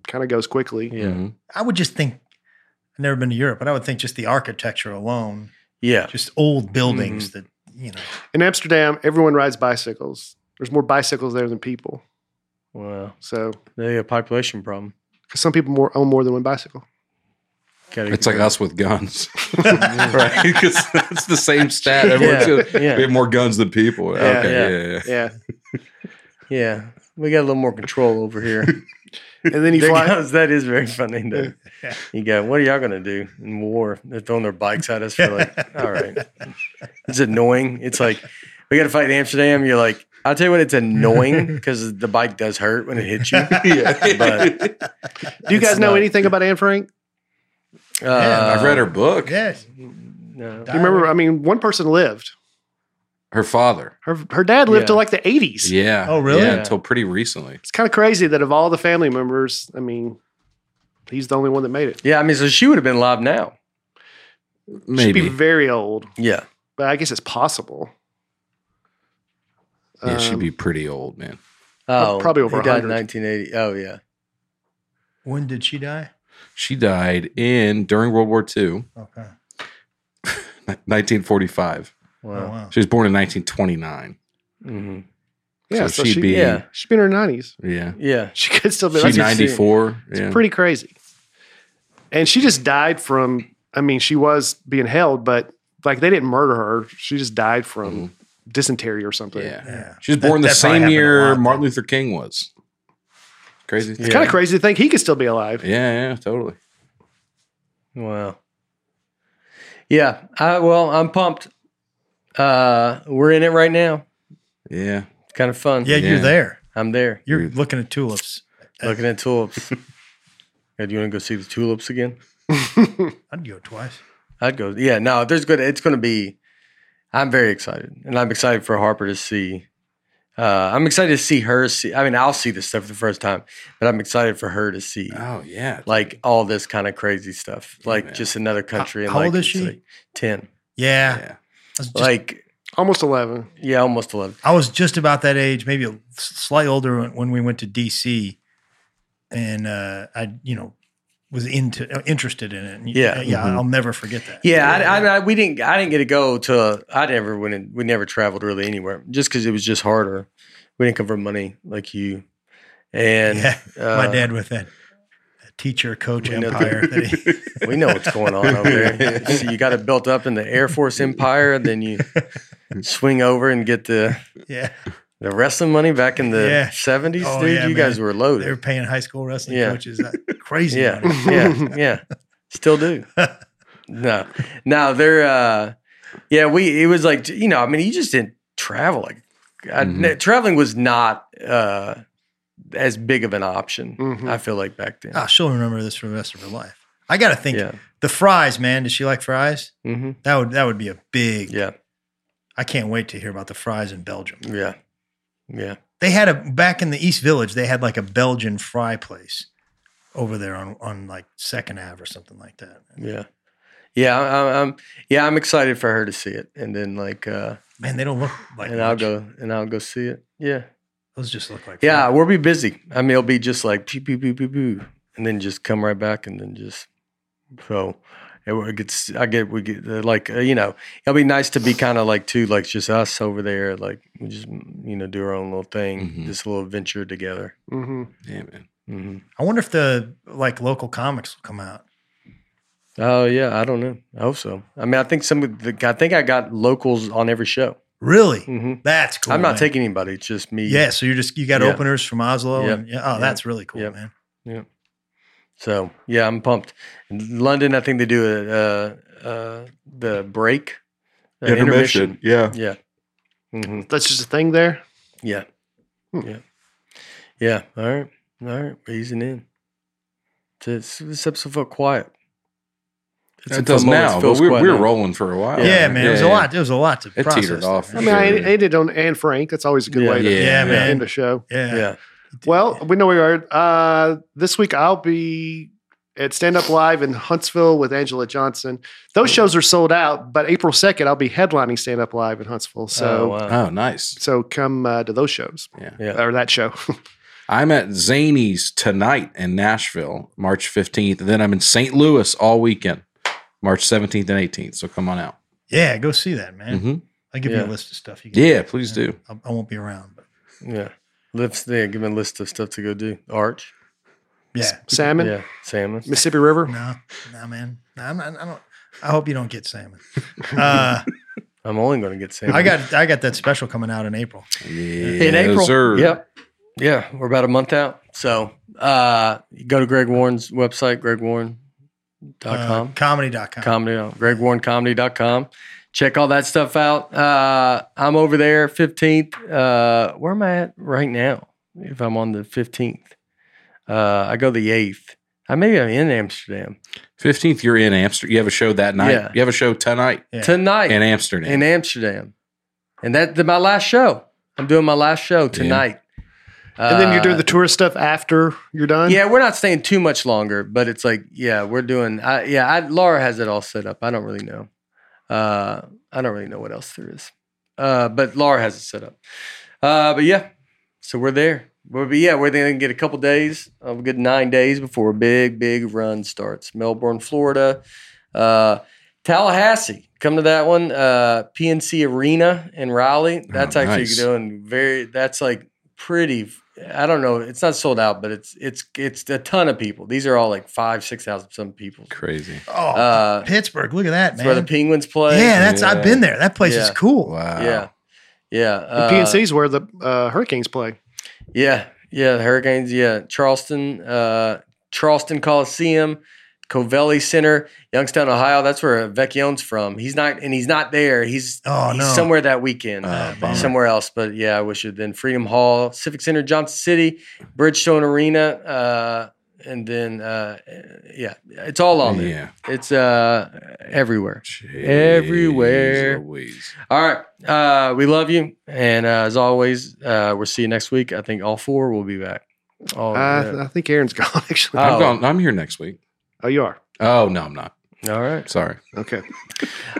[SPEAKER 4] kind of goes quickly.
[SPEAKER 5] Yeah,
[SPEAKER 2] Mm-hmm.
[SPEAKER 6] I would just think I've never been to Europe, but I would think just the architecture alone,
[SPEAKER 5] yeah,
[SPEAKER 6] just old buildings that you know.
[SPEAKER 4] In Amsterdam, everyone rides bicycles. There's more bicycles there than people.
[SPEAKER 5] wow,
[SPEAKER 4] So,
[SPEAKER 5] they got a population problem.
[SPEAKER 4] 'cause some people more own more than one bicycle.
[SPEAKER 5] Gotta
[SPEAKER 2] It's
[SPEAKER 5] get
[SPEAKER 2] like
[SPEAKER 5] rid-
[SPEAKER 2] us with guns, right? Because that's the same stat.
[SPEAKER 5] Yeah,
[SPEAKER 2] Everyone's gonna-
[SPEAKER 5] yeah.
[SPEAKER 2] We have more guns than people.
[SPEAKER 4] Yeah,
[SPEAKER 2] okay, yeah, yeah.
[SPEAKER 4] Yeah,
[SPEAKER 5] Yeah, we got a little more control over here.
[SPEAKER 4] and then you
[SPEAKER 5] There
[SPEAKER 4] fly.
[SPEAKER 5] goes- that is very funny. Though. You go, what are y'all going to do in war? They're throwing their bikes at us for like, all right. It's annoying. It's like, we got to fight in Amsterdam. You're like, I'll tell you what, it's annoying because the bike does hurt when it hits you. But,
[SPEAKER 4] Do you guys
[SPEAKER 5] It's
[SPEAKER 4] know
[SPEAKER 5] not-
[SPEAKER 4] anything about Anne Frank?
[SPEAKER 5] uh,
[SPEAKER 6] Yeah,
[SPEAKER 2] I've read her book.
[SPEAKER 6] Yes.
[SPEAKER 5] No.
[SPEAKER 4] Do you remember? I mean, one person lived.
[SPEAKER 2] Her father.
[SPEAKER 4] Her her dad lived
[SPEAKER 5] Yeah.
[SPEAKER 4] to like the 80s.
[SPEAKER 2] Yeah.
[SPEAKER 6] Oh, really?
[SPEAKER 2] Yeah, until pretty recently.
[SPEAKER 4] It's kind of crazy that of all the family members, I mean, he's the only one that made it.
[SPEAKER 5] Yeah, I mean, so she would have been alive now.
[SPEAKER 4] She'd
[SPEAKER 2] Maybe.
[SPEAKER 4] be very old,
[SPEAKER 5] Yeah.
[SPEAKER 4] but I guess it's possible.
[SPEAKER 2] yeah, she'd
[SPEAKER 4] Um,
[SPEAKER 2] be pretty old, man.
[SPEAKER 5] Oh,
[SPEAKER 4] Probably over
[SPEAKER 5] he died in
[SPEAKER 4] 100.
[SPEAKER 5] 1980. Oh, yeah.
[SPEAKER 6] When did she die?
[SPEAKER 2] She died in during World War II,
[SPEAKER 6] Okay.
[SPEAKER 2] 1945.
[SPEAKER 6] Oh,
[SPEAKER 5] Wow.
[SPEAKER 6] wow.
[SPEAKER 2] She was born in 1929.
[SPEAKER 5] hmm
[SPEAKER 4] Yeah,
[SPEAKER 2] so
[SPEAKER 4] so
[SPEAKER 2] she'd
[SPEAKER 4] she,
[SPEAKER 2] be
[SPEAKER 5] yeah.
[SPEAKER 4] she'd be in her 90s.
[SPEAKER 2] yeah.
[SPEAKER 5] Yeah.
[SPEAKER 4] She could still be.
[SPEAKER 2] She's
[SPEAKER 4] That's
[SPEAKER 2] 94. yeah.
[SPEAKER 4] pretty crazy. And she just died from. I mean, she was being held, but like they didn't murder her. She just died from dysentery or something.
[SPEAKER 2] Mm-hmm. yeah.
[SPEAKER 6] Yeah.
[SPEAKER 2] She was
[SPEAKER 6] That-
[SPEAKER 2] born the
[SPEAKER 6] that probably
[SPEAKER 2] same
[SPEAKER 6] happened a
[SPEAKER 2] year
[SPEAKER 6] lot,
[SPEAKER 2] Martin
[SPEAKER 6] though.
[SPEAKER 2] Luther King was. Crazy.
[SPEAKER 4] It's
[SPEAKER 2] Yeah.
[SPEAKER 4] kind of crazy to think he could still be alive.
[SPEAKER 2] yeah, totally.
[SPEAKER 5] Wow. Yeah. I, well, I'm pumped. Uh, we're in it right now.
[SPEAKER 2] Yeah.
[SPEAKER 5] It's kind of fun.
[SPEAKER 6] Yeah,
[SPEAKER 2] Yeah.
[SPEAKER 6] you're there.
[SPEAKER 5] I'm there.
[SPEAKER 6] You're
[SPEAKER 2] You're-
[SPEAKER 6] looking at tulips.
[SPEAKER 5] Looking at tulips. Yeah, do you want to go see the tulips again?
[SPEAKER 6] I'd go twice.
[SPEAKER 5] I'd go. Yeah, no, there's good. It's going to be. I'm very excited, and I'm excited for Harper to see. Uh, I'm excited to see her see. I mean, I'll see this stuff for the first time, but I'm excited for her to see
[SPEAKER 6] Uh,
[SPEAKER 2] Oh, yeah.
[SPEAKER 5] like all this kind of crazy stuff, like
[SPEAKER 2] man.
[SPEAKER 5] just another country. and
[SPEAKER 6] how
[SPEAKER 5] like,
[SPEAKER 6] old is
[SPEAKER 5] it's
[SPEAKER 6] she?
[SPEAKER 5] like Ten.
[SPEAKER 6] Yeah.
[SPEAKER 2] yeah.
[SPEAKER 6] I, was just,
[SPEAKER 5] Like
[SPEAKER 4] Almost 11.
[SPEAKER 5] yeah, almost eleven.
[SPEAKER 6] I was just about that age, maybe a slightly older when, when we went to DC, and uh, I, you know, was into uh, interested in it. And
[SPEAKER 5] Yeah. Mm-hmm.
[SPEAKER 6] yeah,
[SPEAKER 2] Mhm.
[SPEAKER 6] I'll never forget that.
[SPEAKER 5] Yeah, I, I, I, we didn't. I didn't get to go to. I never went. In, we never traveled really anywhere, just because it was just harder. We didn't come from money like you, and
[SPEAKER 6] Yeah,
[SPEAKER 5] uh,
[SPEAKER 6] my dad with that, that teacher coach
[SPEAKER 5] we know-
[SPEAKER 6] empire. That he,
[SPEAKER 5] We know what's going on over there. You see, you got it built up in the Air Force empire, then you swing over and get the
[SPEAKER 6] yeah,
[SPEAKER 5] the wrestling money back in the
[SPEAKER 6] Yeah.
[SPEAKER 5] seventies,
[SPEAKER 6] Oh,
[SPEAKER 5] dude.
[SPEAKER 6] yeah,
[SPEAKER 5] you
[SPEAKER 6] man.
[SPEAKER 5] guys were
[SPEAKER 6] they were
[SPEAKER 5] loaded.
[SPEAKER 6] paying high school wrestling
[SPEAKER 5] Yeah.
[SPEAKER 6] coaches that crazy.
[SPEAKER 5] Yeah,
[SPEAKER 6] money.
[SPEAKER 5] yeah, yeah. Still do. No, no, they're. uh Yeah, we. It was like you know. I mean, you just didn't travel. Like I-
[SPEAKER 6] Mm-hmm.
[SPEAKER 2] Mhm.
[SPEAKER 5] traveling was not uh as big of an option.
[SPEAKER 6] Mm-hmm.
[SPEAKER 4] Mhm.
[SPEAKER 5] I feel like back then.
[SPEAKER 6] Ah, she'll remember this for the rest of her life. I got to think
[SPEAKER 5] Yeah.
[SPEAKER 6] the fries, man. Does she like fries?
[SPEAKER 5] hmm
[SPEAKER 6] That would that would be a big.
[SPEAKER 5] Yeah.
[SPEAKER 6] I can't wait to hear about the fries in Belgium.
[SPEAKER 5] Yeah. Yeah.
[SPEAKER 6] They had a back in the East Village. They had like a Belgian fry place over there on on like Second Ave or something like that.
[SPEAKER 5] Yeah. Yeah, I- I'm, I'm. Yeah, I'm excited for her to see it, and then like, uh
[SPEAKER 6] Man, they don't look like.
[SPEAKER 5] and I'll
[SPEAKER 6] much.
[SPEAKER 5] go and I'll go see it. Yeah,
[SPEAKER 6] Those just look like.
[SPEAKER 5] yeah,
[SPEAKER 6] fries.
[SPEAKER 5] we'll be busy. I mean, it'll be just like pew pew pew pew pew, and then just come right back, and then just so it wa- it gets. I get we get uh, like uh, you know it'll be nice to be kind of like too like just us over there, like we just mm, you know do our own little thing,
[SPEAKER 2] Mhm.
[SPEAKER 5] this little adventure together.
[SPEAKER 4] hmm
[SPEAKER 2] Yeah, man.
[SPEAKER 5] hmm
[SPEAKER 6] I wonder if the like local comics will come out.
[SPEAKER 5] Oh yeah, I don't know. I hope so. I mean, I think some of the I think I got locals on every show.
[SPEAKER 6] Really,
[SPEAKER 5] hmm
[SPEAKER 6] that's cool.
[SPEAKER 5] I'm not
[SPEAKER 6] man.
[SPEAKER 5] taking anybody. It's just me.
[SPEAKER 6] Yeah, so you're just you got
[SPEAKER 5] Yeah.
[SPEAKER 6] openers from Oslo.
[SPEAKER 5] Yep.
[SPEAKER 6] And, yeah, oh,
[SPEAKER 5] Yep.
[SPEAKER 6] that's really cool,
[SPEAKER 5] Yep.
[SPEAKER 6] man.
[SPEAKER 5] So yeah, I'm pumped. In London, I think they do a, uh uh the break uh,
[SPEAKER 2] Intermission. Yeah.
[SPEAKER 5] Yeah, hmm
[SPEAKER 4] That's just a thing there.
[SPEAKER 5] yeah,
[SPEAKER 4] Hmm.
[SPEAKER 5] yeah, yeah. All right, all right. We're easing in. This, this episode felt quiet. It's a
[SPEAKER 2] It does
[SPEAKER 5] fun moment.
[SPEAKER 2] now,
[SPEAKER 5] It
[SPEAKER 2] but
[SPEAKER 5] feels
[SPEAKER 2] we
[SPEAKER 5] quiet
[SPEAKER 2] are we were
[SPEAKER 5] now.
[SPEAKER 2] rolling for a while.
[SPEAKER 6] Yeah, man, it was a lot. It was a lot to
[SPEAKER 2] It
[SPEAKER 6] process.
[SPEAKER 2] teetered off.
[SPEAKER 4] I mean, I
[SPEAKER 2] Sure.
[SPEAKER 4] ended on Anne Frank. That's always a good
[SPEAKER 5] Yeah.
[SPEAKER 4] way to
[SPEAKER 2] Yeah,
[SPEAKER 6] Yeah, man.
[SPEAKER 4] end a show.
[SPEAKER 6] Yeah.
[SPEAKER 5] Yeah,
[SPEAKER 4] Well, we know we are. Uh, this week I'll be at Stand Up Live in Huntsville with Angela Johnson. Those shows are sold out, but April 2nd, I'll be headlining Stand Up Live in Huntsville. So,
[SPEAKER 5] Oh,
[SPEAKER 6] uh,
[SPEAKER 5] wow.
[SPEAKER 2] Oh, nice.
[SPEAKER 4] so come uh, to those shows
[SPEAKER 5] Yeah.
[SPEAKER 4] or that show.
[SPEAKER 2] I'm at Zany's tonight in Nashville, March 15th. And then I'm in St. Louis all weekend, March 17th and 18th. So come on out.
[SPEAKER 6] Yeah, go see that, man.
[SPEAKER 2] hmm
[SPEAKER 6] I'll
[SPEAKER 5] Mm-hmm.
[SPEAKER 6] give
[SPEAKER 5] Yeah.
[SPEAKER 6] you a list of stuff. You
[SPEAKER 2] Yeah, please do.
[SPEAKER 6] I, I won't be around, but
[SPEAKER 5] Yeah. Lips there, give me a list of stuff to go do. Arch.
[SPEAKER 6] yeah,
[SPEAKER 4] Salmon,
[SPEAKER 5] Yeah. Salmon.
[SPEAKER 4] Mississippi River.
[SPEAKER 6] no, no, man, no, I'm not, I don't. I hope you don't get salmon. Uh,
[SPEAKER 5] I'm only gonna get salmon.
[SPEAKER 6] I got I got that special coming out in April.
[SPEAKER 2] Yeah,
[SPEAKER 5] April.
[SPEAKER 2] sir.
[SPEAKER 5] Yep. Yeah, we're about a month out. So uh go to Greg Warren's website, gregwarren.com.
[SPEAKER 6] Uh,
[SPEAKER 5] com.
[SPEAKER 6] Comedy.com.
[SPEAKER 5] comedy uh, on gregwarrencomedy.com. Check all that stuff out. Uh, I'm over there 15th. Uh, where am I at right now? If I'm on the 15th, uh, I go the 8th. I maybe I'm in Amsterdam
[SPEAKER 2] 15th, you're in Amsterdam. You have a show that night.
[SPEAKER 5] Yeah.
[SPEAKER 2] You have a show tonight
[SPEAKER 6] Yeah.
[SPEAKER 5] tonight
[SPEAKER 2] in
[SPEAKER 5] in,
[SPEAKER 2] Amsterdam.
[SPEAKER 5] Amsterdam. And that's my last show. I'm doing my last show tonight.
[SPEAKER 4] And then you're
[SPEAKER 5] Uh,
[SPEAKER 4] doing the tourist stuff after you're done.
[SPEAKER 5] Yeah, we're not staying too much longer, but it's like, yeah, we're doing. I, yeah, I, Laura has it all set up. I don't really know. Uh, I don't really know what else there is, uh, but Laura has it set up. Uh, but yeah, so we're there. We'll be yeah, we're there and get a couple days, of a good nine days before a big big run starts. Melbourne, Florida, uh, Tallahassee. Come to that one, uh, PNC Arena in Raleigh. That's
[SPEAKER 2] Oh,
[SPEAKER 5] actually
[SPEAKER 2] nice.
[SPEAKER 5] doing very. That's like pretty. I don't know. It's not sold out, but it's it's it's a ton of people. These are all like five, six thousand some people.
[SPEAKER 2] Crazy.
[SPEAKER 6] Oh,
[SPEAKER 5] Uh,
[SPEAKER 6] Pittsburgh. Look at that,
[SPEAKER 5] It's where the
[SPEAKER 6] man.
[SPEAKER 5] Penguins play.
[SPEAKER 6] Yeah, that's
[SPEAKER 2] Yeah.
[SPEAKER 6] I've been there. That place is
[SPEAKER 5] Yeah.
[SPEAKER 6] cool.
[SPEAKER 2] Wow.
[SPEAKER 5] yeah, yeah.
[SPEAKER 4] The PNC's where the uh, Hurricanes play.
[SPEAKER 5] Yeah, yeah, the Hurricanes. Yeah, Charleston, uh, Charleston Coliseum, Covelli Center, Youngstown, Ohio. That's where Vecchione's from. He's not, and he's not there. He's,
[SPEAKER 6] Oh,
[SPEAKER 5] he's
[SPEAKER 6] no.
[SPEAKER 5] somewhere that weekend,
[SPEAKER 2] Uh,
[SPEAKER 6] Oh, man.
[SPEAKER 5] somewhere else. But yeah, I wish it. Then Freedom Hall, Civic Center, Johnson City, Bridgestone Arena, uh, and then uh, yeah, it's all on there.
[SPEAKER 2] Yeah.
[SPEAKER 5] It's uh, everywhere.
[SPEAKER 2] Jeez
[SPEAKER 5] Everywhere.
[SPEAKER 2] Louise.
[SPEAKER 5] All right, uh, we love you, and uh, as always, uh, we'll see you next week. I think all four will be back. Oh, yeah.
[SPEAKER 4] Uh, I think Aaron's gone, actually.
[SPEAKER 5] Uh,
[SPEAKER 2] I'm
[SPEAKER 5] Oh.
[SPEAKER 2] gone. I'm here next week.
[SPEAKER 4] oh, you are.
[SPEAKER 2] Oh, no, I'm not.
[SPEAKER 5] All right.
[SPEAKER 2] Sorry.
[SPEAKER 4] Okay.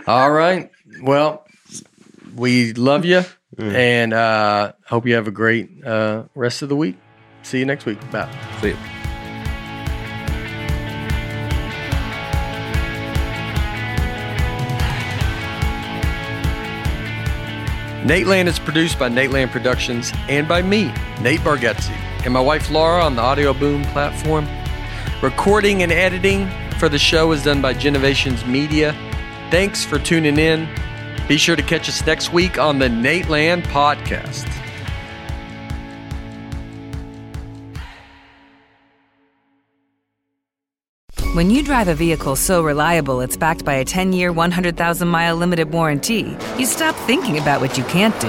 [SPEAKER 5] All right. Well, we love you and uh, hope you have a great uh, rest of the week. See you next week. Bye.
[SPEAKER 2] See you.
[SPEAKER 5] Nate Land is produced by Nate Land Productions and by me, Nate Bargatze, and my wife Laura on the Audio Boom platform. Recording and editing for the show is done by Genovations Media. Thanks for tuning in. Be sure to catch us next week on the Nate Land Podcast.
[SPEAKER 7] When you drive a vehicle so reliable it's backed by a 10 year, 100,000 mile limited warranty, you stop thinking about what you can't do